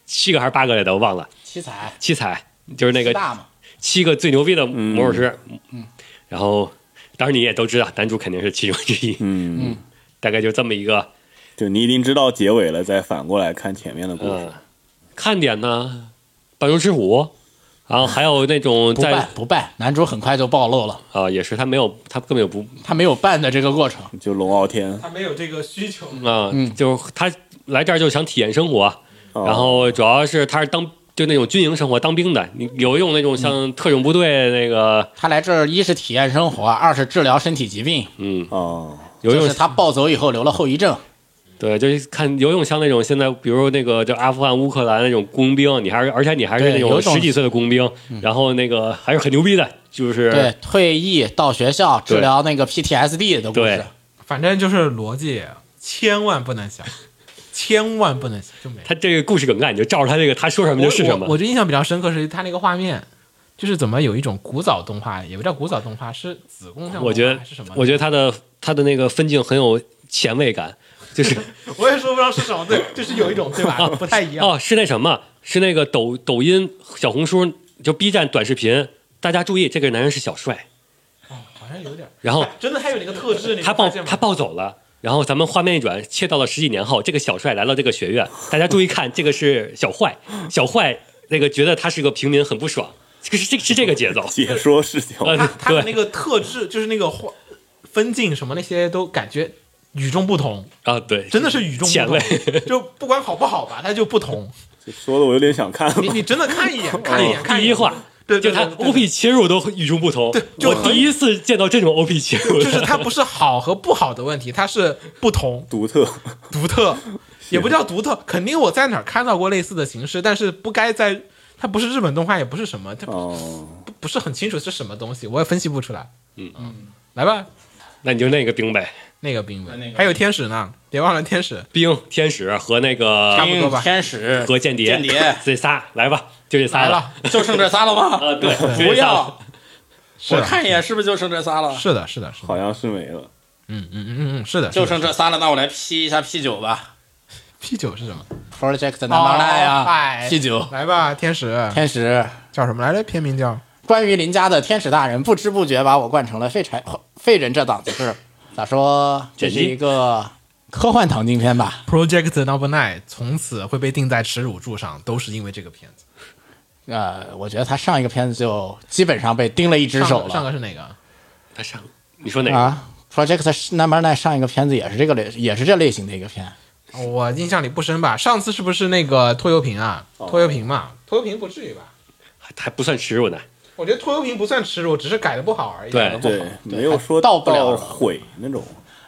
B: 七个还是八个来的，我忘了，
D: 七彩
B: 七彩就是那个
D: 大嘛，
B: 七个最牛逼的魔术师，嗯，然后当然你也都知道，男主肯定是其中之一，
C: 嗯，
B: 大概就这么一个，
C: 就你已经知道结尾了，再反过来看前面的故
B: 嗯
C: 事，，
B: 看点呢，半洲之虎，然后还有那种
D: 不
B: 在
D: 败
B: 啊、
D: 不败，男主很快就暴露了，
B: 也是他没有，他根本就不
D: 他没有办的这个过程。
C: 就龙傲天，
A: 他没有这个需求。
B: 啊、
D: 嗯
B: 就是他来这儿就想体验生活，
D: 哦
B: 然后主要是他是当就那种军营生活当兵的，你有一种那种
D: 嗯
B: 像特种部队那个，
D: 他来这儿一是体验生活，二是治疗身体疾病，
B: 嗯，
C: 啊，
B: 有一
D: 就
B: 种
D: 是他暴走以后留了后遗症。
B: 对，就是看有一种像那种现在，比如那个就阿富汗、乌克兰那种工兵，你还是而且你还是
D: 对
B: 那
D: 有
B: 种
D: 一种嗯
B: 十几岁的工兵，然后那个还是很牛逼的，就是
D: 对，退役到学校治疗那个 PTSD 的故
B: 对
D: 事。
A: 反正就是逻辑，千万不能想，千万不能想，就没了。
B: 他这个故事梗概，你就照着他这个他说什么
A: 我
B: 就是什么
A: 我。我就印象比较深刻是他那个画面，就是怎么有一种古早动画，也不叫古早动画，是子宫像动画
B: 我觉得
A: 还是什么？
B: 我觉得他的他的那个分镜很有前卫感，就是
A: 得我也说不上是什么，对，就是有一种对吧？不 太一样。
B: 哦，是那什么，是那个抖抖音、小红书就 B 站短视频，大家注意，这个男人是小帅，
A: 好像有点儿。
B: 然后
A: 哎真的还有那个特质，你
B: 他
A: 没发
B: 暴
A: 现吗
B: 他暴走了。然后咱们画面一转，切到了十几年后，这个小帅来到这个学院，大家注意看，这个是小坏，小坏那个觉得他是个平民，很不爽，这个是这个是这个 节奏，
C: 解说视角，
B: 呃
A: 他他的
B: 对
A: 那个特质，就是那个画分镜什么那些都感觉与众不同，
B: 啊，对，
A: 真的是与众
B: 前
A: 不
B: 卫，
A: 同。就不管好不好吧，它就不同。
C: 就说的我有点想看
A: 你
C: 了，
A: 你真的看一眼，看一眼，看
B: 第
A: 一
B: 一
A: 眼
B: 话，
A: 对，
B: 就
A: 对
B: 他
A: 对对
B: OP 切入都与众不同。
A: 对就
B: 我
A: 很
B: 第一次见到这种 OP 切入
A: 就是
B: 的，
A: 它不是好和不好的问题，它是不同、
C: 独特，
A: 独特，也不叫独特。肯定我在哪儿看到过类似的形式，但是不该在它不是日本动画，也不是什么，它不
C: 哦，
A: 不是很清楚是什么东西，我也分析不出来。嗯，来吧，
B: 那你就那个冰呗，
A: 那个冰文
D: 个
A: 还有天使呢，别忘了天使。
B: 冰天使和那
A: 差
B: 个
A: 不多吧
D: 天使
B: 和间谍，
D: 间谍
B: 这仨来吧，就这仨
A: 来
B: 了
A: 了。
D: 就剩这仨了吗？
B: 啊，对，就
D: 不
B: 这仨了
D: 要，
A: 是
D: 我
A: 的
D: 看一眼是不是就剩这仨了？
A: 是的，是的，是的，
C: 好像是没了，
A: 嗯嗯嗯嗯嗯，是的，
D: 就是剩这仨了，那我来 P 一下 P 九吧
A: P 九是什么？
D: ，Project Number Nine
A: 哦
D: 啊
A: 嗨
D: ，P 九
A: 来吧，天使
D: 天使。
A: 叫什么来着？片名叫
D: 关于林家的天使大人，不知不觉把我惯成了废柴废人这档子事儿。咋说？这是一个科幻糖精片吧？
A: Project Number Nine，从此会被钉在耻辱柱上，都是因为这个片子。
D: 呃，我觉得他上一个片子就基本上被钉了一只
A: 上
D: 手
A: 个上
D: 了
A: 个是哪个？
B: 他上，你说哪个？
D: 啊。Project Number Nine 上一个片子也是这个类，也是这类型的一个片。
A: 我印象里不深吧？上次是
B: 哦
A: 不是那个拖油瓶啊？拖油瓶嘛，拖油瓶不至于吧？
B: 还还不算耻辱呢。
A: 我觉得拖油瓶不算耻辱，只是改的不好而已。
B: 对
A: 改得不好
C: 对，没有说
D: 到不了了
C: 毁那种。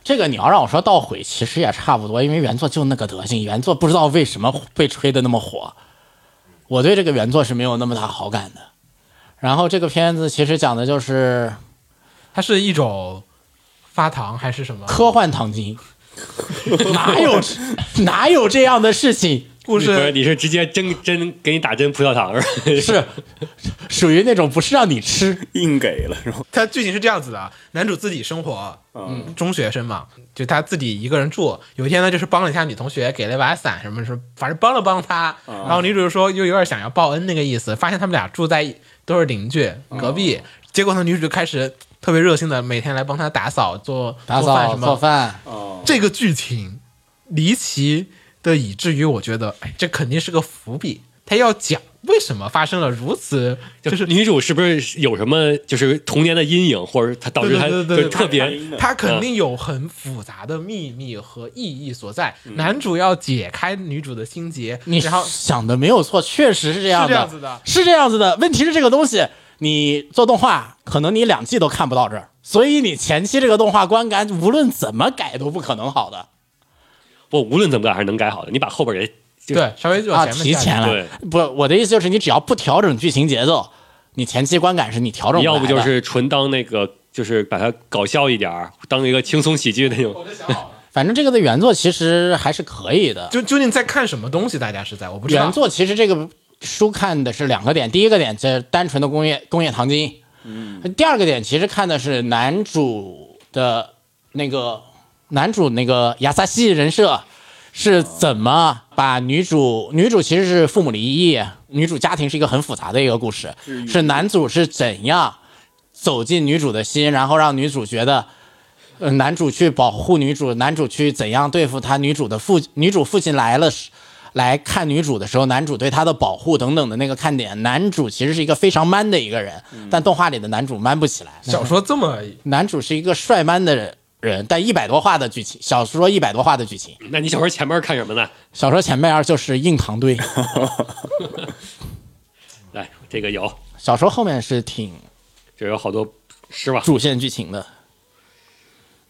D: 这个你要让我说到毁，其实也差不多，因为原作就那个德性，原作不知道为什么被吹的那么火。我对这个原作是没有那么大好感的。然后这个片子其实讲的就是
A: 它是一种发糖还是什么？
D: 科幻 糖精，哪有哪有这样的事情？
A: 故
B: 不是，
A: 事
B: 你是直接针针给你打针葡萄糖是吧？
D: 是属于那种不是让你吃，
C: 硬给了，然后
A: 它剧情是这样子的：啊男主自己生活，嗯，中学生嘛，就他自己一个人住。有一天呢，就是帮了一下女同学，给了一把伞，什么什么，反正帮了帮她。然后女主就说又有点想要报恩那个意思，发现他们俩住在一都是邻居隔壁。结果呢，女主就开始特别热心的每天来帮他打扫、做
D: 打
A: 做饭
D: 扫
A: 什么
D: 做饭，
A: 这个剧情离奇的以至于我觉得，哎，这肯定是个伏笔，他要讲为什么发生了如此，就
B: 就是是女主是不是有什么就是童年的阴影，或者她导致她
A: 对对对对
B: 就是特别
C: 对
A: 他肯定有很复杂的秘密和意义所在。男主要解开女主的心结，
D: 你
A: 然后
D: 想的没有错，确实是这样
A: 是
D: 的，
A: 这样子的
D: 是这样子的。问题是这个东西，你做动画，可能你两季都看不到这儿，所以你前期这个动画观感无论怎么改都不可能好的
B: 不无论怎么改还是能改好的。你把后边给就
A: 对稍微
D: 啊，
A: 往前面
D: 提
A: 下一
D: 前
A: 点
D: 了。
B: 对
D: 不，我的意思就是你只要不调整剧情节奏，你前期观感是你调整
B: 你要
D: 不
B: 不
D: 来的
B: 就是纯当那个，就是把它搞笑一点儿，当一个轻松喜剧那种。
D: 反正这个的原作其实还是可以的。
A: 就究竟在看什么东西？大家是在我不知道
D: 原。作其实这个书看的是两个点，第一个点这单纯的工业工业糖精，嗯，第二个点其实看的是男主的那个男主那个亚萨西人设是怎么把女主女主其实是父母离异，女主家庭是一个很复杂的一个故事，是男主是怎样走进女主的心，然后让女主觉得。呃，男主去保护女主，男主去怎样对付他女主的父女主父亲来了时，来看女主的时候，男主对她的保护等等的那个看点，男主其实是一个非常 man 的一个人，但动画里的男主 man 不起来。
A: 小说这么
D: 男主是一个帅 man 的人。人，但一百多话的剧情，小说一百多话的剧情，
B: 那你小时候前面看什么呢？
D: 小说前面就是硬糖堆，
B: 来，这个有，
D: 小说后面是挺
B: 这有好多诗吧？
D: 主线剧情的。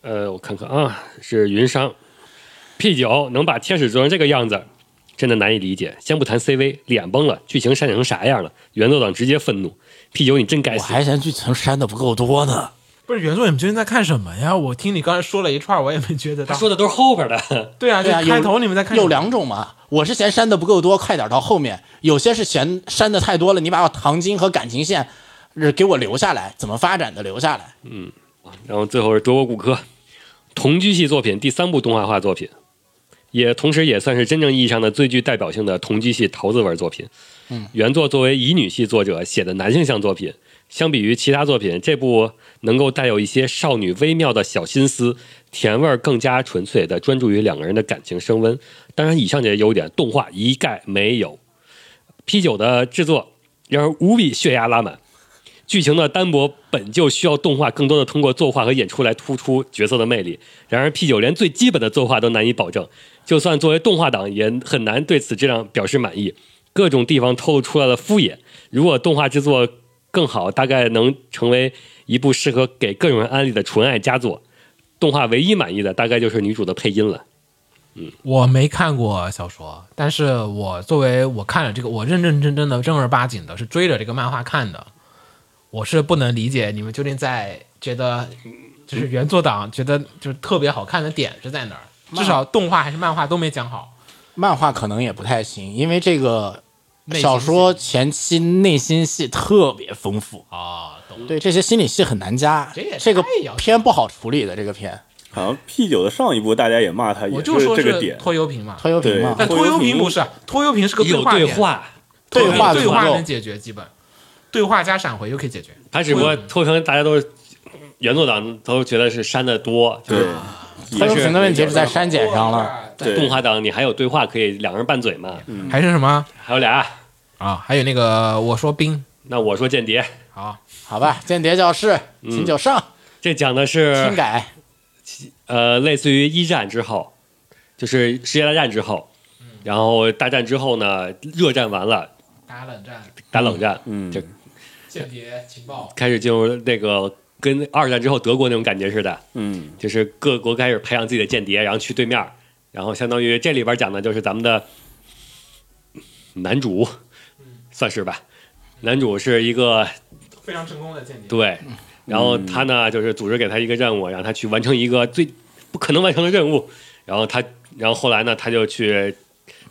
B: 呃，我看看啊，是云商 P 九能把天使做成这个样子，真的难以理解。先不谈 CV，脸崩了，剧情删减成啥样了？原作党直接愤怒，P 九你真该
D: 我
B: 死！
D: 还嫌剧情删的不够多呢。
A: 不是原作，你们究竟在看什么呀？我听你刚才说了一串，我也没觉得
B: 他
A: 到。
B: 说的都是后边的，
A: 对啊，就
D: 对啊，有
A: 开头你们在看
D: 有
A: 什么
D: 两种嘛，我是嫌删的不够多，快点到后面；有些是嫌删的太多了，你把我糖精和感情线呃给我留下来，怎么发展的留下来。
B: 然后最后是德国骨科同居系作品第三部动画化作品，也同时也算是真正意义上的最具代表性的同居系桃子文作品。嗯，原作作为乙女系作者写的男性向作品，相比于其他作品，这部能够带有一些少女微妙的小心思，甜味儿更加纯粹的专注于两个人的感情升温。当然，以上这些优点，动画一概没有。P 九的制作让人无比血压拉满，剧情的单薄本就需要动画更多的通过作画和演出来突出角色的魅力。然而 P 九连最基本的作画都难以保证，就算作为动画党也很难对此质量表示满意。各种地方透露出来了敷衍。如果动画制作更好，大概能成为一部适合给各种人安利的纯爱佳作。动画唯一满意的大概就是女主的配音了。
A: 我没看过小说，但是我作为我看了这个，我认认真真的正儿八经的是追着这个漫画看的，我是不能理解你们究竟在觉得就是原作党觉得就是特别好看的点是在哪儿？至少动画还是漫画都没讲好。
D: 漫画可能也不太行，因为这个
A: 内心
D: 小说前期内心戏特别丰富，
A: 啊，懂。
D: 对这些心理戏很难加，
A: 这也
D: 这个
A: 太要求
D: 片不好处理的这个片，
C: 好像 P 九的上一部大家也骂他，
A: 我
C: 也
A: 就说
C: 这个点
A: 是。拖油瓶嘛，
D: 拖油瓶嘛
C: 对，
A: 但拖油瓶不是，拖油瓶是个
B: 有
A: 话
B: 对
A: 点，
B: 话，
A: 对
D: 对话的
A: 对话
D: 诅咒
A: 能解决基本，对话加闪回就可以解决。
B: 他只不过拖成大家都是原作党都觉得是删的多，就
C: 对
B: 是，
D: 拖
C: 也
D: 油
C: 是
D: 瓶的问题是在删减上了。
A: 对，
C: 对嗯
B: 动画党你还有对话可以两人拌嘴嘛？
A: 还是什么
B: 还有俩，
A: 啊？还有那个我说冰
B: 那我说间谍，
A: 好。
D: 好吧，《间谍教室》请九上
B: 这讲的
D: 听
B: 是
D: 改。
B: 呃，类似于一战之后，就是世界大战之后，
C: 嗯
B: 然后大战之后呢，热战完了
A: 打冷战，
B: 打冷战，
C: 嗯
B: 这
A: 间谍情 报，
B: 开始进入那个跟二战之后德国那种感觉似的，
C: 嗯，
B: 就是各国开始培养自己的间谍，然后去对面儿，然后相当于这里边讲的就是咱们的男主，
C: 嗯
B: 算是吧。男主是一个
A: 非常成功的间谍。
B: 对，然后他呢就是组织给他一个任务，让他去完成一个最不可能完成的任务。然后他，然后后来呢，他就去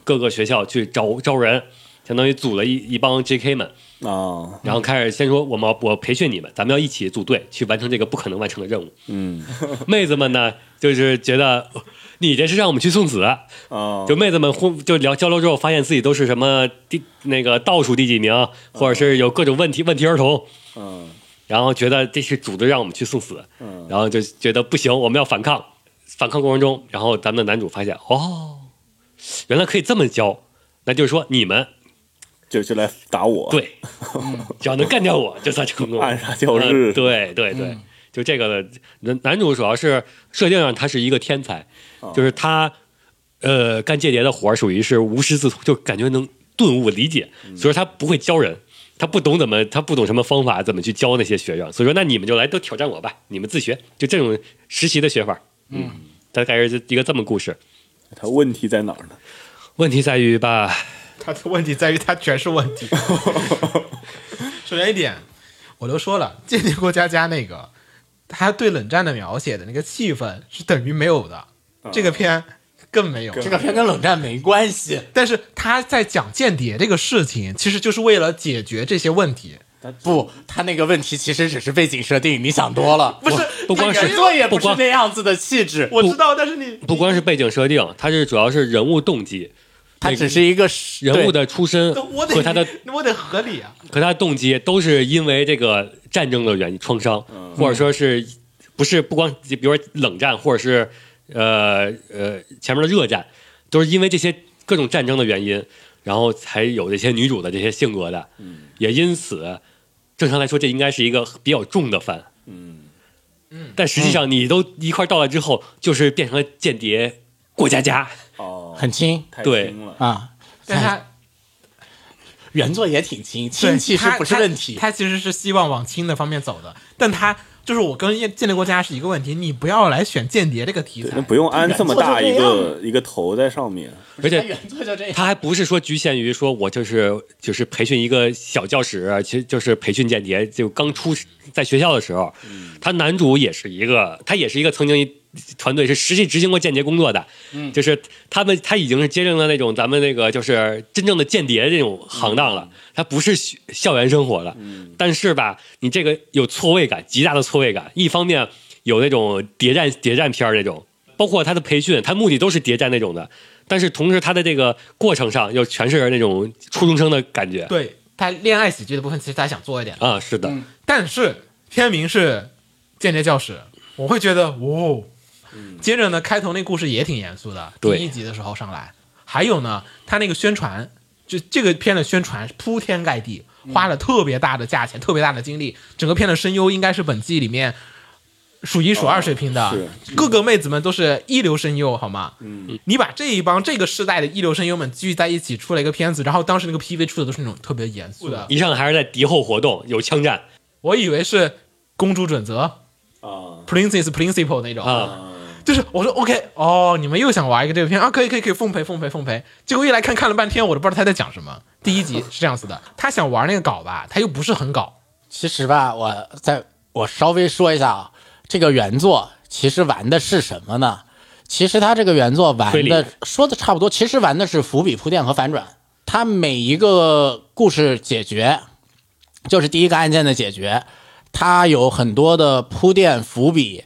B: 各个学校去招招人，相当于组了一一帮 J.K. 们，
C: 啊，
B: 然后开始先说我们我培训你们，咱们要一起组队去完成这个不可能完成的任务。
C: 嗯，
B: 妹子们呢，就是觉得呃你这是让我们去送子，
C: 啊，
B: 就妹子们互就聊交流之后，发现自己都是什么第那个倒数第几名，或者是有各种问题问题儿童，
C: 嗯
B: 然后觉得这是组织让我们去送死，
C: 嗯
B: 然后就觉得不行，我们要反抗。反抗过程中，然后咱们的男主发现，哦，原来可以这么教，那就是说你们
C: 就就来打我，，
B: 对，只要能干掉我，就算成功。
C: 暗杀教室
B: 嗯对对对，就这个男男主主要是设定上他是一个天才，
C: 哦
B: 就是他呃干间谍的活儿属于是无师自通，就感觉能顿悟理解，
C: 嗯
B: 所以说他不会教人。他不懂怎么，他不懂什么方法，怎么去教那些学生，所以说那你们就来都挑战我吧，你们自学，就这种实习的学法，嗯，大概是一个这么故事。
C: 他问题在哪儿呢？
B: 问题在于吧，
A: 他的问题在于他全是问题。首先一点，我都说了，《间谍过家家》那个他对冷战的描写的那个气氛是等于没有的，这个片更没有。
C: 更
D: 这个片跟冷战没关系，
A: 但是他在讲间谍这个事情，其实就是为了解决这些问题。
D: 不，他那个问题其实只是背景设定，你想多了。不
B: 不不光是
D: 原作也
B: 不
D: 不是
B: 光
D: 那样子的气质，
A: 我知道，但是你
B: 不光是背景设定，它是主要是人物动机，
D: 他只是一个是
B: 人物
D: 对
B: 的出身
A: 我得
B: 和 他的
A: 我得合理啊。
B: 和他的动机都是因为这个战争的原因创伤，或者说是不是不光比如说冷战，或者是呃呃前面的热战，都是因为这些各种战争的原因，然后才有这些女主的这些性格的，也因此正常来说这应该是一个比较重的番，嗯但实际上你都一块儿到了之后，就是变成了间谍过家家，
C: 哦，
D: 很轻
C: 太
B: 对
C: 轻了，
D: 啊。
A: 但他
D: 原作也挺轻，轻其实不是问题。
A: 他其实是希望往轻的方面走的，但他就是我跟《间谍国家》是一个问题，你不要来选间谍这个题材
C: 那。不用安这么大一
D: 原作就
C: 个一个头在上面，
B: 而且
D: 他原作就这样，
B: 他还不是说局限于说我就是就是培训一个小教室，啊其实就是培训间谍，就刚出在学校的时候，他男主也是一个，他也是一个曾经一团队是实际执行过间谍工作的，就是他们他已经是接任了那种咱们那个就是真正的间谍这种行当了，他不是学校园生活了，但是吧，你这个有错位感，极大的错位感，一方面有那种谍战谍战片儿那种。包括他的培训，他目的都是谍战那种的，但是同时他的这个过程上又全是那种初中生的感觉。
A: 对他恋爱喜剧的部分，其实他想做一点，
B: 啊，是的，
D: 嗯
A: 但是片名是《间谍教室》，我会觉得哦。接着呢，开头那故事也挺严肃的，第
B: 对
A: 一集的时候上来，还有呢，他那个宣传，就这个片的宣传是铺天盖地，花了特别大的价钱，特别大的精力，整个片的声优应该是本季里面。数一数二水平的，
C: 是
A: 各个妹子们都是一流声优，好吗？嗯，你把这一帮这个世代的一流声优们聚在一起，出了一个片子，然后当时那个 PV 出的都是那种特别严肃的，
B: 一上来还是在敌后活动，有枪战
A: 我以为是公主准则，
C: 啊
A: Princess Principle 那种，
B: 啊，
A: 就是我说 OK 哦，你们又想玩一个这个片啊？可以可以可以，奉陪奉陪奉陪。结果一来看看了半天，我都不知道他在讲什么。第一集是这样子的，他想玩那个稿吧，他又不是很搞，
D: 其实吧，我在我稍微说一下啊，这个原作其实玩的是什么呢？其实他这个原作玩
B: 推理
D: 的说的差不多，其实玩的是伏笔铺垫和反转。他每一个故事解决，就是第一个案件的解决，它有很多的铺垫伏笔，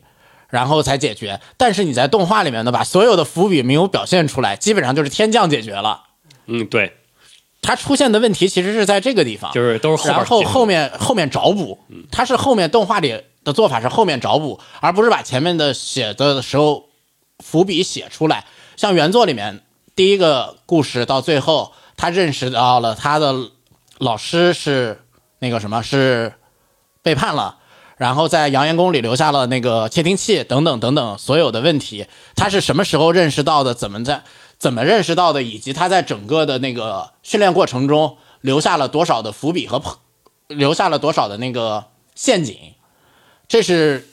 D: 然后才解决。但是你在动画里面呢，把所有的伏笔没有表现出来，基本上就是天降解决了。
B: 嗯，对，
D: 它出现的问题其实是在这个地方，
B: 就是都是后边
D: 然后
B: 解决
D: 后面后面找补，它是后面动画里的做法是后面找补，而不是把前面的写的时候伏笔写出来。像原作里面第一个故事到最后，他认识到了他的老师是那个什么是背叛了。然后在杨延宫里留下了那个窃听器等等等等所有的问题，他是什么时候认识到的？怎么在怎么认识到的？以及他在整个的那个训练过程中留下了多少的伏笔和留下了多少的那个陷阱，这是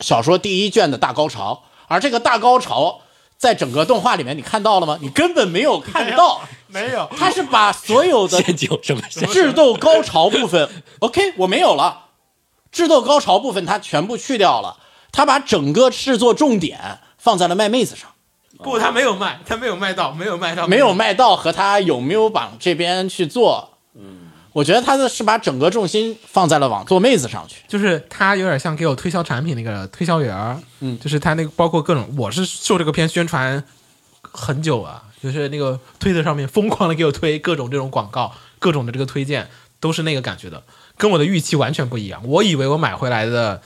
D: 小说第一卷的大高潮。而这个大高潮，在整个动画里面，你看到了吗？你根本没有看到，
A: 没有，
D: 他是把所有 的
B: 陷阱什么陷阱？
D: 智斗高潮部分，OK，我没有了。智斗高潮部分他全部去掉了，他把整个视作重点放在了卖妹子上，
A: 不，他没有卖，他没有卖到，没有卖到，
D: 没有卖到和他有没有往这边去做，嗯，我觉得他的是把整个重心放在了往做妹子上去。
A: 就是他有点像给我推销产品那个推销员儿，嗯，就是他那个包括各种，我是受这个片宣传很久啊，就是那个推特上面疯狂的给我推各种这种广告，各种的这个推荐都是那个感觉的，跟我的预期完全不一样。我以为我买回来的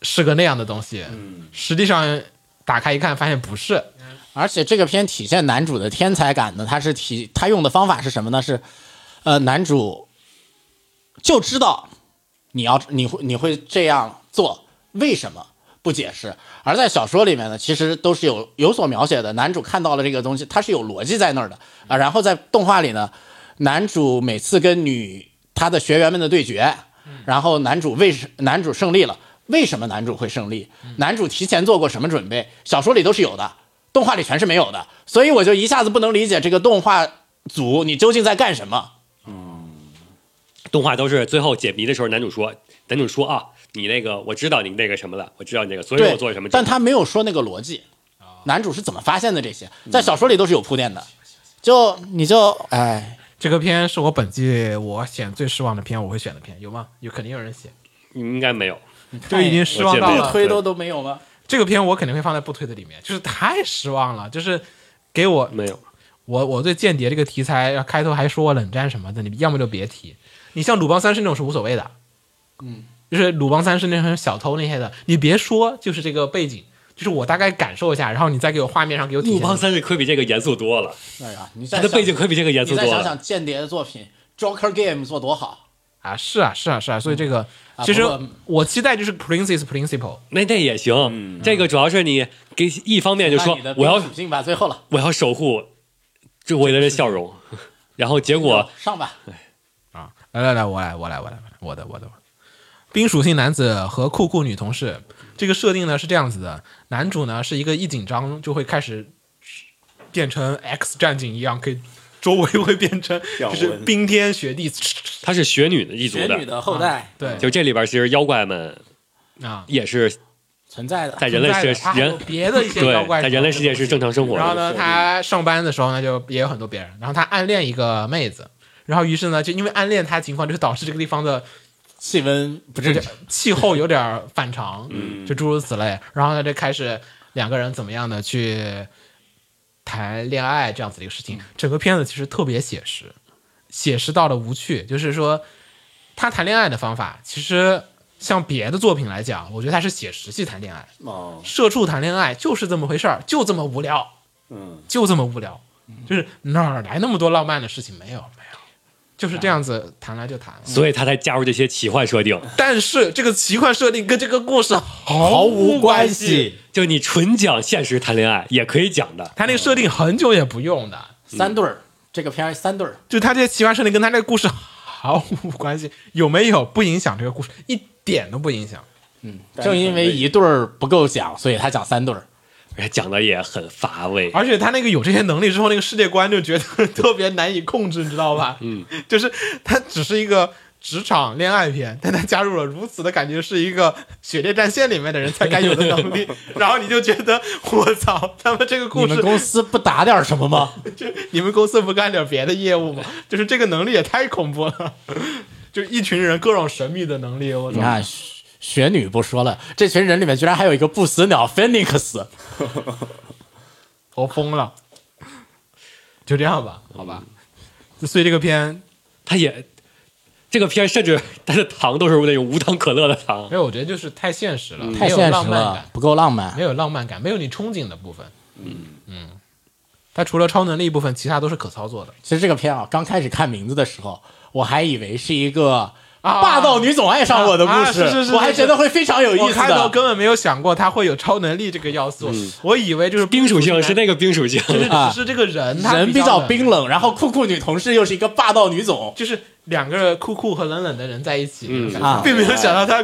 A: 是个那样的东西，嗯，实际上打开一看发现不是，
D: 而且这个片体现男主的天才感呢，他是体他用的方法是什么呢？是，呃，男主就知道你要你会你会这样做，为什么不解释？而在小说里面呢，其实都是有有所描写的，男主看到了这个东西，他是有逻辑在那儿的啊。然后在动画里呢，男主每次跟女他的学员们的对决，然后男主为什男主胜利了？为什么男主会胜利？男主提前做过什么准备？小说里都是有的，动画里全是没有的。所以我就一下子不能理解这个动画组你究竟在干什么。
B: 动画都是最后解谜的时候，男主说，男主说啊，你那个我知道你那个什么了，我知道你那个，所以
D: 对，
B: 我做什么。
D: 但他没有说那个逻辑，男主是怎么发现的这些，在小说里都是有铺垫的。就你就哎，
A: 这个片是我本季我选最失望的片，我会选的片有吗？有肯定有人写，
B: 应该没有，
D: 嗯
A: 就已经失望到
B: 我见
A: 了
B: 没有。
D: 推都都没有吗？
A: 这个片我肯定会放在不推的里面，就是太失望了，就是给我
B: 没有。
A: 我我对间谍这个题材开头还说我冷战什么的，你要么就别提。你像鲁邦三世那种是无所谓的，嗯，就是鲁邦三世那种小偷那些的，你别说，就是这个背景，就是我大概感受一下，然后你再给我画面上给我体
B: 鲁
A: 现。
B: 邦三世可比这个严肃多了，
D: 哎呀，你
B: 他
D: 再
B: 的背景
D: 想
B: 可比这个严肃
D: 你
B: 多
D: 再想
B: 了。
D: 想间谍的作品《Joker Game》做多好，
A: 啊，是啊，是啊，是啊，所以这个、
D: 啊
A: 其实
D: 不过
A: 我期待就是 Princess Principle，
B: 那那也行，这个主要是你给一方面就
D: 嗯那
B: 说
D: 你的
B: 我要
D: 属性吧，最后了，
B: 我要守护周围的人的笑容， 然后结果
D: 上吧。
A: 啊，来来来，我来，我来，我来，我的，我的，我的。冰属性男子和酷酷女同事这个设定呢是这样子的，男主呢是一个一紧张就会开始变成 X 战警一样，可以周围会变 成
C: 降
A: 就
C: 温
A: 是冰天雪地，
B: 她是雪女的一族
D: 雪女
B: 的，
D: 的后啊代
A: 对
B: 就这里边其实妖怪们
A: 啊，
B: 也是
D: 存在的，
B: 在人类
A: 存在的
B: 世
A: 它还有
B: 人
A: 别的一些妖怪
B: 对在人类世界是正常生活
A: 然后
B: 的，
A: 呢，他上班的时候呢，就也有很多别人。然后他暗恋一个妹子，然后于是呢，就因为暗恋他的情况，就导致这个地方的
D: 气温不正
A: 这
D: 常
A: 个。气候有点儿反常，
C: 嗯
A: 就诸如此类。然后呢，就开始两个人怎么样的去谈恋爱这样子的一个事情。整个片子其实特别写实，写实到了无趣。就是说，他谈恋爱的方法，其实像别的作品来讲，我觉得他是写实系谈恋爱，
C: 哦，
A: 社畜谈恋爱就是这么回事儿，就这么无聊，
C: 嗯，
A: 就这么无聊，就是哪儿来那么多浪漫的事情？没有，没有，就是这样子谈来就谈了。
B: 所以他才加入这些奇幻设定。
A: 但是这个奇幻设定跟这个故事毫
D: 毫无关系。
B: 就你纯讲现实谈恋爱也可以讲的，
A: 他那个设定很久也不用的，
D: 三对儿，这个片儿三对儿，
A: 就他这些奇幻设定跟他这个故事毫无关系，有没有不影响这个故事，一点都不影响。
D: 正因为一对儿不够讲，所以他讲三对儿。
B: 而且哎讲的也很乏味。
A: 而且他那个有这些能力之后，那个世界观就觉得特别难以控制，你知道吧？嗯，就是他只是一个职场恋爱片，但他加入了如此的感觉是一个《血界战线》里面的人才该有的能 力，然后你就觉得我操，他们这个故
D: 你
A: 事
D: 们公司不打点儿什么吗？
A: 就 你们公司不干点别的业务吗？就是这个能力也太恐怖了，就一群人各种神秘的能力，我
D: 你
A: 操！
D: 看雪雪女不说了，这群人里面居然还有一个不死鸟 Phoenix，
A: 我疯了。就这样吧，好吧。所以这个片，
B: 他也这个片儿甚至 他的糖都是那种无糖可乐的糖
A: 没，有，我觉得就是太现实了，
D: 嗯太
A: 没有
D: 现
A: 浪
D: 实
A: 漫
D: 了
A: 感，，
D: 不够浪漫
A: 没。有浪漫感，没有你憧憬的部分。嗯嗯，它除了超能力部分，其他都是可操作的。
D: 其实这个片啊，刚开始看名字的时候，我还以为是一个
A: 啊
D: 霸道女总爱上我的故事，
A: 啊是是是
D: 我还觉得会非常有
A: 我
D: 意思
A: 开头
D: 的。嗯
A: 根本没有想过他会有超能力这个要素，我以为 就是
B: 冰属性是那个冰属性，
A: 就是
D: 啊
A: 只是这个人他
D: 人
A: 比
D: 比较
A: 冷
D: 冰冷，然后酷酷女同事又是一个霸道女总，
A: 就是两个酷酷和冷冷的人在一起，
B: 嗯
D: 啊
A: 并没有想到他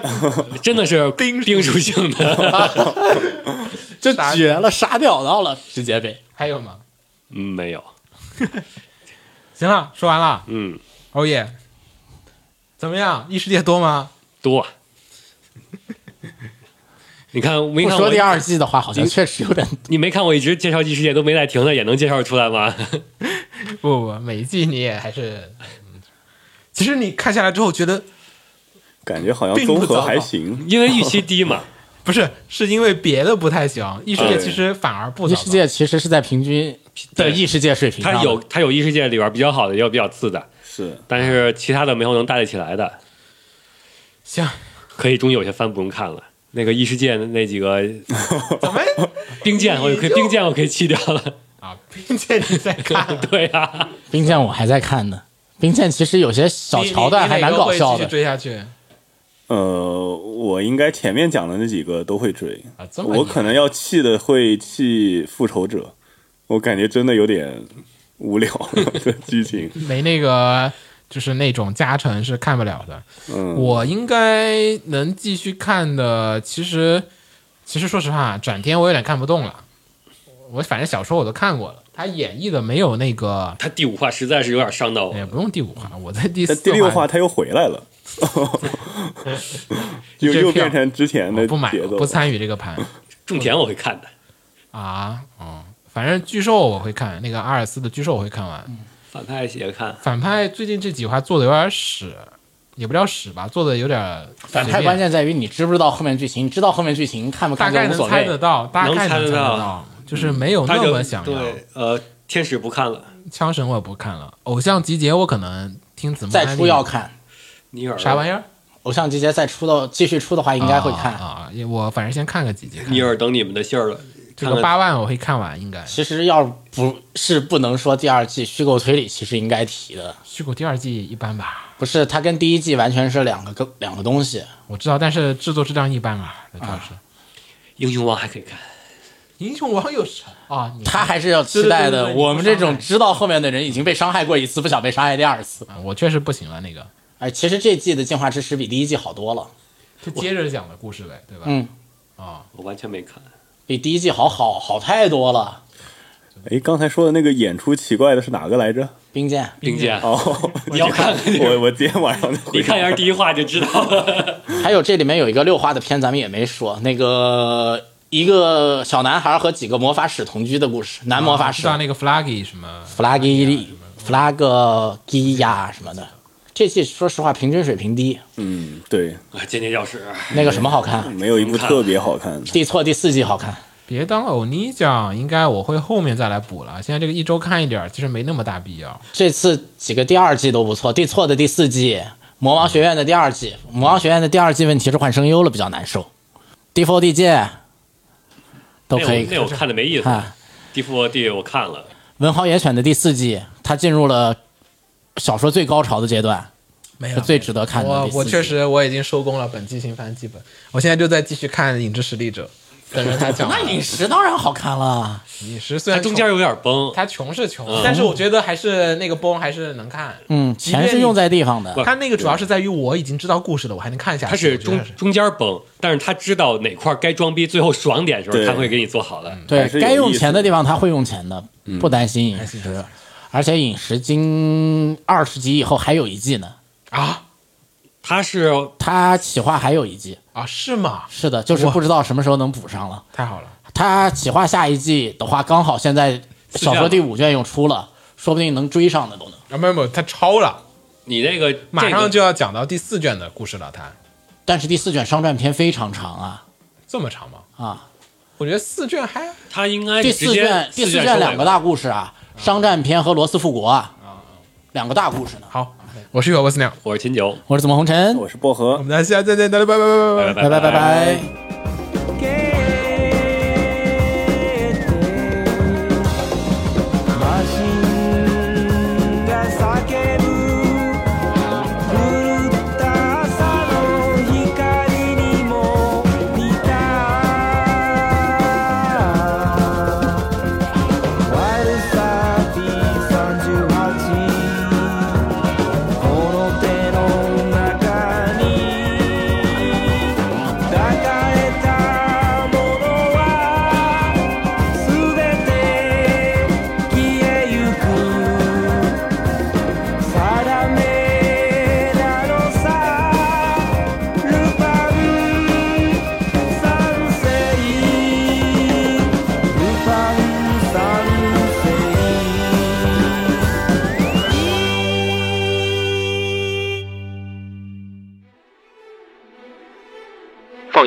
B: 真的是
A: 冰
B: 冰属性 的。
D: 这
A: 傻
D: 绝了，傻屌到了，直接被。
A: 还有吗？
B: 嗯，没有，
A: 行了，说完了，
B: 嗯，
A: 欧耶，怎么样？异世界多吗？
B: 多。 你看，没
D: 不
B: 看
D: 说
B: 我
D: 第，二季的话，好像确实有点
B: 你没看我一直介绍异世界都没在停的，也能介绍出来吗？
A: 不不，每一季你也还是， 嗯其实你看下来之后觉得
C: 感觉好像
A: 并不
C: 综合
A: 糟糕
C: 还行。
B: 因为预期低嘛。
A: 不是，是因为别的不太行，异世界
C: 哎
D: 嗯
A: 其实反而不
D: 异
A: 糟糕
D: 世界其实是在平均的异世界水平上的。
B: 它有它有异世界里边比较好的，也有比较次的，
C: 是，
B: 但是其他的没有能搭得起来的。
A: 行，
B: 可以，终于有些番不用看了。那个异世界那几个
A: 怎么
B: 冰剑，我就可以冰剑，我可以弃掉了。
A: 啊？并且你在 看
B: 对啊，
D: 冰剑，我还在看呢。冰剑其实有些小
A: 你
D: 桥段
A: 你
D: 还
A: 你哪
D: 蛮
A: 个
D: 搞
A: 会
D: 笑
A: 继续
D: 的。
A: 追下去
C: 呃，我应该前面讲的那几个都会追，
A: 啊？这么
C: 我可能要弃的会弃《复仇者》，我感觉真的有点无 聊的剧情。
A: 没那个，就是那种加成是看不了的。
C: 嗯，
A: 我应该能继续看的，其实其实说实话，转天我有点看不动了。我反正小说我都看过了，他演绎的没有那个，
B: 他第五话实在是有点伤到我
A: 也。不用第五话，我在第四
C: 但第六话他又回 来了，又
A: 这
C: 又
A: 票
C: 变成之前
A: 我
C: 的
A: 不买
C: 节
A: 了，
C: 奏
A: 不。参与这个 盘
B: 种田我会看的，
A: 啊，嗯，反正巨兽我会看，那个阿尔斯的巨兽我会看完。
D: 嗯
B: 反派也看。
A: 反派最近这几话做的有点屎，也不叫屎吧，做的有点
D: 反
A: 随
D: 派
A: 便
D: 关键在于你知不知道后面剧情，你知道后面剧情看不
A: 大
D: 看就
A: 概
D: 无
A: 能
D: 所
A: 猜
D: 谓
A: 得。到，大概
B: 猜
A: 能
B: 得
A: 猜
B: 到
A: 到，就是没有
B: 他
A: 那
B: 就
A: 么想要。
B: 对，呃，天使不看了，
A: 枪神我也不看了，偶像集结我可能听子木安利
D: 再出要看
B: 尼尔
A: 啥玩意儿，
D: 《偶像集结》，再出到继续出的话，应该会看。
A: 啊啊啊我反正先看个几集，看
B: 尼尔等你们的信儿了。
A: 这
B: 看
A: 个
B: 看
A: 八万我会看完，应该
D: 其实要不是不能说第二季虚构推理，其实应该提的，
A: 虚构第二季一般吧，
D: 不是它跟第一季完全是两个个两个东西。
A: 我知道，但是制作质量一般啊，主要是。
B: 英雄王还可以看，
A: 英雄王有神啊！你
D: 他还是要期待
A: 对
D: 的。
A: 对对对对
D: 我们这
A: 你
D: 种
A: 不伤害
D: 知道后面的人已经被伤害过一次，不想被伤害第二次。
A: 啊我确实不行了，那个
D: 哎，其实这季的《进化之石》比第一季好多了，
A: 就接着讲的故事呗，对吧？
D: 嗯，
A: 啊，
B: 我完全没看。
D: 比第一季好好好太多了。
C: 哎，刚才说的那个演出奇怪的是哪个来着？
D: 冰剑，
B: 冰
A: 啊
B: 剑，
C: 哦，
B: 你 要看，
C: 我我今天晚上就回
B: 你看一下第一话就知道了。
D: 还有这里面有一个六话的片，咱们也没说，那个一个小男孩和几个魔法使同居的故事，男魔法
A: 知
D: 使
A: 道那个 Flaggy 什么？
D: 弗拉基利、弗拉格基亚什么的。这季说实话平均水平低，
C: 嗯，对，
B: 啊，间谍教室，
D: 那个什么好看，
C: 没有一部特别好看的。
D: 地错第四季好看。
A: 别当哦欧尼酱，应该我会后面再来补了。现在这个一周看一点儿，其实没那么大必要。
D: 这次几个第二季都不错，地错的第四季，魔王学院的第二季，魔王学院的第二季问题是换声优了，比较难受。D Four D 界都
B: 那
D: 可
B: 我
D: 以
B: 那我看的没意思。
D: 看。
B: 第四第我看了，
D: 文豪野犬的第四季，它进入了小说最高潮的阶段，
A: 没
D: 是最值得看的
A: 我
D: 第四
A: 我
D: 季
A: 确实我已经收工了本季新番基本，我现在就在继续看《影之实力者》，等着他 讲完。
D: 那饮食当然好看了，
A: 饮食虽
B: 它
A: 然
B: 中间有点崩。
A: 他穷是穷，但是我觉得还是那个崩还是能看。
D: 嗯，
A: 即便
D: 钱是用在地方的
B: 不，
A: 他那个主要是在于我已经知道故事了，我还能看下去。
B: 他是
A: 我觉得
B: 中中间崩，但是他知道哪块该装逼，最后爽点的时候，
C: 对
B: 他会给你做好的。
D: 对
C: 还是有
D: 该用
C: 意思嗯
D: 钱的地方他会用钱的，不担心饮食。
A: 啊
D: 而且饮食经二十集以后还有一季呢，
A: 啊
B: 他是
D: 他企划还有一季。
A: 啊是吗？
D: 是的，就是
A: 哇
D: 不知道什么时候能补上了。
A: 太好了，
D: 他企划下一季的话，刚好现在小说第五卷又出了，说不定能追上的都能。
A: 啊没有没有，他超了，
B: 你那个
A: 马
B: 这
A: 上
B: 个
A: 就要讲到第四卷的故事了。他
D: 但是第四卷商战篇非常长啊
A: 这么长吗？
D: 啊！
A: 我觉得四卷还
B: 他应该
D: 第
B: 是直
D: 四
B: 接
D: 卷第四
B: 卷
D: 卷
B: 收尾
D: 两个
B: 吧
D: 大故事啊，商战篇和罗斯复国啊，两个大故事呢。
A: 好。我是雨果波斯鸟，
B: 我是秦九，
D: 我是怎么红尘，
C: 我是薄荷
A: 我，们大家下次再见，大家拜拜拜拜拜拜。
D: 拜拜拜拜。
F: 「マシンが叫ぶ」「狂った
G: 放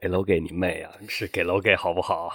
B: 给楼给你妹啊！是给楼给好不好？